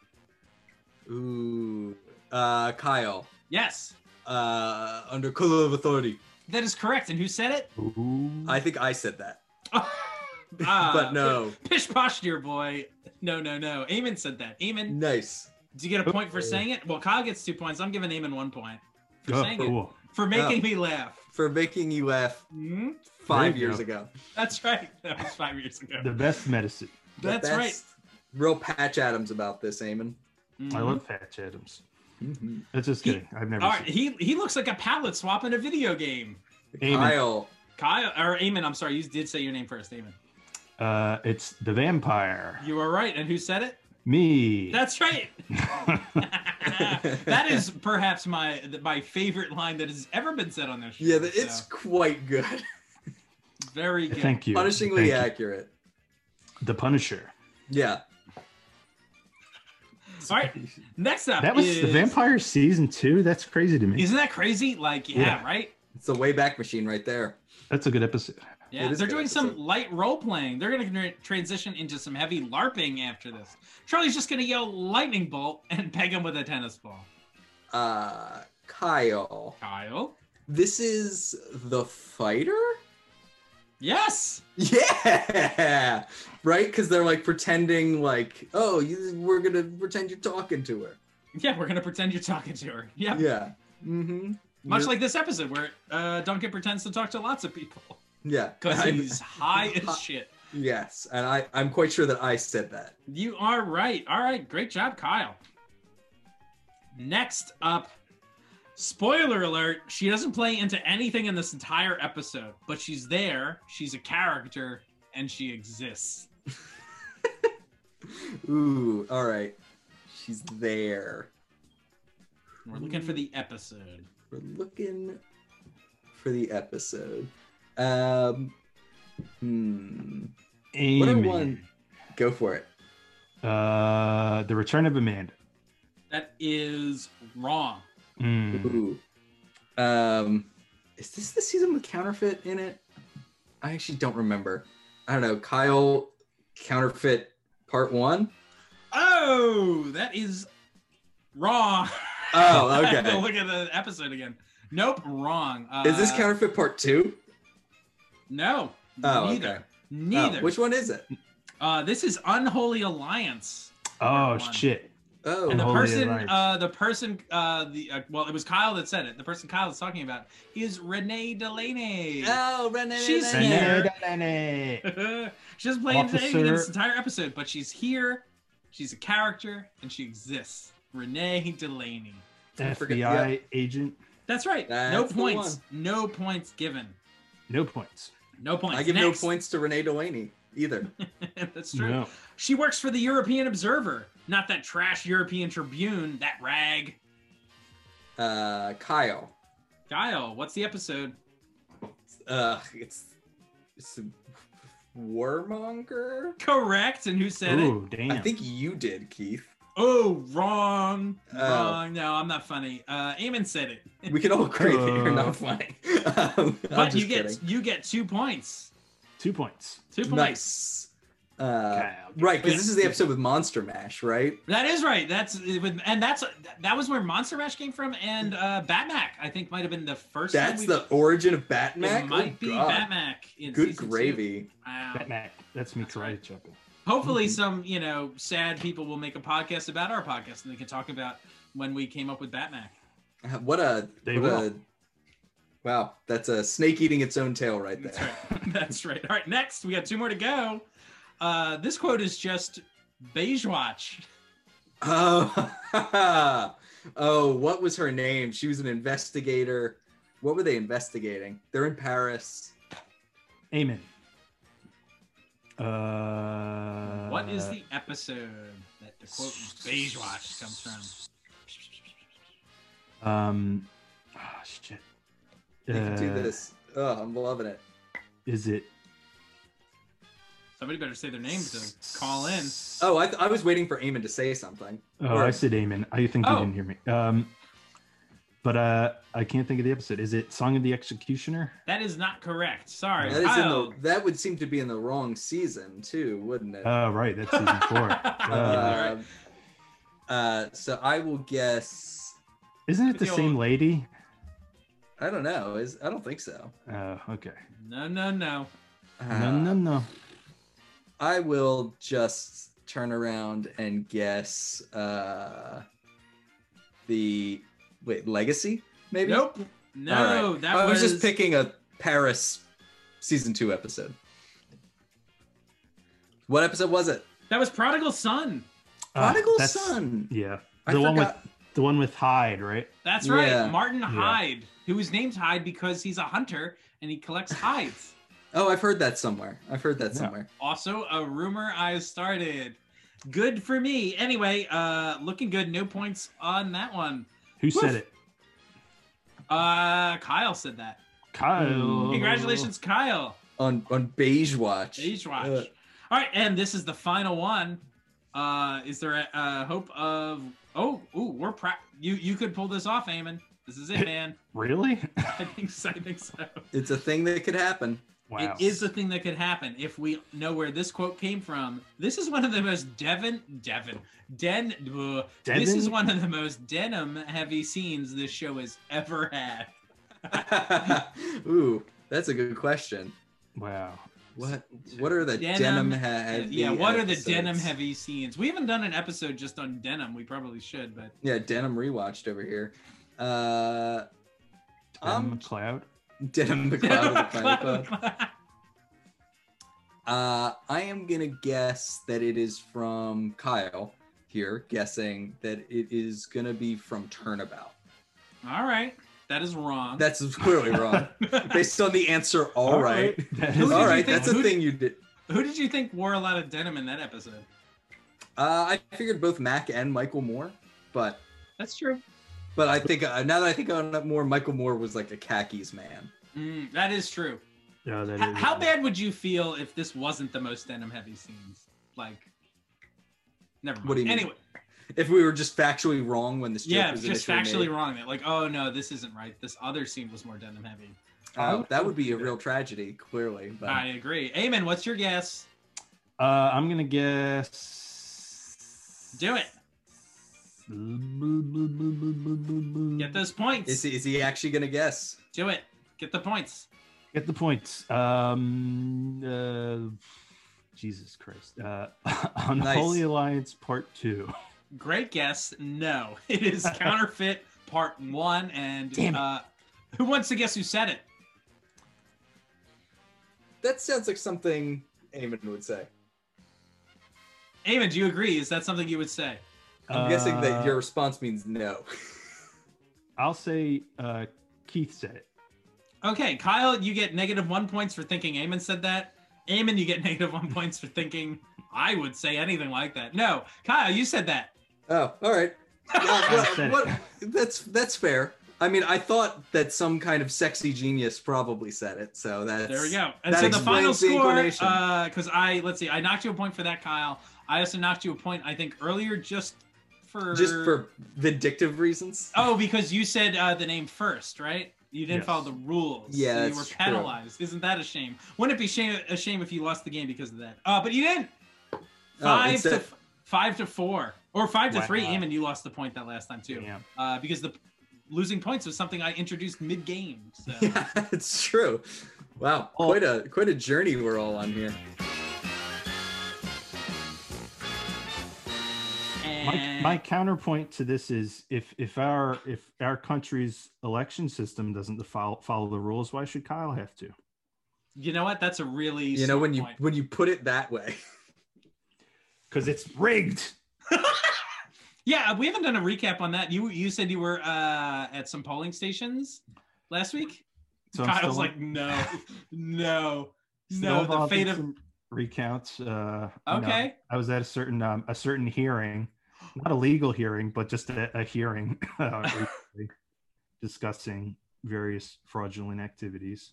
Speaker 4: Ooh, uh, Kyle,
Speaker 3: Yes,
Speaker 4: uh, under color of authority.
Speaker 3: that is correct. And who said it?
Speaker 5: Ooh.
Speaker 4: I think I said that,
Speaker 3: Ah,
Speaker 4: but no.
Speaker 3: Pish posh, dear boy. No, no, no. Eamon said that. Eamon,
Speaker 4: Nice.
Speaker 3: do you
Speaker 4: Oh.
Speaker 3: get a point for saying it? Well, Kyle gets two points. I'm giving Eamon one point for
Speaker 5: oh,
Speaker 3: saying
Speaker 5: cool.
Speaker 3: it, for making me laugh.
Speaker 4: For making you laugh
Speaker 3: Hmm?
Speaker 4: five
Speaker 5: There you
Speaker 4: years
Speaker 5: go.
Speaker 4: ago.
Speaker 3: That's right. That was five years ago.
Speaker 5: The best medicine.
Speaker 4: The
Speaker 3: That's right.
Speaker 4: best- Real Patch Adams about this, Eamon.
Speaker 3: Mhm.
Speaker 5: I love Patch Adams. That's just
Speaker 3: He-
Speaker 5: kidding. I've never
Speaker 3: All
Speaker 5: seen.
Speaker 3: right, he he looks like a palette swap in a video game.
Speaker 5: Amen.
Speaker 4: Kyle,
Speaker 3: Kyle or Eamon, I'm sorry, you did say your name first, Eamon.
Speaker 5: Uh, it's the vampire.
Speaker 3: You were right, and who said it?
Speaker 5: Me.
Speaker 3: That's right. that is perhaps my my favorite line that has ever been said on this show.
Speaker 4: yeah, th- it's
Speaker 3: so,
Speaker 4: quite good.
Speaker 3: very good.
Speaker 5: Thank you.
Speaker 4: Punishingly
Speaker 5: Thank
Speaker 4: accurate.
Speaker 5: you. The Punisher.
Speaker 4: Yeah.
Speaker 3: All right, next up
Speaker 5: That was
Speaker 3: is,
Speaker 5: the Vampire season two. That's crazy to me.
Speaker 3: Isn't that crazy? Like, yeah,
Speaker 5: Yeah.
Speaker 3: right.
Speaker 4: It's the Wayback Machine right there.
Speaker 5: That's a good episode.
Speaker 3: Yeah,
Speaker 4: It is
Speaker 3: they're
Speaker 4: a good
Speaker 3: doing some
Speaker 4: episode.
Speaker 3: light role playing. They're going to transition into some heavy LARPing after this. Charlie's just going to yell lightning bolt and peg him with a tennis ball.
Speaker 4: Uh, Kyle,
Speaker 3: Kyle,
Speaker 4: this is the fighter?
Speaker 3: yes,
Speaker 4: Yeah, right. Because they're like pretending, like, oh, you, we're gonna pretend you're talking to her.
Speaker 3: yeah, we're going to pretend you're talking to her. Yeah,
Speaker 4: Yeah. Mm-hmm.
Speaker 3: much like this episode where uh, Duncan pretends to talk to lots of people
Speaker 4: Yeah.
Speaker 3: because
Speaker 4: I'm-
Speaker 3: he's high as shit.
Speaker 4: Yes, and I, I'm quite sure that I said that.
Speaker 3: You are right. All right. Great job, Kyle. Next up, spoiler alert, she doesn't play into anything in this entire episode, but she's there, she's a character, and she exists.
Speaker 4: Ooh. All right. She's there.
Speaker 3: We're looking for the episode.
Speaker 4: We're looking for the episode. Um. Hmm. What I want-
Speaker 5: Amen.
Speaker 4: Go for it.
Speaker 5: Uh, the Return of Amanda.
Speaker 3: That is wrong.
Speaker 5: Mm.
Speaker 4: Ooh. Um, is this the season with counterfeit in it? I actually don't remember. I don't know. Kyle, counterfeit part one.
Speaker 3: Oh, that is wrong.
Speaker 4: Oh,
Speaker 3: I have to
Speaker 4: okay.
Speaker 3: look at the episode again. Nope, wrong. Uh,
Speaker 4: Is this counterfeit part two?
Speaker 3: No.
Speaker 4: Oh,
Speaker 3: neither.
Speaker 4: okay. Oh,
Speaker 3: Neither.
Speaker 4: which one is it?
Speaker 3: uh, this is Unholy Alliance.
Speaker 5: Oh
Speaker 3: Part one.
Speaker 5: shit.
Speaker 4: Oh,
Speaker 3: And the
Speaker 5: Holy
Speaker 3: person,
Speaker 5: Alliance.
Speaker 3: uh, the person, uh, the uh, well, it was Kyle that said it. The person Kyle is talking about is Renee Delaney.
Speaker 4: oh, Renee.
Speaker 3: She's
Speaker 4: Renee.
Speaker 3: here.
Speaker 5: Renee Delaney.
Speaker 3: she doesn't play anything in this
Speaker 5: Officer-
Speaker 3: entire episode, but she's here. She's a character, and she exists. Renee Delaney.
Speaker 5: FBI agent.
Speaker 3: That's right. no
Speaker 4: That's the
Speaker 3: points. No points given.
Speaker 5: No points.
Speaker 3: No points.
Speaker 4: I give
Speaker 3: Next.
Speaker 4: no points to Renee Delaney either.
Speaker 3: That's true.
Speaker 5: No.
Speaker 3: She works for the European Observer, not that trash European Tribune, that rag.
Speaker 4: Uh, Kyle.
Speaker 3: Kyle, what's the episode?
Speaker 4: Uh, it's it's a warmonger.
Speaker 3: Correct. And who said it?
Speaker 5: Ooh, damn.
Speaker 4: I think you did, Keith.
Speaker 3: Oh, wrong.
Speaker 4: Oh.
Speaker 3: Wrong. No, I'm not funny. Uh Eamon said it.
Speaker 4: We can all agree that you're
Speaker 5: Uh.
Speaker 4: not funny. Um,
Speaker 3: But
Speaker 4: I'm just
Speaker 3: you get
Speaker 4: kidding.
Speaker 3: you get two points.
Speaker 5: two points.
Speaker 3: Two points.
Speaker 4: Nice. Uh,
Speaker 5: Kyle.
Speaker 4: right, because
Speaker 3: Yeah.
Speaker 4: this is the episode with Monster Mash, right?
Speaker 3: That is right. That's and that's that was where Monster Mash came from, and uh Batmac I think might have been the first. time
Speaker 4: That's
Speaker 3: we-
Speaker 4: the origin of Batman.
Speaker 3: It might be Batmac. In
Speaker 4: Good
Speaker 3: season two.
Speaker 4: gravy.
Speaker 3: Wow.
Speaker 5: Batman. That's me
Speaker 3: That's
Speaker 5: karate
Speaker 3: right.
Speaker 5: chopping.
Speaker 4: Mm-hmm.
Speaker 3: hopefully some you know sad people will make a podcast about our podcast and they can talk about when we came up with Batman.
Speaker 4: Uh, What a
Speaker 5: They
Speaker 4: what
Speaker 5: will.
Speaker 4: a wow! That's a snake eating its own tail right
Speaker 3: That's
Speaker 4: there.
Speaker 3: right. That's right. All right, next we got two more to go. Uh, this quote is just beige watch.
Speaker 4: Oh, oh, what was her name? She was an investigator. What were they investigating? They're in Paris.
Speaker 5: Amen. Uh,
Speaker 3: what is the episode that the quote beige watch comes from?
Speaker 5: Um, ah, shit.
Speaker 4: You can do
Speaker 5: Uh,
Speaker 4: this. Oh, I'm loving it.
Speaker 5: Is it?
Speaker 3: Somebody better say their name to call in.
Speaker 4: Oh, I, th- I was waiting for Eamon to say something.
Speaker 5: Oh,
Speaker 4: Or-
Speaker 5: I said Amen. I think you
Speaker 3: Oh.
Speaker 5: didn't hear me. Um, but uh, I can't think of the episode. Is it Song of the Executioner?
Speaker 3: That is not correct. Sorry.
Speaker 4: That is in
Speaker 3: Kyle.
Speaker 4: the, that would seem to be in the wrong season too, wouldn't it?
Speaker 5: Oh, right. That's season four. Uh,
Speaker 3: Yeah,
Speaker 4: Um, uh, so I will guess.
Speaker 5: isn't it the
Speaker 3: Yo.
Speaker 5: same lady?
Speaker 4: I don't know. Is I don't think so.
Speaker 5: Oh, okay.
Speaker 3: No, no, no.
Speaker 4: Uh,
Speaker 5: No, no, no.
Speaker 4: I will just turn around and guess uh, the wait legacy maybe.
Speaker 3: Nope.
Speaker 4: All right.
Speaker 3: No, that
Speaker 4: I
Speaker 3: was,
Speaker 4: was... just picking a Paris season two episode. What episode was it?
Speaker 3: that was Prodigal Son.
Speaker 5: Ah,
Speaker 4: Prodigal
Speaker 5: that's-
Speaker 4: Son.
Speaker 5: Yeah,
Speaker 4: I
Speaker 5: the one with
Speaker 4: forgot.
Speaker 5: the one with Hyde, right?
Speaker 3: That's
Speaker 4: Yeah.
Speaker 3: right. Martin Hyde, who is named Hyde because he's a hunter and he collects hides.
Speaker 4: Oh, I've heard that somewhere. I've heard that
Speaker 5: Yeah.
Speaker 4: somewhere.
Speaker 3: also, a rumor I started. Good for me. Anyway, uh looking good. No points on that one.
Speaker 5: Who said
Speaker 4: Woof.
Speaker 5: it?
Speaker 3: Uh Kyle said that.
Speaker 5: Kyle.
Speaker 3: Mm, Congratulations, Kyle.
Speaker 4: On on Beige Watch.
Speaker 3: Beige watch.
Speaker 4: Uh,
Speaker 3: All right, and this is the final one. Uh, is there a, a hope of? Oh, ooh, we're pra- you. You could pull this off, Eamon. This is it, man.
Speaker 5: Really?
Speaker 3: I think so. I think so.
Speaker 4: It's a thing that could happen.
Speaker 5: Wow.
Speaker 3: It is a thing that could happen if we know where this quote came from. This is one of the most Devon, Devon, Den. uh, This is
Speaker 5: Devon?
Speaker 3: one of the most denim-heavy scenes this show has ever had.
Speaker 4: Ooh, that's a good question.
Speaker 5: wow.
Speaker 4: What what are the
Speaker 3: Denim-
Speaker 4: denim, heavy?
Speaker 3: yeah, what are the
Speaker 4: episodes?
Speaker 3: denim-heavy scenes? We haven't done an episode just on denim. We probably should, but
Speaker 4: Yeah, denim rewatched over here. Uh,
Speaker 5: Um,
Speaker 4: um,
Speaker 5: McLeod.
Speaker 4: denim the cloud of the Planet Club. Uh, I am gonna guess that it is from Kyle here, guessing that it is gonna be from Turnabout.
Speaker 3: All right, that is wrong.
Speaker 4: That's clearly wrong. Based on the answer, all right.
Speaker 5: That
Speaker 3: Who
Speaker 5: is
Speaker 3: did
Speaker 4: All
Speaker 3: you
Speaker 4: right,
Speaker 3: think-
Speaker 4: that's a
Speaker 3: who
Speaker 4: thing you did.
Speaker 3: Who did you think wore a lot of denim in that episode?
Speaker 4: Uh, I figured both Mac and Michael Moore, but
Speaker 3: That's true.
Speaker 4: but I think uh, now that I think on it more, Michael Moore was like a khakis man.
Speaker 3: Mm, that is true.
Speaker 5: No, Oh, that
Speaker 3: How,
Speaker 5: is-
Speaker 3: how bad would you feel if this wasn't the most denim heavy scenes? Like, never mind.
Speaker 4: What do you mean?
Speaker 3: Anyway,
Speaker 4: If we were just factually wrong when this joke
Speaker 3: yeah,
Speaker 4: was
Speaker 3: just
Speaker 4: initially
Speaker 3: factually
Speaker 4: made,
Speaker 3: wrong. That like, oh no, this isn't right. This other scene was more denim heavy.
Speaker 4: uh, that would be a real tragedy, clearly. But
Speaker 3: I agree. Amen. What's your guess?
Speaker 5: Uh, I'm gonna guess.
Speaker 3: Do it. Get those points.
Speaker 4: is he, is he actually gonna guess?
Speaker 3: Do it. Get the points.
Speaker 5: Get the points. Um, uh, Jesus Christ. Uh, on
Speaker 4: Nice.
Speaker 5: Holy Alliance Part Two.
Speaker 3: Great guess. No, it is counterfeit part one. And
Speaker 5: Damn it.
Speaker 3: uh, who wants to guess who said it?
Speaker 4: That sounds like something Eamon would say.
Speaker 3: Eamon, do you agree? Is that something you would say?
Speaker 4: I'm guessing that
Speaker 5: Uh,
Speaker 4: your response means no.
Speaker 5: I'll say uh, Keith said it.
Speaker 3: Okay, Kyle, you get negative one points for thinking Eamon said that. Eamon, you get negative one points for thinking I would say anything like that. No, Kyle, you said that.
Speaker 4: Oh, all right. Yeah,
Speaker 5: I said
Speaker 4: what- what- that's that's fair. I mean, I thought that some kind of sexy genius probably said it, so that's
Speaker 3: There we go. And
Speaker 4: that
Speaker 3: so the final
Speaker 4: explains the
Speaker 3: score,
Speaker 4: inclination.
Speaker 3: because I let's see, I knocked you a point for that, Kyle. I also knocked you a point, I think, earlier just for
Speaker 4: Just for vindictive reasons.
Speaker 3: oh because you said uh, the name first, right? You didn't
Speaker 5: Yes.
Speaker 3: follow the rules.
Speaker 4: Yeah,
Speaker 3: so you
Speaker 4: that's
Speaker 3: were
Speaker 4: true.
Speaker 3: penalized. Isn't that a shame? Wouldn't it be shame, a shame if you lost the game because of that? Uh, but you didn't. Five
Speaker 4: Oh, it's
Speaker 3: to
Speaker 4: a-
Speaker 3: f- five to four or five to three.
Speaker 5: Oh, Wow.
Speaker 3: Eamon, you lost the point that last time too,
Speaker 5: Damn.
Speaker 3: uh, because the losing points was something I introduced mid game. So.
Speaker 4: Yeah, it's true.
Speaker 3: Oh.
Speaker 4: Wow, quite a quite a journey we're all on here.
Speaker 5: my,
Speaker 3: And
Speaker 5: my counterpoint to this is if if our if our country's election system doesn't follow follow the rules, why should Kyle have to?
Speaker 3: you know what? That's a really
Speaker 4: You know,
Speaker 3: smart
Speaker 4: when you
Speaker 3: point.
Speaker 4: when you put it that way,
Speaker 5: Because it's rigged.
Speaker 3: yeah, we haven't done a recap on that. You you said you were uh, at some polling stations last week.
Speaker 5: So I'm
Speaker 3: Kyle's
Speaker 5: still-
Speaker 3: like, no, no,
Speaker 5: still
Speaker 3: no. The
Speaker 5: involved in
Speaker 3: fate of
Speaker 5: some recounts. Uh, you know,
Speaker 3: okay.
Speaker 5: I was at a certain um, a certain hearing, not a legal hearing, but just a, a hearing uh, recently discussing various fraudulent activities.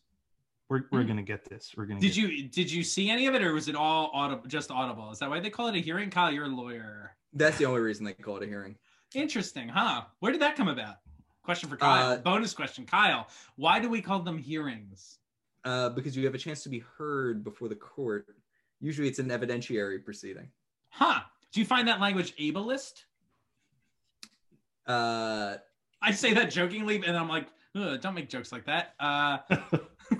Speaker 5: We're, we're
Speaker 3: Hmm.
Speaker 5: gonna get this. We're gonna.
Speaker 3: Did
Speaker 5: get
Speaker 3: you did you see any of it, or was it all audible? Just audible? Is that why they call it a hearing? Kyle, you're a lawyer.
Speaker 4: that's the only reason they call it a hearing.
Speaker 3: Interesting, huh? Where did that come about? Question for Kyle.
Speaker 4: Uh,
Speaker 3: Bonus question, Kyle. Why do we call them hearings?
Speaker 4: Uh, because you have a chance to be heard before the court. Usually it's an evidentiary proceeding.
Speaker 3: Huh? Do you find that language ableist?
Speaker 4: Uh,
Speaker 3: I say that jokingly, and I'm like, Ugh, don't make jokes like that. Uh,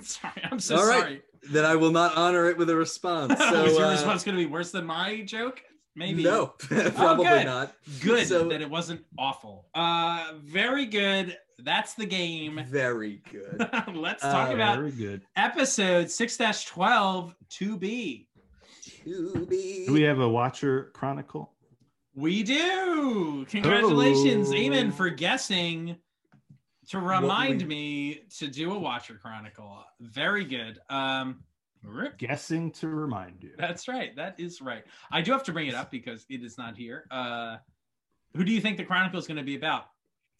Speaker 3: sorry, I'm so
Speaker 4: All right.
Speaker 3: sorry.
Speaker 4: then I will not honor it with a response. So,
Speaker 3: Was your
Speaker 4: uh,
Speaker 3: response going to be worse than my joke? Maybe. Oh,
Speaker 4: No, probably
Speaker 3: good.
Speaker 4: not.
Speaker 3: Good
Speaker 4: So-
Speaker 3: that it wasn't awful. Uh, very good. That's the game.
Speaker 4: Very good.
Speaker 3: Let's talk
Speaker 4: Uh,
Speaker 3: about
Speaker 5: very good.
Speaker 3: episode 6-12 2b
Speaker 4: to be.
Speaker 5: Do we have a Watcher Chronicle?
Speaker 3: we do congratulations
Speaker 5: Oh.
Speaker 3: Eamon, for guessing to remind
Speaker 4: we-
Speaker 3: me to do a watcher chronicle very good um rip.
Speaker 5: Guessing to remind you.
Speaker 3: that's right that is right i do have to bring it up because it is not here uh who do you think the chronicle is going to be about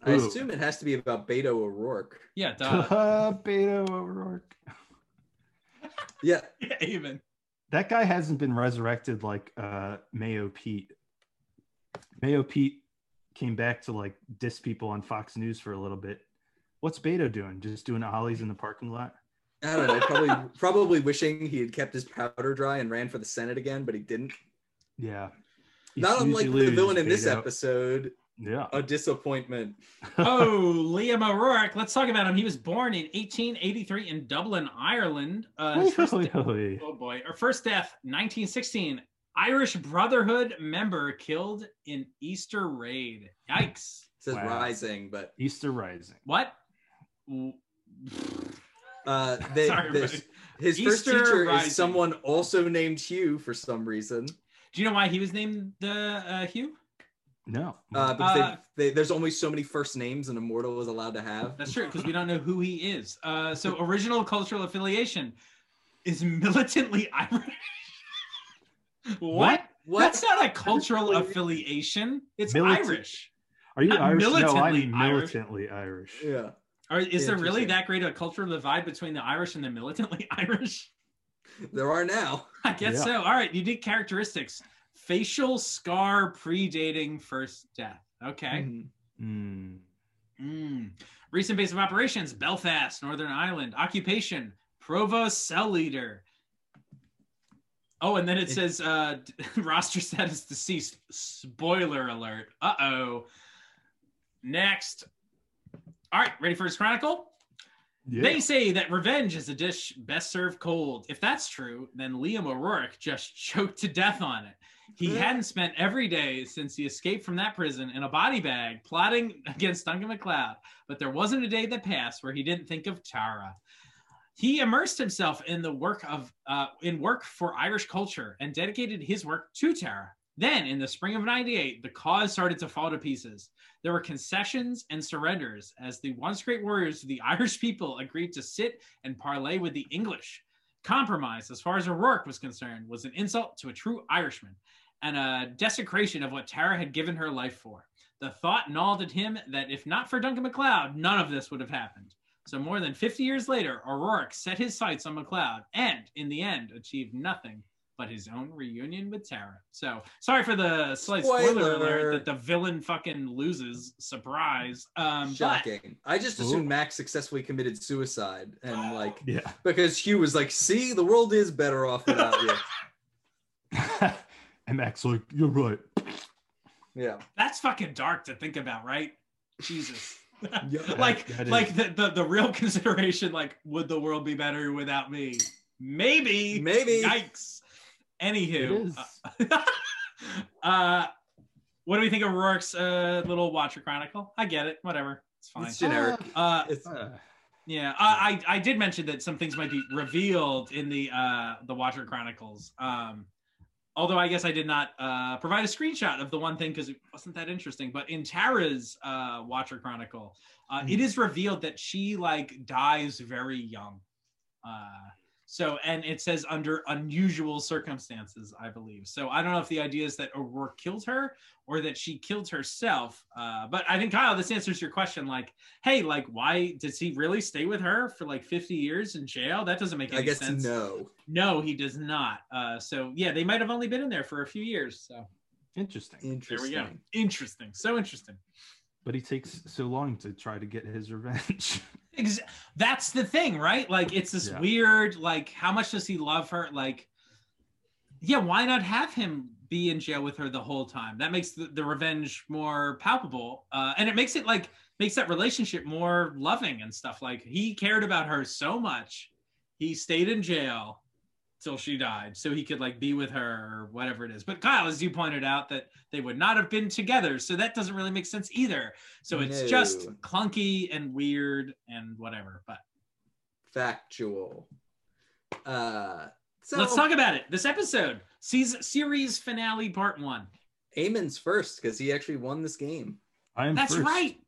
Speaker 4: I
Speaker 5: Ooh.
Speaker 4: assume it has to be about Beto O'Rourke.
Speaker 3: yeah duh.
Speaker 5: Beto O'Rourke.
Speaker 4: Yeah,
Speaker 3: yeah Eamon.
Speaker 5: That guy hasn't been resurrected like uh, Mayo Pete. Mayo Pete came back to like diss people on Fox News for a little bit. What's Beto doing? Just doing ollies in the parking lot?
Speaker 4: I don't know. Probably, probably wishing he had kept his powder dry and ran for the Senate again, but he didn't.
Speaker 5: Yeah. You
Speaker 4: Not
Speaker 5: snooze,
Speaker 4: unlike
Speaker 5: you
Speaker 4: the
Speaker 5: lose,
Speaker 4: villain in this
Speaker 5: Beto.
Speaker 4: episode,
Speaker 5: Yeah.
Speaker 4: a disappointment.
Speaker 3: oh, Liam O'Rourke. Let's talk about him. He was born in 1883 in Dublin, Ireland. Uh, his first
Speaker 5: Really?
Speaker 3: Oh boy. Her first death, 1916. Irish Brotherhood member killed in Easter raid. Yikes.
Speaker 4: It says
Speaker 5: Wow.
Speaker 4: rising, but
Speaker 5: Easter Rising.
Speaker 3: What? W-
Speaker 4: uh, they,
Speaker 3: Sorry,
Speaker 4: this-
Speaker 3: buddy.
Speaker 4: his first
Speaker 3: Easter
Speaker 4: teacher
Speaker 3: rising.
Speaker 4: is someone also named Hugh for some reason.
Speaker 3: Do you know why he was named the uh, Hugh?
Speaker 5: No.
Speaker 4: Uh, because
Speaker 3: Uh,
Speaker 4: they, they, there's only so many first names an immortal is allowed to have.
Speaker 3: That's true, because we don't know who he is. Uh, so original cultural affiliation is militantly Irish. what? That's not a cultural affiliation. It's
Speaker 5: Militant-
Speaker 3: Irish.
Speaker 5: Are you
Speaker 3: not
Speaker 5: Irish? No,
Speaker 3: militantly
Speaker 5: I'm
Speaker 3: Irish.
Speaker 5: militantly Irish.
Speaker 4: Yeah.
Speaker 3: Or is there really
Speaker 4: Interesting.
Speaker 3: that great a cultural divide between the Irish and the militantly Irish?
Speaker 4: There are now.
Speaker 3: I guess
Speaker 5: Yeah.
Speaker 3: so. All right, unique characteristics: facial scar predating first death. Okay.
Speaker 4: Mhm.
Speaker 5: Mm.
Speaker 3: Mm. Recent base of operations: Belfast, Northern Ireland. Occupation: provost cell leader. Oh, and then it
Speaker 4: It-
Speaker 3: says uh, roster status deceased. Spoiler alert. Uh oh. Next. All right, ready for his chronicle?
Speaker 5: Yeah.
Speaker 3: They say that revenge is a dish best served cold. If that's true, then Liam O'Rourke just choked to death on it. He hadn't spent every day since he escaped from that prison in a body bag plotting against Duncan MacLeod, but there wasn't a day that passed where he didn't think of Tara. He immersed himself in the work of uh, in work for Irish culture and dedicated his work to Tara. Then, in the spring of '98, the cause started to fall to pieces. There were concessions and surrenders as the once great warriors of the Irish people agreed to sit and parley with the English. Compromise, as far as O'Rourke was concerned, was an insult to a true Irishman and a desecration of what Tara had given her life for. The thought gnawed at him that if not for Duncan MacLeod, none of this would have happened. So, more than 50 years later, O'Rourke set his sights on MacLeod and, in the end, achieved nothing but his own reunion with Tara. So, sorry for the slight spoiler,
Speaker 4: Spoiler.
Speaker 3: alert that the villain fucking loses. Surprise. Um, but
Speaker 4: Shocking. I just assumed Max successfully committed suicide and like
Speaker 5: Yeah.
Speaker 4: because Hugh was like, see, the world is better off without you.
Speaker 5: and Max like, you're right.
Speaker 4: Yeah.
Speaker 3: that's fucking dark to think about, right? Jesus.
Speaker 4: Yeah.
Speaker 3: like
Speaker 5: that is-
Speaker 3: like the, the the real consideration like would the world be better without me maybe
Speaker 4: Maybe.
Speaker 3: yikes
Speaker 5: It
Speaker 3: anywho
Speaker 5: is.
Speaker 3: uh, uh What do we think of Rourke's uh, little Watcher Chronicle? I get it. Whatever. It's fine.
Speaker 4: It's generic.
Speaker 3: Uh,
Speaker 4: It's,
Speaker 5: Uh,
Speaker 3: yeah, I, I I did mention that some things might be revealed in the uh, the Watcher Chronicles. Um, although I guess I did not uh, provide a screenshot of the one thing because it wasn't that interesting. But in Tara's uh, Watcher Chronicle, uh,
Speaker 4: Hmm.
Speaker 3: it is revealed that she like dies very young. Uh, so and it says under unusual circumstances, I believe. So I don't know if the idea is that O'Rourke killed her or that she killed herself. Uh, but I think Kyle, this answers your question. Like hey, like, why does he really stay with her for like 50 years in jail? That doesn't make any
Speaker 4: I guess
Speaker 3: sense.
Speaker 4: no.
Speaker 3: No, he does not. Uh, so yeah, they might have only been in there for a few years. So
Speaker 5: interesting.
Speaker 3: there we
Speaker 4: Interesting.
Speaker 3: go. Interesting. So interesting.
Speaker 5: But he takes so long to try to get his revenge.
Speaker 3: Ex- that's the thing, right? Like, it's this
Speaker 5: Yeah.
Speaker 3: weird, like, how much does he love her? Like, yeah, why not have him be in jail with her the whole time? That makes the, the revenge more palpable. Uh, and it makes it like, makes that relationship more loving and stuff. Like, he cared about her so much. He stayed in jail till she died so he could like be with her or whatever it is. But Kyle, as you pointed out, that they would not have been together. So that doesn't really make sense either. So it's
Speaker 4: No.
Speaker 3: just clunky and weird and whatever. But
Speaker 4: Factual. Uh, so
Speaker 3: let's talk about it. This episode, season series finale, part one.
Speaker 4: Eamon's first because he actually won this game.
Speaker 5: I am
Speaker 3: That's
Speaker 5: first.
Speaker 3: right.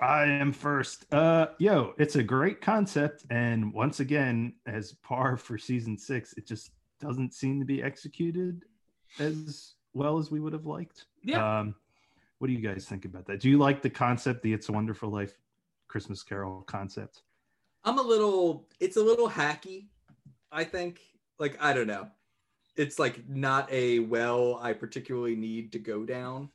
Speaker 5: I am first. Uh, yo, it's a great concept, and once again, as par for season six, it just doesn't seem to be executed as well as we would have liked.
Speaker 3: Yeah.
Speaker 5: Um, what do you guys think about that? Do you like the concept, the "It's a Wonderful Life" Christmas Carol concept?
Speaker 4: I'm a little. It's a little hacky. I think. Like I don't know. It's like not a well I particularly need to go down.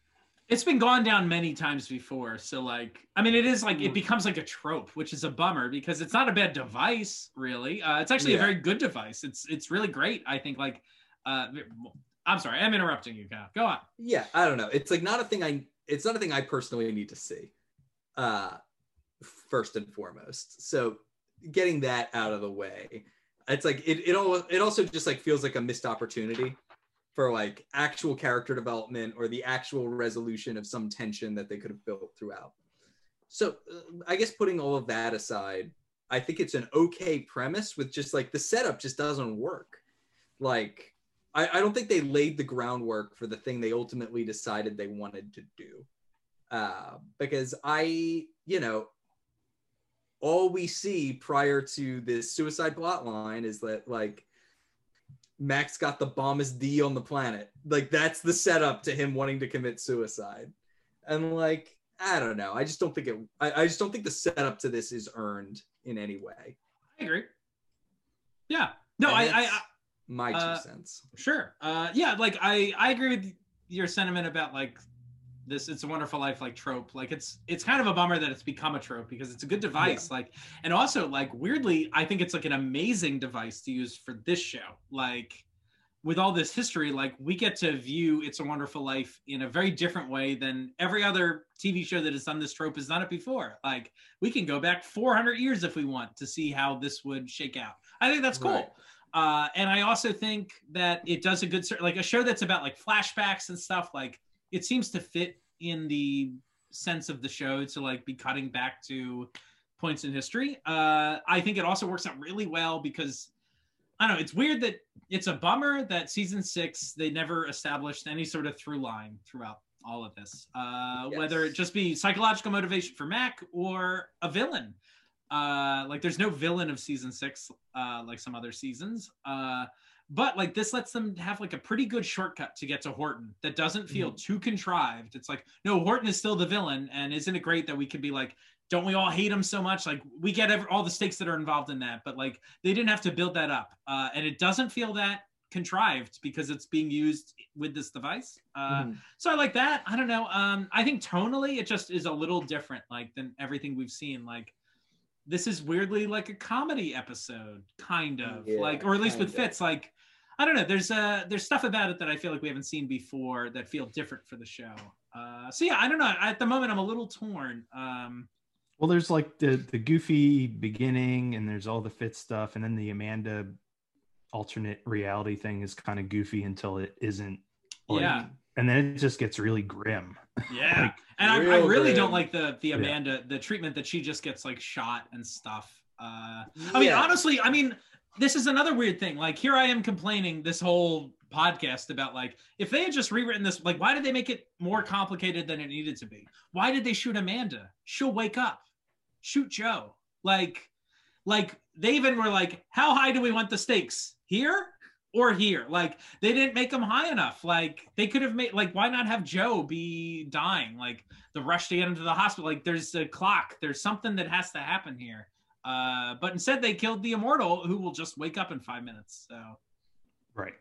Speaker 3: It's been gone down many times before. So like, I mean, it is like
Speaker 4: Hmm.
Speaker 3: it becomes like a trope, which is a bummer because it's not a bad device, really. Uh, it's actually
Speaker 4: Yeah.
Speaker 3: a very good device. It's it's really great. I think. Like, uh, I'm sorry, I'm interrupting you, Kyle. Go on.
Speaker 4: yeah i don't know it's like not a thing i it's not a thing i personally need to see uh first and foremost so getting that out of the way it's like it it, all, it also just like feels like a missed opportunity for like actual character development or the actual resolution of some tension that they could have built throughout so uh, i guess putting all of that aside i think it's an okay premise with just like the setup just doesn't work like I, I don't think they laid the groundwork for the thing they ultimately decided they wanted to do. Uh, because I, you know, all we see prior to this suicide plot line is that like Max got the bombest D on the planet. Like that's the setup to him wanting to commit suicide. And like, I don't know. I just don't think it I, I just don't think the setup to this is earned in any way.
Speaker 3: I agree. Yeah. No,
Speaker 4: And
Speaker 3: I, I,
Speaker 4: that's
Speaker 3: I
Speaker 4: my two
Speaker 3: uh,
Speaker 4: cents.
Speaker 3: sure. Uh, yeah, like I, I agree with your sentiment about like this. It's a Wonderful Life like trope. Like it's, it's kind of a bummer that it's become a trope because it's a good device. Like, and also like weirdly, I think it's like an amazing device to use for this show. Like, with all this history, like we get to view It's a Wonderful Life in a very different way than every other TV show that has done this trope has done it before. Like we can go back 400 years if we want to see how this would shake out. I think that's cool.
Speaker 4: Right.
Speaker 3: Uh, and I also think that it does a good, ser- like a show that's about like flashbacks and stuff. Like it seems to fit in the sense of the show to like be cutting back to points in history. Uh, I think it also works out really well because I don't know. It's weird that it's a bummer that season six they never established any sort of through line throughout all of this, uh,
Speaker 4: Yes.
Speaker 3: whether it just be psychological motivation for Mac or a villain. Uh, like there's no villain of season six uh, like some other seasons. Uh, but like this lets them have like a pretty good shortcut to get to Horton that doesn't feel too contrived. It's like no, Horton is still the villain, and isn't it great that we could be like, don't we all hate him so much? Like we get every, all the stakes that are involved in that, but like they didn't have to build that up, uh, and it doesn't feel that contrived because it's being used with this device. Uh,
Speaker 4: Mhm.
Speaker 3: so I like that. I don't know. Um, I think tonally it just is a little different, like than everything we've seen. Like this is weirdly like a comedy episode, kind of
Speaker 4: Yeah,
Speaker 3: like, or at least with
Speaker 4: kind of.
Speaker 3: Fitz. Like I don't know. There's uh there's stuff about it that I feel like we haven't seen before that feel different for the show. Uh, so yeah, I don't know. At the moment, I'm a little torn. Um,
Speaker 5: Well, there's like the the goofy beginning, and there's all the fit stuff, and then the Amanda alternate reality thing is kind of goofy until it isn't. Like,
Speaker 3: Yeah.
Speaker 5: and then it just gets really grim.
Speaker 3: Yeah. And I, I
Speaker 4: real
Speaker 3: really don't
Speaker 4: grim.
Speaker 3: like the the
Speaker 5: Yeah.
Speaker 3: Amanda the treatment that she just gets like shot and stuff. Uh
Speaker 4: Mm-hmm.
Speaker 3: I mean, honestly, I mean, this is another weird thing. Like, here I am complaining this whole podcast about like if they had just rewritten this, like, why did they make it more complicated than it needed to be? Why did they shoot Amanda? She'll wake up. Shoot Joe. Like, like they even were like, how high do we want the stakes? Here or here? Like, they didn't make them high enough. Like, they could have made like, why not have Joe be dying? Like, the rush to get him to the hospital. Like, there's a clock. There's something that has to happen here. Uh, but instead, they killed the immortal, who will just wake up in five minutes. So
Speaker 5: Right.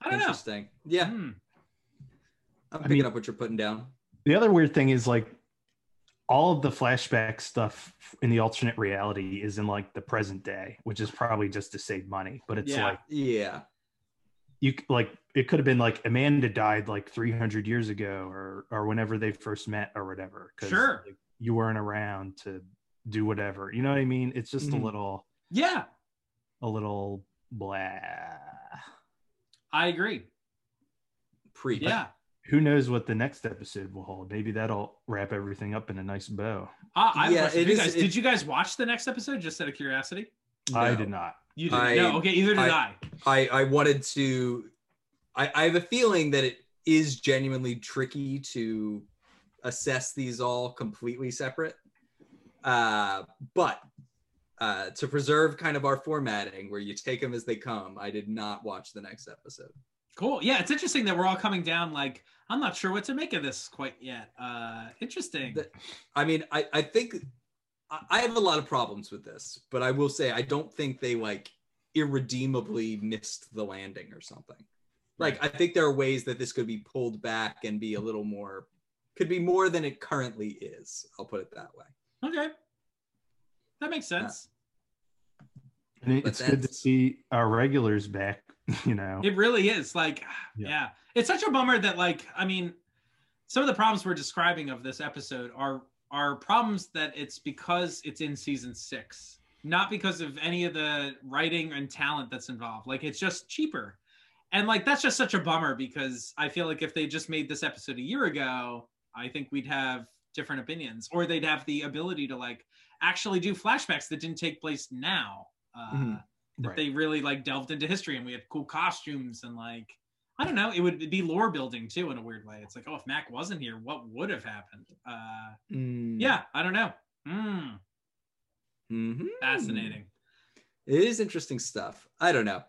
Speaker 3: I don't know.
Speaker 4: Interesting. Yeah,
Speaker 3: Hmm.
Speaker 4: I'm
Speaker 5: I
Speaker 4: picking
Speaker 5: mean-
Speaker 4: up what you're putting down.
Speaker 5: The other weird thing is like all of the flashback stuff in the alternate reality is in like the present day, which is probably just to save money. But it's
Speaker 3: Yeah.
Speaker 5: like
Speaker 4: Yeah.
Speaker 5: you c- like it could have been like Amanda died like 300 years ago or or whenever they first met or whatever. 'cause,
Speaker 3: Sure.
Speaker 5: like, you weren't around to do whatever. You know what I mean? It's just
Speaker 4: Mhm.
Speaker 5: a little
Speaker 3: Yeah,
Speaker 5: a little blah.
Speaker 3: I agree.
Speaker 4: Pre.
Speaker 3: Yeah.
Speaker 5: Who knows what the next episode will hold? Maybe that'll wrap everything up in a nice bow.
Speaker 3: Uh, I have a
Speaker 4: Yeah,
Speaker 3: question
Speaker 4: it
Speaker 3: for you
Speaker 4: is-
Speaker 3: guys.
Speaker 4: it-
Speaker 3: did you guys watch the next episode just out of curiosity?
Speaker 5: I
Speaker 4: No.
Speaker 5: did not.
Speaker 3: You did.
Speaker 4: I-
Speaker 3: no, okay, either did I.
Speaker 4: I- I I wanted to I, I have a feeling that it is genuinely tricky to assess these all completely separate. Uh, but uh, to preserve kind of our formatting where you take them as they come, I did not watch the next episode.
Speaker 3: Cool. Yeah, it's interesting that we're all coming down like I'm not sure what to make of this quite yet. Uh interesting.
Speaker 4: The- I mean, I, I think I, I have a lot of problems with this, but I will say I don't think they like irredeemably missed the landing or something. Like I think there are ways that this could be pulled back and be a little more could be more than it currently is. I'll put it that way.
Speaker 3: okay. That makes sense.
Speaker 5: And it-
Speaker 4: But
Speaker 5: it's good to
Speaker 4: that's-
Speaker 5: see our regulars back, you know.
Speaker 3: It really is like yeah.
Speaker 5: Yeah.
Speaker 3: It's such a bummer that like I mean some of the problems we're describing of this episode are are problems that it's because it's in season 6, not because of any of the writing and talent that's involved. Like it's just cheaper. And like that's just such a bummer because I feel like if they just made this episode a year ago, I think we'd have different opinions or they'd have the ability to like actually do flashbacks that didn't take place now. Uh,
Speaker 4: Mhm.
Speaker 3: that
Speaker 5: Right.
Speaker 3: they really like delved into history and we had cool costumes and like I don't know, it would be lore building too in a weird way. It's like, oh, if Mac wasn't here, what would have happened? Uh,
Speaker 5: Hmm.
Speaker 3: yeah, I don't know. Mm,
Speaker 4: Mhm.
Speaker 3: fascinating.
Speaker 4: It is interesting stuff. I don't know.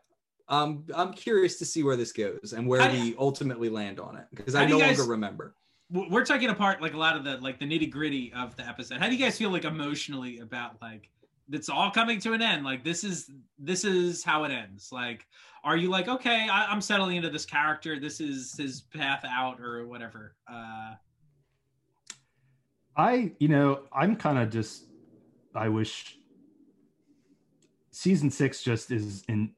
Speaker 4: Um, I'm curious to see where this goes and where
Speaker 3: How do-
Speaker 4: we ultimately land on it because
Speaker 3: How
Speaker 4: I
Speaker 3: do you
Speaker 4: no
Speaker 3: guys-
Speaker 4: longer remember.
Speaker 3: W- We're taking apart like a lot of the like the nitty gritty of the episode. How do you guys feel like emotionally about like it's all coming to an end? Like this is this is how it ends. Like, are you like okay, I, I'm settling into this character. This is his path out or whatever. Uh,
Speaker 5: I, you know, I'm kind of just, I wish season six just is in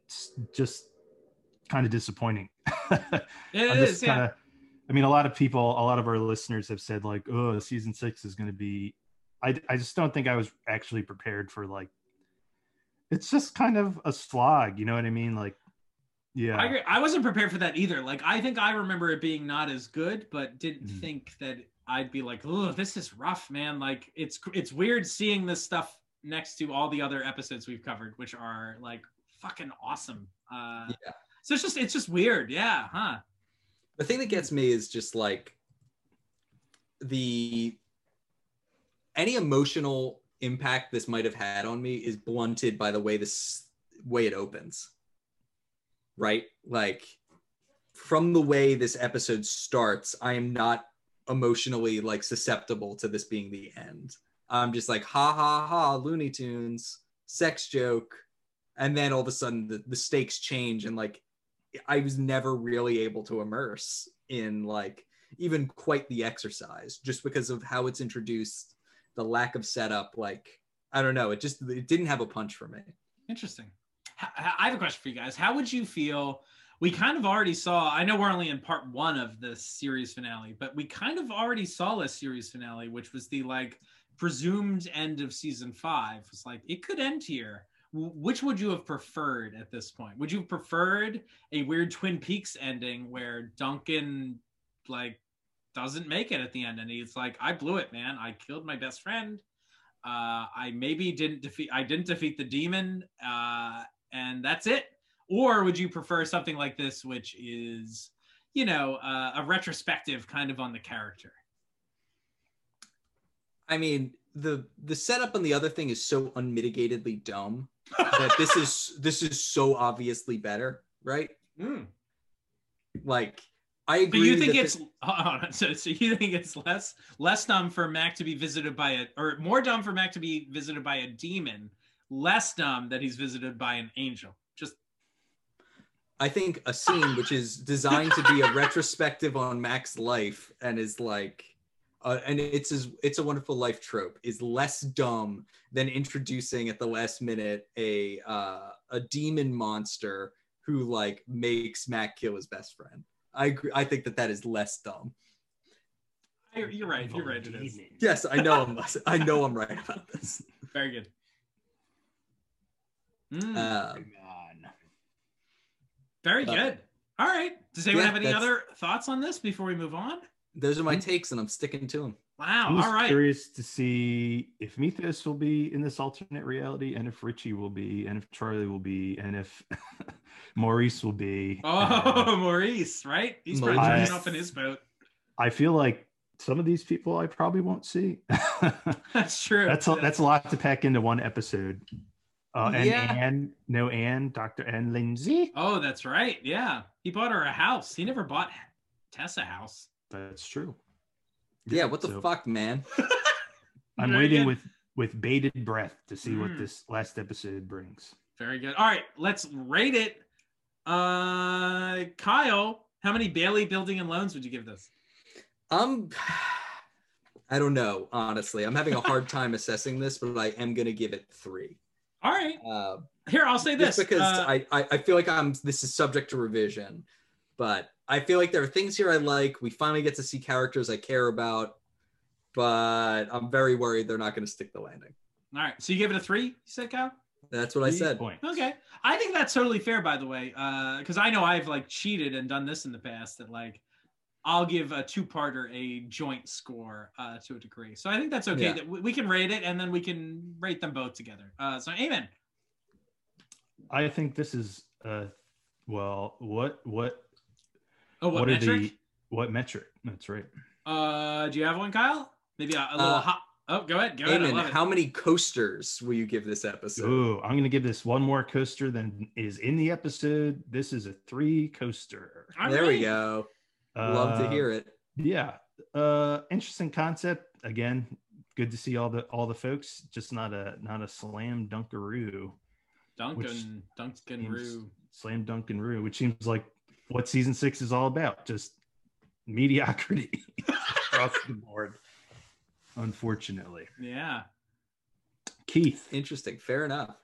Speaker 5: just kind of disappointing.
Speaker 3: it
Speaker 5: I'm
Speaker 3: is,
Speaker 5: just
Speaker 3: yeah.
Speaker 5: kinda- I mean, a lot of people, a lot of our listeners have said like, "Oh, season six is going to be." I, I just don't think I was actually prepared for like. It's just kind of a slog, you know what I mean? Like, yeah,
Speaker 3: I agree. I wasn't prepared for that either. Like I think I remember it being not as good, but didn't
Speaker 5: Mhm.
Speaker 3: think that I'd be like, "Oh, this is rough, man." Like it's it's weird seeing this stuff next to all the other episodes we've covered, which are like fucking awesome. Uh,
Speaker 4: Yeah.
Speaker 3: So it's just it's just weird, yeah, huh?
Speaker 4: The thing that gets me is just like the any emotional impact this might have had on me is blunted by the way this way it opens. Right? Like from the way this episode starts, I am not emotionally like susceptible to this being the end. I'm just like ha ha ha Looney Tunes sex joke and then all of a sudden the, the stakes change and like I was never really able to immerse in like even quite the exercise just because of how it's introduced, the lack of setup. Like, I don't know. It just it didn't have a punch for me.
Speaker 3: Interesting. H- h- I have a question for you guys. How would you feel? We kind of already saw, I know we're only in part one of the series finale, but we kind of already saw a series finale, which was the like presumed end of season five. It's like it could end here. W- Which would you have preferred at this point? Would you have preferred a weird Twin Peaks ending where Duncan like doesn't make it at the end and he's like i blew it man i killed my best friend uh i maybe didn't defeat i didn't defeat the demon uh and that's it or would you prefer something like this which is you know uh, a retrospective kind of on the character
Speaker 4: I mean, the the setup on the other thing is so unmitigatedly dumb that this is this is so obviously better, right?
Speaker 3: Mm.
Speaker 4: Like, I
Speaker 3: So
Speaker 4: agree.
Speaker 3: you think
Speaker 4: that
Speaker 3: it's
Speaker 4: the-
Speaker 3: hold on, so, so you think it's less less dumb for Mac to be visited by a or more dumb for Mac to be visited by a demon, less dumb that he's visited by an angel. Just
Speaker 4: I think a scene which is designed to be a retrospective on Mac's life and is like. Uh, and it's his, it's a wonderful life trope is less dumb than introducing at the last minute a uh, a demon monster who like makes Mac kill his best friend. I agree. I think that that is less dumb.
Speaker 3: you're, you're right. You're right. It is
Speaker 4: Yes, I know I'm less, I know I'm right about this.
Speaker 3: very good. Mm,
Speaker 4: Um,
Speaker 3: very
Speaker 4: uh,
Speaker 3: good. All right. Does anyone
Speaker 4: yeah,
Speaker 3: have any
Speaker 4: that's-
Speaker 3: other thoughts on this before we move on?
Speaker 4: those are my takes, and I'm sticking to them.
Speaker 3: Wow.
Speaker 5: I'm just
Speaker 3: Oh, All right.
Speaker 5: curious to see if Methus will be in this alternate reality, and if Richie will be, and if Charlie will be, and if Maurice will be. Um,
Speaker 3: Oh, Maurice, right? He's probably
Speaker 4: Maurice.
Speaker 3: jumping off in his boat.
Speaker 5: I feel like some of these people I probably won't see.
Speaker 3: That's true.
Speaker 5: that's a, that's a lot to pack into one episode. Uh, and
Speaker 4: Yeah.
Speaker 5: Anne, no Anne, Doctor Anne Lindsay.
Speaker 3: Oh, that's right. Yeah. He bought her a house. He never bought Tessa a house.
Speaker 5: That's true.
Speaker 4: Yeah, what the
Speaker 5: so
Speaker 4: fuck, man?
Speaker 5: I'm
Speaker 3: Very
Speaker 5: waiting
Speaker 3: good.
Speaker 5: with with bated breath to see what
Speaker 3: Mm.
Speaker 5: this last episode brings.
Speaker 3: Very good. All right, let's rate it. Uh Kyle, how many Bailey building and loans would you give this?
Speaker 4: I'm, I don't know, honestly. I'm having a hard time assessing this, but I am gonna give it three.
Speaker 3: All right.
Speaker 4: Uh,
Speaker 3: Here, I'll say this.
Speaker 4: just because
Speaker 3: uh,
Speaker 4: I, I I feel like I'm this is subject to revision, but I feel like there are things here I like. We finally get to see characters I care about, but I'm very worried they're not gonna stick the landing.
Speaker 3: all right. So you gave it a three, you said Kyle?
Speaker 4: That's what I
Speaker 5: Three
Speaker 4: said.
Speaker 5: points.
Speaker 3: Okay. I think that's totally fair, by the way, because I know I've like cheated and done this in the past that like I'll give a two parter a joint score uh, to a degree. So I think that's okay.
Speaker 4: Yeah.
Speaker 3: That we, we can rate it and then we can rate them both together. Uh, so, Amen.
Speaker 5: I think this is uh, well, what what
Speaker 3: Oh, what,
Speaker 5: what, are
Speaker 3: metric?
Speaker 5: the what metric? That's right.
Speaker 3: Uh, do you have one, Kyle? Maybe a, a little
Speaker 4: Uh,
Speaker 3: hot. Oh, go ahead. Go ahead. I
Speaker 4: Amen,
Speaker 3: love it.
Speaker 4: how many coasters will you give this episode?
Speaker 5: Ooh, I'm gonna give this one more coaster than is in the episode. This is a three coaster.
Speaker 3: All
Speaker 4: there
Speaker 3: right.
Speaker 4: we go. Love to
Speaker 5: Uh,
Speaker 4: hear it.
Speaker 5: Yeah, uh, interesting concept. Again, good to see all the all the folks. Just not a not a slam dunkaroo,
Speaker 3: Duncan, Duncan
Speaker 5: seems-
Speaker 3: Rue.
Speaker 5: slam dunkaroo, which seems like what season six is all about. Just mediocrity across the board. Unfortunately,
Speaker 3: Yeah.
Speaker 5: Keith.
Speaker 4: Interesting. Fair enough.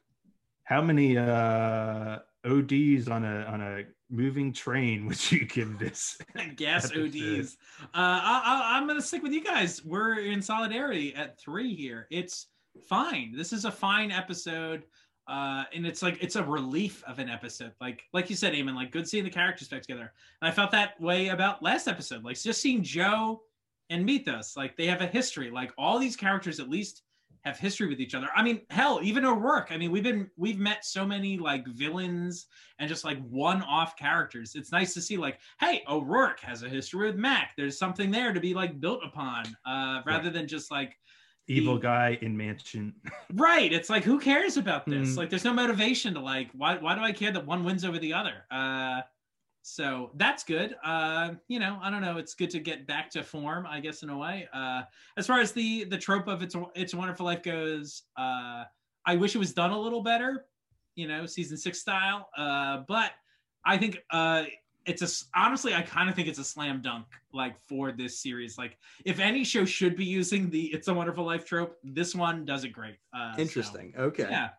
Speaker 5: How many uh ODs on a on a moving train would you give this?
Speaker 3: Gas
Speaker 5: Episode.
Speaker 3: ODs. Uh, I, I, I'm going to stick with you guys. We're in solidarity at three here. It's fine. This is a fine episode. Uh, and it's like it's a relief of an episode. Like like you said, Eamon, like good seeing the characters back together. And I felt that way about last episode. Like just seeing Joe and Mythos, like they have a history. Like all these characters at least have history with each other. I mean, hell, even O'Rourke. I mean, we've been we've met so many like villains and just like one-off characters. It's nice to see like, hey, O'Rourke has a history with Mac. There's something there to be like built upon, uh, rather than just like
Speaker 5: Evil
Speaker 3: The-
Speaker 5: guy in mansion.
Speaker 3: right. It's like who cares about this?
Speaker 4: Mhm.
Speaker 3: Like, there's no motivation to like why why do I care that one wins over the other? Uh, so that's good. Uh, you know, I don't know. It's good to get back to form, I guess, in a way. Uh, as far as the the trope of it's a, it's a wonderful life goes, uh, I wish it was done a little better, you know, season six style. Uh, but I think uh, it's a s- honestly, I kind of think it's a slam dunk like for this series. Like, if any show should be using the "It's a Wonderful Life" trope, this one does it great. Uh, so,
Speaker 4: Interesting. Okay.
Speaker 3: yeah.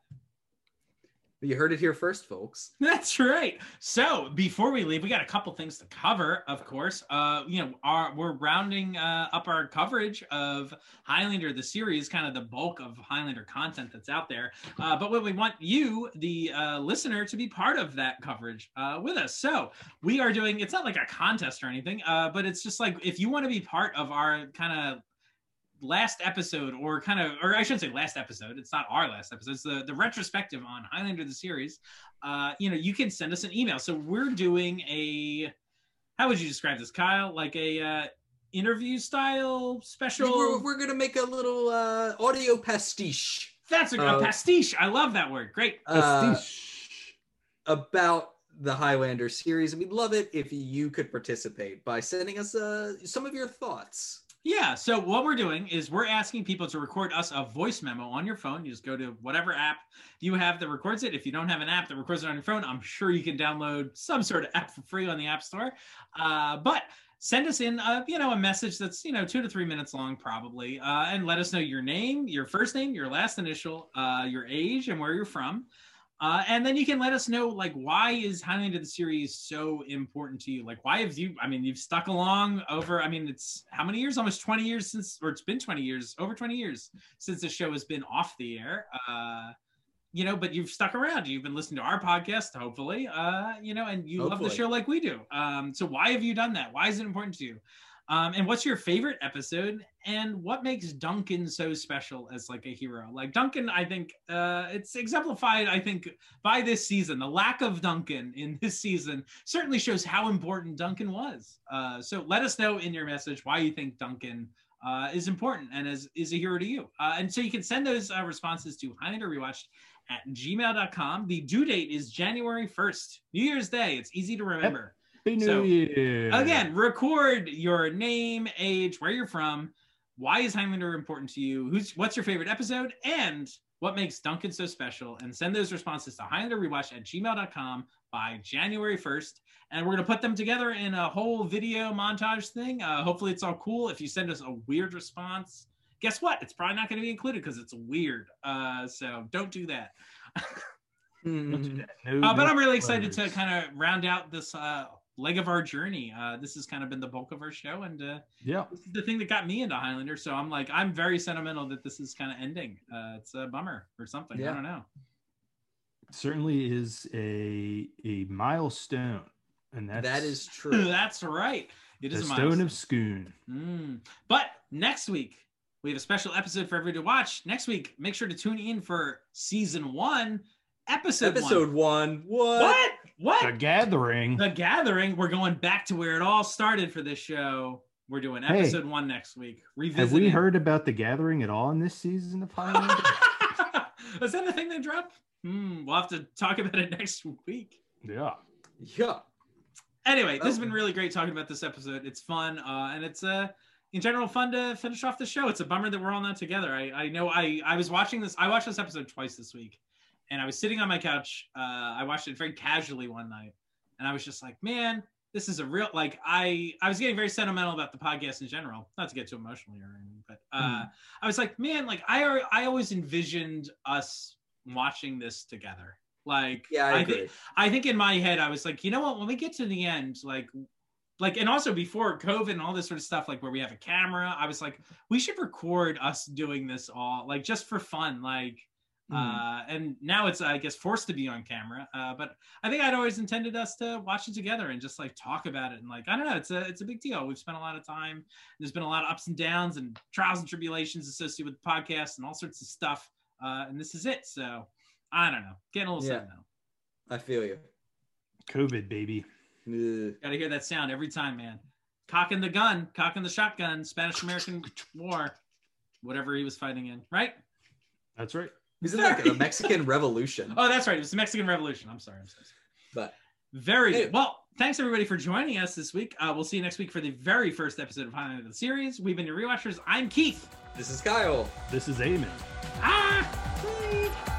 Speaker 4: You heard it here first, folks.
Speaker 3: That's right. So before we leave, we got a couple things to cover. Of course, uh, you know, our, we're rounding uh, up our coverage of Highlander the series, kind of the bulk of Highlander content that's out there. Uh, but what we want you, the uh, listener, to be part of that coverage uh, with us. So we are doing. It's not like a contest or anything, uh, but it's just like if you want to be part of our kind of last episode or kind of or i shouldn't say last episode it's not our last episode it's the, the retrospective on highlander the series uh, you know, you can send us an email. So we're doing a, how would you describe this, Kyle? Like a uh, interview style special.
Speaker 4: We're, we're gonna make a little uh, audio pastiche.
Speaker 3: That's a, a
Speaker 4: Uh,
Speaker 3: pastiche. I love that word. Great.
Speaker 4: uh,
Speaker 5: Pastiche.
Speaker 4: about the Highlander series. and We'd love it if you could participate by sending us uh, some of your thoughts.
Speaker 3: Yeah. So what we're doing is we're asking people to record us a voice memo on your phone. You just go to whatever app you have that records it. If you don't have an app that records it on your phone, I'm sure you can download some sort of app for free on the App Store. Uh, but send us in, a, you know, a message that's you know two to three minutes long, probably, uh, and let us know your name, your first name, your last initial, uh, your age, and where you're from. Uh, and then you can let us know like why is Highlander the series so important to you? Like why have you? I mean, you've stuck along over. I mean, it's how many years? Almost twenty years since, or it's been twenty years, over twenty years since the show has been off the air. Uh, you know, but you've stuck around. You've been listening to our podcast, hopefully. Uh, you know, and you love the
Speaker 4: Hopefully.
Speaker 3: show like we do. Um, so why have you done that? Why is it important to you? Um, and what's your favorite episode? And what makes Duncan so special as like a hero? Like Duncan, I think uh, it's exemplified. I think by this season. The lack of Duncan in this season certainly shows how important Duncan was. Uh, so let us know in your message why you think Duncan uh, is important and is, is a hero to you. Uh, and so you can send those uh, responses to Highlander Rewatched at gmail.com. The due date is January 1st, New Year's Day. It's easy to remember
Speaker 5: Happy New
Speaker 3: so,
Speaker 5: Year.
Speaker 3: again record your name age where you're from why is highlander important to you who's what's your favorite episode and what makes duncan so special and send those responses to highlanderrewatch at gmail.com by january 1st and we're going to put them together in a whole video montage thing uh, hopefully it's all cool if you send us a weird response guess what it's probably not going to be included because it's weird uh, so don't do that
Speaker 5: Don't do that. No,
Speaker 3: uh, but
Speaker 5: no
Speaker 3: I'm really excited to
Speaker 5: spoilers.
Speaker 3: kind of round out this uh, leg of our journey. Uh, this has kind of been the bulk of our show, and uh,
Speaker 5: Yeah.
Speaker 3: this is the thing that got me into Highlander. So I'm like, I'm very sentimental that this is kind of ending. Uh, it's a bummer or something. I
Speaker 4: Yeah.
Speaker 3: don't know.
Speaker 5: certainly is a a milestone, and that's
Speaker 4: That is true.
Speaker 3: That's right. It
Speaker 5: the
Speaker 3: is a
Speaker 5: stone
Speaker 3: milestone.
Speaker 5: of Scoon.
Speaker 3: Mm. But next week, we have a special episode for everyone to watch. Next week, make sure to tune in for season one, episode,
Speaker 4: Episode
Speaker 3: one.
Speaker 4: one. What?
Speaker 3: What? What?
Speaker 5: The Gathering.
Speaker 3: The Gathering. We're going back to where it all started for this show. We're doing
Speaker 5: Hey.
Speaker 3: episode one next week. Revisiting.
Speaker 5: Have we heard about the Gathering at all in this season of Highlander?
Speaker 3: Is that the thing they dropped? Hmm, we'll have to talk about it next week.
Speaker 5: yeah.
Speaker 4: Yeah.
Speaker 3: Anyway, this has
Speaker 4: Oh.
Speaker 3: been really great talking about this episode. It's fun, uh, and it's uh, in general fun to finish off the show. It's a bummer that we're all not together. I, I know I I was watching this. I watched this episode twice this week, and I was sitting on my couch. Uh, I watched it very casually one night, and I was just like, man, this is a real like I I was getting very sentimental about the podcast in general. Not to get too emotional here, or anything, but uh,
Speaker 4: Hmm.
Speaker 3: I was like, man, like I al- I always envisioned us watching this together. Like
Speaker 4: Yeah, I,
Speaker 3: thi-
Speaker 4: agree.
Speaker 3: I think in my head I was like, you know what? When we get to the end, like, like, and also before COVID and all this sort of stuff, like where we have a camera, I was like, we should record us doing this all, like, just for fun, like.
Speaker 4: Hmm.
Speaker 3: Uh, and now it's, I guess, forced to be on camera. Uh, but I think I'd always intended us to watch it together and just like talk about it and like I don't know, it's a it's a big deal. We've spent a lot of time. There's been a lot of ups and downs and trials and tribulations associated with the podcast and all sorts of stuff. Uh, and this is it. So I don't know, getting a little
Speaker 4: Yeah.
Speaker 3: sentimental.
Speaker 4: Hmm. I feel you.
Speaker 5: COVID, baby.
Speaker 4: Ugh.
Speaker 3: Got to hear that sound every time, man. Cocking the gun, cocking the shotgun, Spanish American War, whatever he was fighting in, right?
Speaker 5: That's right.
Speaker 4: Was it like the Mexican Revolution?
Speaker 3: Oh, that's right. It was the Mexican Revolution. I'm sorry. I'm so sorry.
Speaker 4: But
Speaker 3: Very
Speaker 4: Hey.
Speaker 3: good. Well, thanks everybody for joining us this week. Uh, we'll see you next week for the very first episode of Highlander the series. We've been your rewatchers. I'm Keith.
Speaker 4: this is Kyle.
Speaker 5: This is Amen.
Speaker 3: Ah!